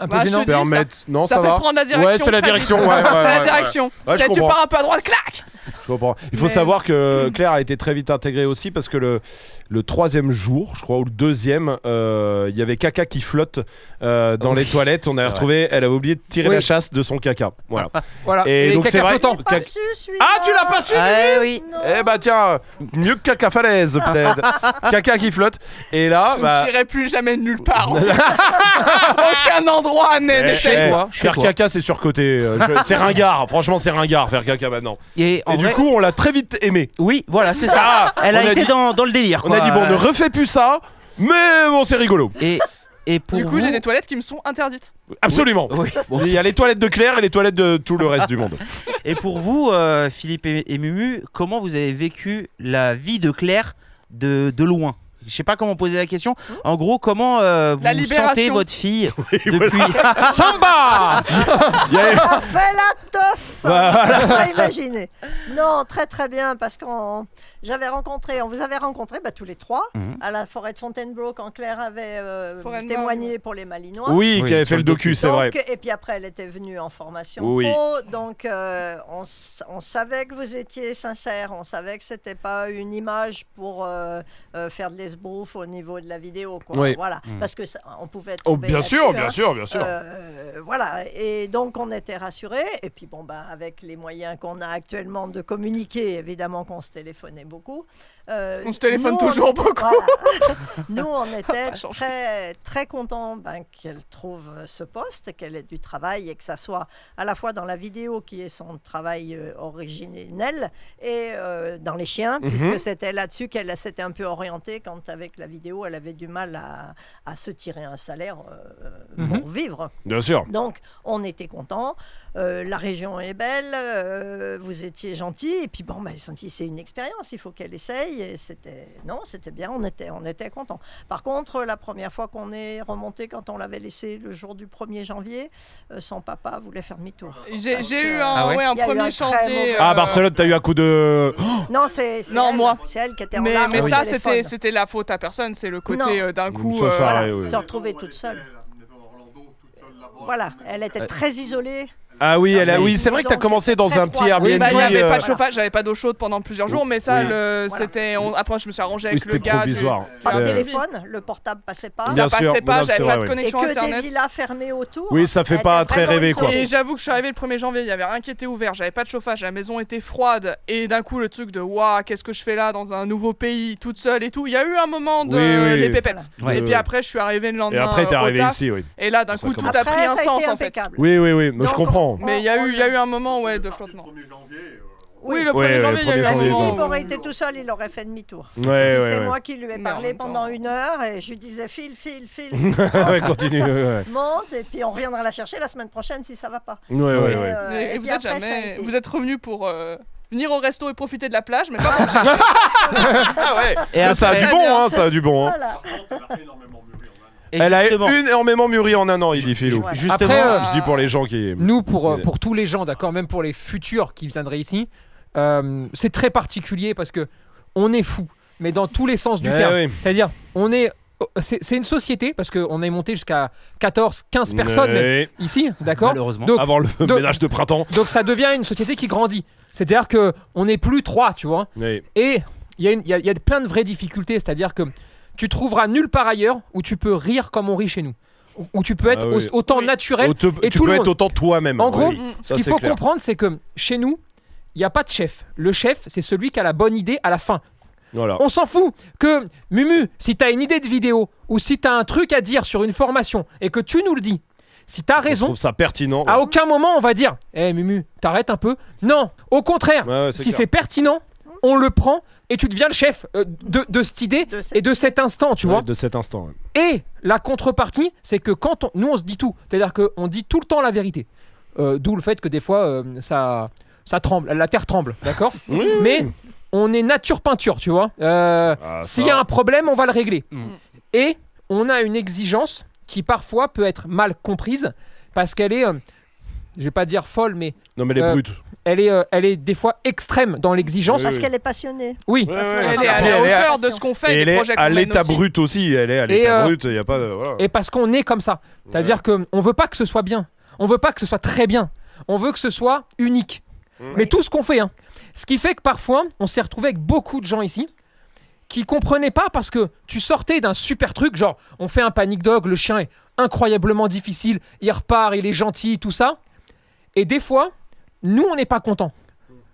Un peu Bah, je gênant. te dis, Permettre. Non, ça, ça, ça fait va. prendre la direction. Ouais, c'est la très vite. direction, ouais, ouais, c'est la ouais, direction. ouais. Ouais, je C'est tu comprends. pars un peu à droite, clac Je comprends. Il faut Mais- savoir que Claire a été très vite intégrée aussi parce que le, le troisième jour, je crois, ou le deuxième, euh, il y avait caca qui flotte euh, dans Oui, les toilettes. On c'est a retrouvé, elle avait oublié de tirer Oui. la chasse de son caca. Voilà. Voilà. Et les donc, cacas c'est vrai- flottants. Pas Cac- su, celui-là. Ah, tu l'as pas su Ah oui. Non. Eh bah tiens, mieux que caca falaise peut-être. caca qui flotte. Et là, Je bah. n'irai plus jamais nulle part. en fait. Aucun endroit eh, n'est eh, safe. toi, chez faire toi. caca, c'est surcoté. euh, je- C'est ringard. Franchement, c'est ringard faire caca maintenant. Et, en eh Et du vrai- coup, on l'a très vite aimé. oui, voilà, c'est ça. Ah, Elle on a, été dit- dans, dans le délire. On quoi. euh a dit, bon, ne refais plus ça, mais bon, c'est rigolo. Et, et pour Du coup, j'ai vous- des toilettes qui me sont interdites. Absolument. Oui, bon, Il y a les toilettes de Claire et les toilettes de tout le reste du monde. Et pour vous, euh, Philippe et, et Mumu, comment vous avez vécu la vie de Claire de, de loin je sais pas comment poser la question. Mmh. En gros, comment euh, La vous libération. sentez votre fille depuis Samba Il y a- Fais la teuf off. Bah, Faut pas imaginer. Non, très très bien, parce qu'on j'avais rencontré, on vous avait rencontré bah, tous les trois Mhm. à la forêt de Fontainebleau quand Claire avait euh, Foraine témoigné pour les Malinois. Oui, Oui, qui avait sur fait le le docu, c'est vrai. Donc, Et puis après, elle était venue en formation Oui. pro, donc euh, on, s- on savait que vous étiez sincère, on savait que c'était pas une image pour euh, euh, faire de l'esbrouf au niveau de la vidéo, quoi. Oui. Voilà, Mm. parce que ça- on pouvait. Oh, tomber bien sûr, là-dessus, bien hein. sûr, bien sûr. Euh, voilà, et donc on était rassurés. Et puis bon, bah, avec les moyens qu'on a actuellement de communiquer, évidemment qu'on se téléphonait beaucoup. Euh, On se téléphone nous, on toujours était- beaucoup. voilà. nous, on était pas changé. très, très contents ben, qu'elle trouve ce poste, qu'elle ait du travail et que ça soit à la fois dans la vidéo qui est son travail euh, originel et euh, dans les chiens, Mhm. puisque c'était là-dessus qu'elle s'était un peu orientée quand avec la vidéo, elle avait du mal à, à se tirer un salaire euh, pour vivre. Bien sûr. Donc, on était contents. Euh, la région est belle, euh, vous étiez gentils. Et puis, bon, bah, senti, c'est une expérience, il faut qu'elle essaye. Et c'était, non, c'était bien, on était, on était contents. Par contre, la première fois qu'on est remonté, quand on l'avait laissé le jour du 1er janvier, euh, son papa voulait faire demi-tour. J'ai Donc, j'ai eu euh, un, Ah ouais ouais, un Il y a eu premier un très chantier. mauvais- Ah, euh, Barcelone, t'as eu un coup de. Non, c'est, c'est Non, elle, moi. C'est elle qui était en Mais, larmes mais au ça, téléphone. c'était c'était la faute à personne. C'est le côté Non. euh, d'un coup. Ça, ça, euh, ouais, ouais. Se retrouver toute seule. Voilà, elle était très isolée. Ah oui, elle a... Ils oui c'est vrai que t'as ont commencé été dans très un petit froides. Airbnb. Oui, bah, il n'y avait euh, pas de Voilà. chauffage, j'avais pas d'eau chaude pendant plusieurs jours, mais ça, Oui. le- Voilà. c'était. on- Après, je me suis Oui, arrangé avec c'était le gars. du- provisoire. Pas de Euh, téléphone, le portable passait pas. Bien Ça sûr, passait pas, madame, c'est j'avais vrai, pas de oui. et connexion que internet. des villas fermées autour. Oui, ça fait Elle pas était très vraiment rêver, quoi. isolée. Et j'avoue que je suis arrivé le 1er janvier, il y avait rien qui était ouvert, j'avais pas de chauffage, la maison était froide, et d'un coup le truc de waouh, qu'est-ce que je fais là dans un nouveau pays, toute seule et tout. Il y a eu un moment de Oui, oui. les pépettes. Ouais, Voilà. et ouais, puis ouais. après, je suis arrivé le Et lendemain. après, t'es euh, au arrivé taf, ici, oui. Et là, d'un Ça coup, tout commence. a pris Après, un ça a sens été en fait. impeccable. Oui, oui, oui. Moi, je Donc, on- comprends. Mais il y a eu, il y a eu un moment, ouais, de Le flottement. 1er janvier, euh, Oui, le 1er Ouais, le janvier, il y a 1er eu un janvier, moment. Philippe où- aurait été tout seul, il aurait fait demi-tour. Ouais, Et ouais, c'est ouais. moi qui lui ai Mais en parlé même temps- pendant une heure et je lui disais file, file, file, ouais, continue. Ouais, ouais. monte et puis on reviendra la chercher la semaine prochaine si ça va pas. Ouais, ouais, Et, ouais. euh, Mais et vous puis êtes après, ça a jamais, été- vous êtes revenu pour euh, venir au resto et profiter de la plage, mais pas pour manger. Ah ouais. Et ça a après- du bon, hein, ça a du bon. hein. Voilà. elle a énormément mûri en un an. et Elle a justement- énormément mûri en un an, il dit Philou. Voilà. Justement, Après, euh, Je dis pour les gens qui. Nous, pour, euh, Mais- pour tous les gens, d'accord, même pour les futurs qui viendraient ici, euh, c'est très particulier parce que on est fou, mais dans tous les sens du Ouais, terme. ouais. C'est-à-dire, on est. C'est c'est une société parce qu'on est monté jusqu'à 14, 15 personnes même, Ouais. Ah ici, d'accord Malheureusement. Donc, Avant le Donc- ménage de printemps. donc ça devient une société qui grandit. C'est-à-dire que on n'est plus trois, tu vois. Ouais. Et il y, a une- il y a- il y a plein de vraies difficultés, c'est-à-dire que tu trouveras nulle part ailleurs où tu peux rire comme on rit chez nous, où, où tu peux être Ah oui. au- autant Oui. naturel. Auto- et tu tout peux le être monde. autant toi-même. En gros, oui. Mm. Ce Ça, qu'il c'est faut clair. comprendre, c'est que chez nous, il n'y a pas de chef. Le chef, c'est celui qui a la bonne idée à la fin. Ah. Voilà. On s'en fout que, Mumu, si t'as une idée de vidéo ou si t'as un truc à dire sur une formation et que tu nous le dis, si t'as Je raison, trouve ça pertinent. à aucun moment on va dire Eh Mumu, t'arrêtes un peu. Non, au contraire, Ouais, ouais, Euh, c'est si clair. c'est pertinent, on le prend et tu deviens le chef euh, de, de cette idée De cette- et de cet instant, tu Ouais, vois. De cet instant. ouais. Et la contrepartie, c'est que quand on, nous on se dit tout, c'est-à-dire qu'on dit tout le temps la vérité. Euh, D'où le fait que des fois euh, ça, ça tremble, la terre tremble, d'accord Mais on est nature peinture, tu vois. Euh, Ah, ça. Mm. S'il y a un problème, on va le régler. Et on a une exigence qui parfois peut être mal comprise parce qu'elle est, euh, je vais pas dire folle, mais Non, mais les Euh, brutes. elle est, euh, elle est des fois extrême dans l'exigence. Parce oui. qu'elle est passionnée. Oui. Ouais, parce ouais. que- Elle est à Et la elle est à- hauteur de ce qu'on fait Et et elle des projets est qu'on à mène l'état aussi. brut aussi, elle est à l'état euh, brut, il n'y a pas de... voilà. Et parce qu'on est comme ça. C'est-à-dire que on veut pas que ce soit bien. On veut pas que ce soit très bien. On veut que ce soit unique. Mais tout ce qu'on fait. hein. Ce qui fait que parfois, on s'est retrouvé avec beaucoup de gens ici qui comprenaient pas parce que tu sortais d'un super truc, genre on fait un panic dog, le chien est incroyablement difficile, il repart, il est gentil, tout ça. Et des fois, nous, on n'est pas contents.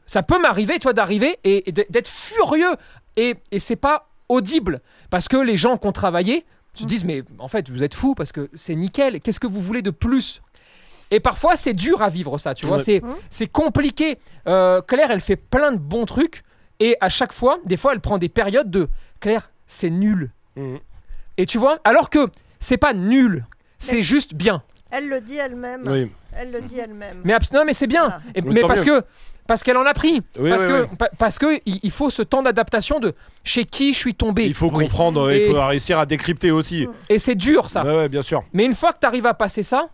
Ça peut m'arriver, toi, d'arriver et, et d- d'être furieux. Et, et c'est pas audible parce que les gens qui ont travaillé se disent mais en fait vous êtes fous parce que c'est nickel qu'est-ce que vous voulez de plus et parfois c'est dur à vivre ça tu vois Ouais. c'est Mhm. c'est compliqué Euh, Claire elle fait plein de bons trucs et à chaque fois des fois elle prend des périodes de Claire c'est nul Mhm. et tu vois alors que c'est pas nul c'est juste bien Elle le dit elle-même. Oui. Elle le dit elle-même. mais abs- non mais c'est bien Voilà. Et- Mais mais tant parce que parce qu'elle en a pris Oui, parce oui, que oui. pa- parce que il il faut ce temps d'adaptation de chez qui je suis tombé Il faut comprendre, Et- il faut réussir à décrypter aussi. et c'est dur ça Ouais, ouais, bien sûr. mais une fois que tu arrives à passer ça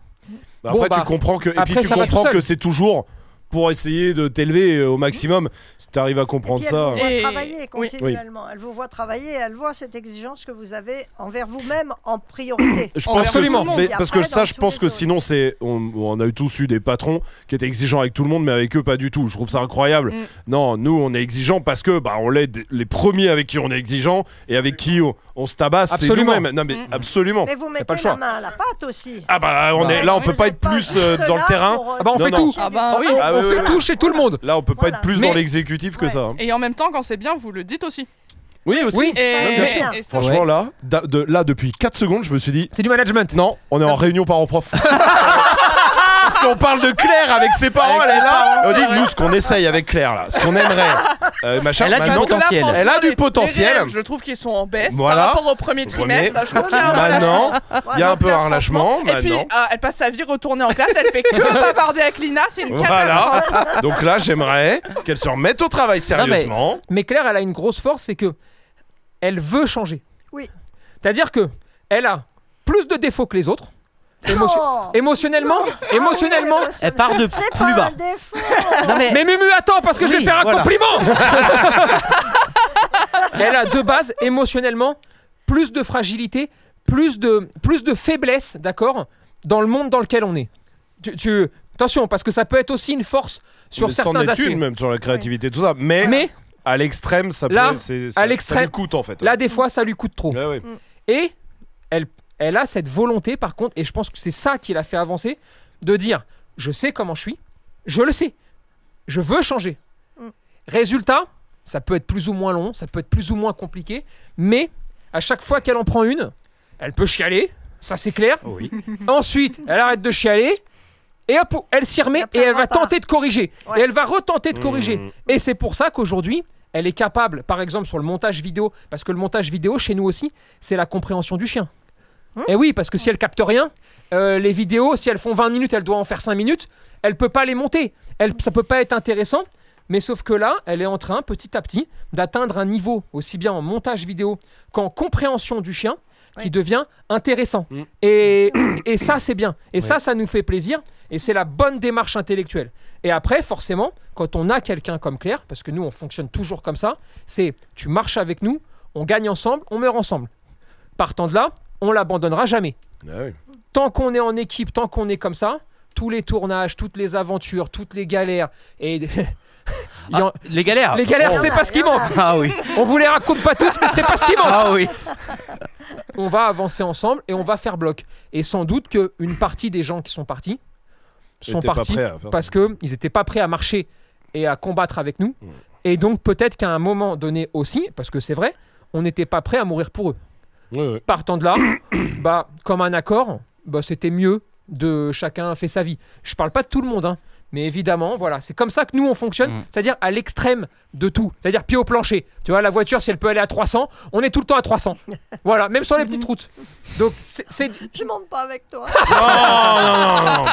Bah, Après, Bon, bah, tu comprends que. Et après, puis, tu ça va tout comprends seul. que c'est toujours pour essayer de t'élever euh, au maximum. Si t'arrives à Puis comprendre elle vous ça. voit Et- travailler oui. continuellement. Elle vous voit travailler, elle voit cette exigence que vous avez envers vous-même en priorité. Je On pense verra tout le absolument, monde. mais Et parce que après, ça, dans je tous pense les que autres. sinon, c'est on, on a tous eu des patrons qui étaient exigeants avec tout le monde, mais avec eux pas du tout. Je trouve ça incroyable. Mm. Non, nous, on est exigeants parce que bah on l'est des- les premiers avec qui on est exigeant et avec qui on, on se tabasse. c'est Absolument. nous-mêmes. Non, mais Mm. absolument. Mais vous Y a pas mettez le la choix. main à la pâte aussi. Ah bah on Bah, est là, on Vous peut pas êtes être plus juste euh, dans le là terrain. pour, euh, Ah bah, on fait tout. chercher Ah du bah, travail. oui, Ah on oui, fait oui, oui. tout chez tout le monde. Là, on peut pas Voilà. être plus Mais- dans l'exécutif que Ouais. ça. hein. Et en même temps, quand c'est bien, vous le dites aussi. Oui aussi. Oui. Non, Et, bien sûr. et ça, Franchement là, da- de, là depuis 4 secondes, je me suis dit C'est du management. non, on est en réunion parents prof. Parce qu'on parle de Claire avec ses parents, elle est là. on dit nous ce qu'on essaye avec Claire là, ce qu'on aimerait. Euh, machin, Elle a du maintenant, potentiel. franchement, Elle a du les- les potentiel. réels, je trouve qu'ils sont en baisse Voilà. par rapport au premier trimestre. premier. Je trouve qu'il y a un relâchement. Maintenant, il y a un peu un relâchement. bah Et puis, Maintenant. ah, elle passe sa vie retournée en classe, elle fait que bavarder avec Lina, c'est une Voilà. catastrophe. Donc là, j'aimerais qu'elle se remette au travail sérieusement. Mais Claire, elle a une grosse force, c'est que elle veut changer. Oui. C'est-à-dire que elle a plus de défauts que les autres. Émotion- Oh. Émotionnellement, émotionnellement. eh, Elle part de C'est plus pas bas. un défaut. Non, mais, Mais Mumu, attends, parce que je Oui, vais faire un voilà. compliment. elle a de base émotionnellement plus de fragilité, plus de plus de faiblesse, d'accord, dans le monde dans lequel on est. Tu, tu- attention, parce que ça peut être aussi une force sur Mais c'en certains est aspects. une, même sur la créativité, tout ça. Mais, Mais à l'extrême, ça peut. Là, c'est- à ça, l'extrême- ça lui coûte en fait. là, des fois, ça lui coûte trop. Ouais, ouais. Et elle, elle a cette volonté, par contre, et je pense que c'est ça qui l'a fait avancer, de dire je sais comment je suis, je le sais, je veux changer. Mm. Résultat, ça peut être plus ou moins long, ça peut être plus ou moins compliqué, mais à chaque fois qu'elle en prend une, elle peut chialer, ça c'est clair. Oui. Ensuite, elle arrête de chialer. Et hop, elle s'y remet et elle va prendra pas. tenter de corriger. Ouais. Et elle va retenter de corriger. Et c'est pour ça qu'aujourd'hui, elle est capable, par exemple, sur le montage vidéo, parce que le montage vidéo, chez nous aussi, c'est la compréhension du chien. et oui, parce que si elle capte rien, euh, les vidéos, si elles font 20 minutes, elle doit en faire 5 minutes, elle peut pas les monter. Elle, ça peut pas être intéressant. Mais sauf que là, elle est en train, petit à petit, d'atteindre un niveau, aussi bien en montage vidéo qu'en compréhension du chien, qui Oui. devient intéressant. Mm. Et, et ça, c'est bien. Et ça, ça nous fait plaisir. Et c'est la bonne démarche intellectuelle. Et après, forcément, quand on a quelqu'un comme Claire, parce que nous, on fonctionne toujours comme ça, c'est tu marches avec nous, on gagne ensemble, on meurt ensemble. Partant de là, on l'abandonnera jamais. Ah oui. Tant qu'on est en équipe, tant qu'on est comme ça, tous les tournages, toutes les aventures, toutes les galères, et il y en- Ah, les galères. les galères, Oh. c'est pas ce qui Il y en manque. a. Ah oui. On vous les raconte pas toutes, mais c'est pas ce qui manque. Ah oui. On va avancer ensemble et on va faire bloc. Et sans doute qu'une partie des gens qui sont partis sont T'es pas partis prêt à faire ça. parce qu'ils n'étaient pas prêts à marcher et à combattre avec nous. Mm. Et donc peut-être qu'à un moment donné aussi, parce que c'est vrai, on n'était pas prêts à mourir pour eux. Ouais, ouais. Partant de là, bah, comme un accord, bah, c'était mieux de chacun fait sa vie. Je parle pas de tout le monde, hein, mais évidemment, voilà, c'est comme ça que nous on fonctionne, Mm. c'est-à-dire à l'extrême de tout, c'est-à-dire pied au plancher. Tu vois, la voiture, si elle peut aller à 300, on est tout le temps à 300. voilà, même sur les petites routes. Donc c'est- c'est Je monte pas avec toi. Ah,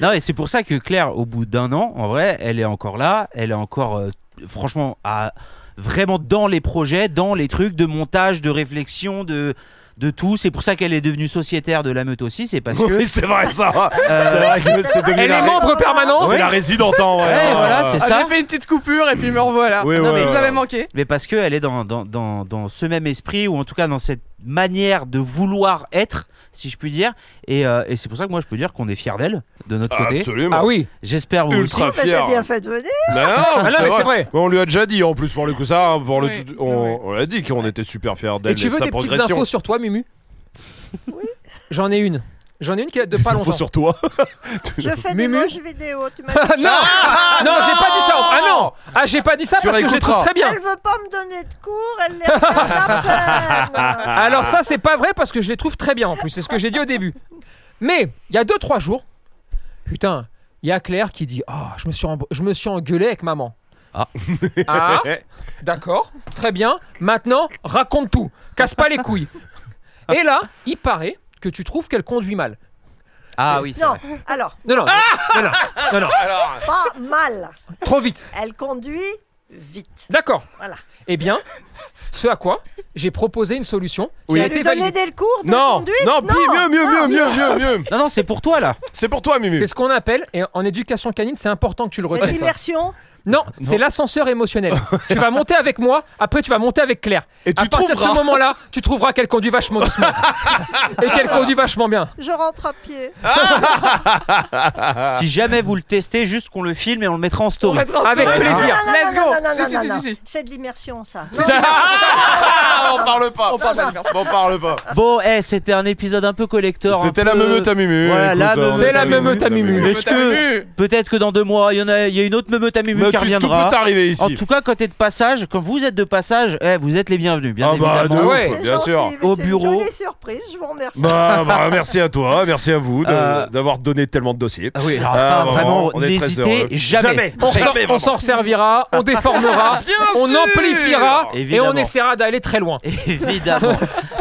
Non, et c'est pour ça que Claire, au bout d'un an, en vrai, elle est encore là. Elle est encore, euh, franchement, à, vraiment dans les projets, dans les trucs de montage, de réflexion, de, de tout. C'est pour ça qu'elle est devenue sociétaire de la meute aussi. C'est parce que. Oui, c'est vrai ça. euh, C'est vrai que c'est devenu elle la est ré- membre permanent. C'est Ouais. la résidente, hein, ouais. Ouais, voilà, c'est Ah, ça. J'ai fait une petite coupure et puis me revoilà. Oui, Non, ouais, mais- ouais, Vous ouais. avez manqué. Mais parce qu'elle est dans, dans, dans, dans ce même esprit, ou en tout cas dans cette manière de vouloir être, si je puis dire. Et, euh, et c'est pour ça que moi, je peux dire qu'on est fiers d'elle, de notre côté. Absolument. Ah oui, J'espère vous Ultra Mais J'ai fier. bien fait de venir. Non, mais Ah non, mais c'est c'est vrai. vrai. Mais On lui a déjà dit en plus pour le coup ça, hein, pour le Oui, tout- on, oui. on l'a dit qu'on était super fiers d'elle Et et, tu de veux sa des petites progression. infos sur toi, Mumu J'en ai une. J'en ai une qui date de Des pas infos longtemps. sur toi. Je fais Mais des mais- moches vidéo. Tu m'as Ah, dit. non, non, j'ai pas dit ça. Ah non, ah j'ai pas dit ça Tu parce que je les trouve réécouteras. très bien. Elle veut pas me donner de cours. Elle les regarde à peine. Alors ça, c'est pas vrai parce que je les trouve très bien en plus. C'est ce que j'ai dit au début. Mais il y a 2-3 jours, putain, il y a Claire qui dit Ah, je me suis emb- je me suis engueulé avec maman. Ah. Ah, d'accord, très bien. Maintenant, raconte tout. Casse pas les couilles. Et là, il paraît que tu trouves qu'elle conduit mal. Ah oui, c'est Non, vrai. alors, Non, non, non, non, non, non, pas mal. trop vite. Elle conduit vite. D'accord. Voilà. Eh bien, ce à quoi j'ai proposé une solution qui Oui. a Tu été lui donner validée. des cours de Non, conduite non, puis mieux, mieux, mieux, mieux, mieux, mieux. Non, non, c'est pour toi là. C'est pour toi, Mimu. C'est ce qu'on appelle, et en éducation canine, c'est important que tu le C'est retiennes. ça. l'immersion. Non, c'est l'ascenseur émotionnel. tu vas monter avec moi, après tu vas monter avec Claire. Et à tu partir de trouveras. ce moment-là, tu trouveras qu'elle conduit vachement doucement. et qu'elle conduit vachement bien. Je rentre à pied. Ah. Si jamais vous le testez, juste qu'on le filme et on le mettra en story. Avec Non, non, plaisir. non, non, Let's non, go. non, non, Si, non, si, non, si, non. si, si. C'est de l'immersion, ça. Ah, on parle pas. On parle pas de l'immersion. On parle pas. Bon, eh, c'était un épisode un peu collector. un C'était la peu- meumeute à Mimu. Voilà, écoute, hein. la on meumeute C'est est la à meumeute à Mimu. Est-ce que Mimu. peut-être que dans deux mois, il y en a, il y a une autre meute à Mimu Mais qui tu- tout peut reviendra. t'arriver En ici. tout cas, quand t'es de passage, quand vous êtes de passage, eh, vous êtes les bienvenus, bien Ah bah, de évidemment. ouf, Ouais. C'est bien gentil, sûr. mais Au c'est bureau. Une jolie surprise, je vous remercie. Bah, bah, merci à toi, merci à vous de- Euh, d'avoir donné tellement de dossiers. Ah oui, alors ça, vraiment, on est très heureux. n'hésitez jamais. On s'en- Jamais, on vraiment. s'en resservira, on déformera, on sûr. amplifiera et Évidemment. on essaiera d'aller très loin. Évidemment.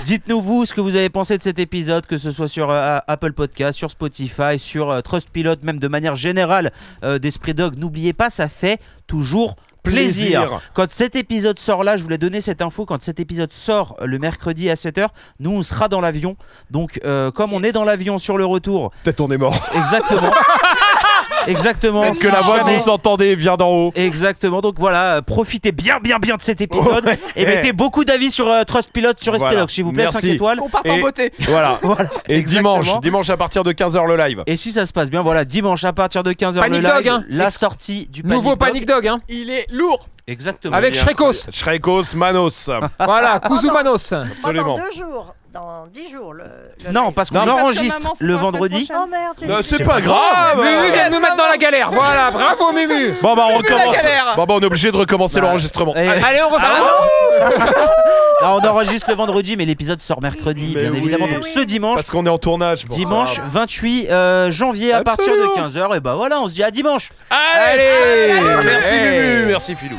Dites-nous vous ce que vous avez pensé de cet épisode, que ce soit sur euh, Apple Podcast, sur Spotify, sur euh, Trustpilot, même de manière générale euh, d'Esprit Dog. N'oubliez pas, ça fait toujours plaisir. Plaisir. Quand cet épisode sort là, je voulais donner cette info, quand cet épisode sort euh, le mercredi à 7h, nous on sera dans l'avion. Donc euh, comme on est dans l'avion sur le retour, Peut-être on est mort. exactement. exactement. Peut-être que la voix que Jamais- vous entendez vient d'en haut. Exactement. Donc voilà, euh, profitez bien, bien, bien de cet épisode et mettez beaucoup d'avis sur euh, Trustpilot, sur Voilà. Espidoc, s'il vous plaît, Merci. 5 étoiles. Qu'on parte en Et- beauté. Voilà. Voilà, Et exactement. dimanche, dimanche à partir de 15h le live. Et si ça se passe bien, voilà, dimanche à partir de 15h Panic le live, Dog, hein. la sortie du Nouveau Panic Panic Dog, hein, Il est lourd. Dog. Exactement. avec Shrekos. Shrekos Manos. Ah, Voilà, Ah Kuzumanos. Moi, Absolument. dans deux jours, dans dix jours. Le, le Non, live. parce qu'on Non, parce que enregistre maman, c'est le pas la semaine vendredi. prochaine. Oh merde, j'ai Non, dit- Euh, C'est pas grave. Mumu vient de nous mettre dans la galère. Voilà, bravo Mumu. Bon bah on la recommence. galère. Bon bah on est obligé de recommencer Bah, l'enregistrement. Eh, Allez, on refait. Ah, non, on enregistre le vendredi, mais l'épisode sort mercredi, Mais bien oui. évidemment. Donc ce dimanche, Parce qu'on est en tournage. pour dimanche ça. 28 euh, janvier à partir eh Absolument. ben de 15h, et bah voilà, on se dit à dimanche. Allez, Allez. Merci Hey. Mumu, merci Filou.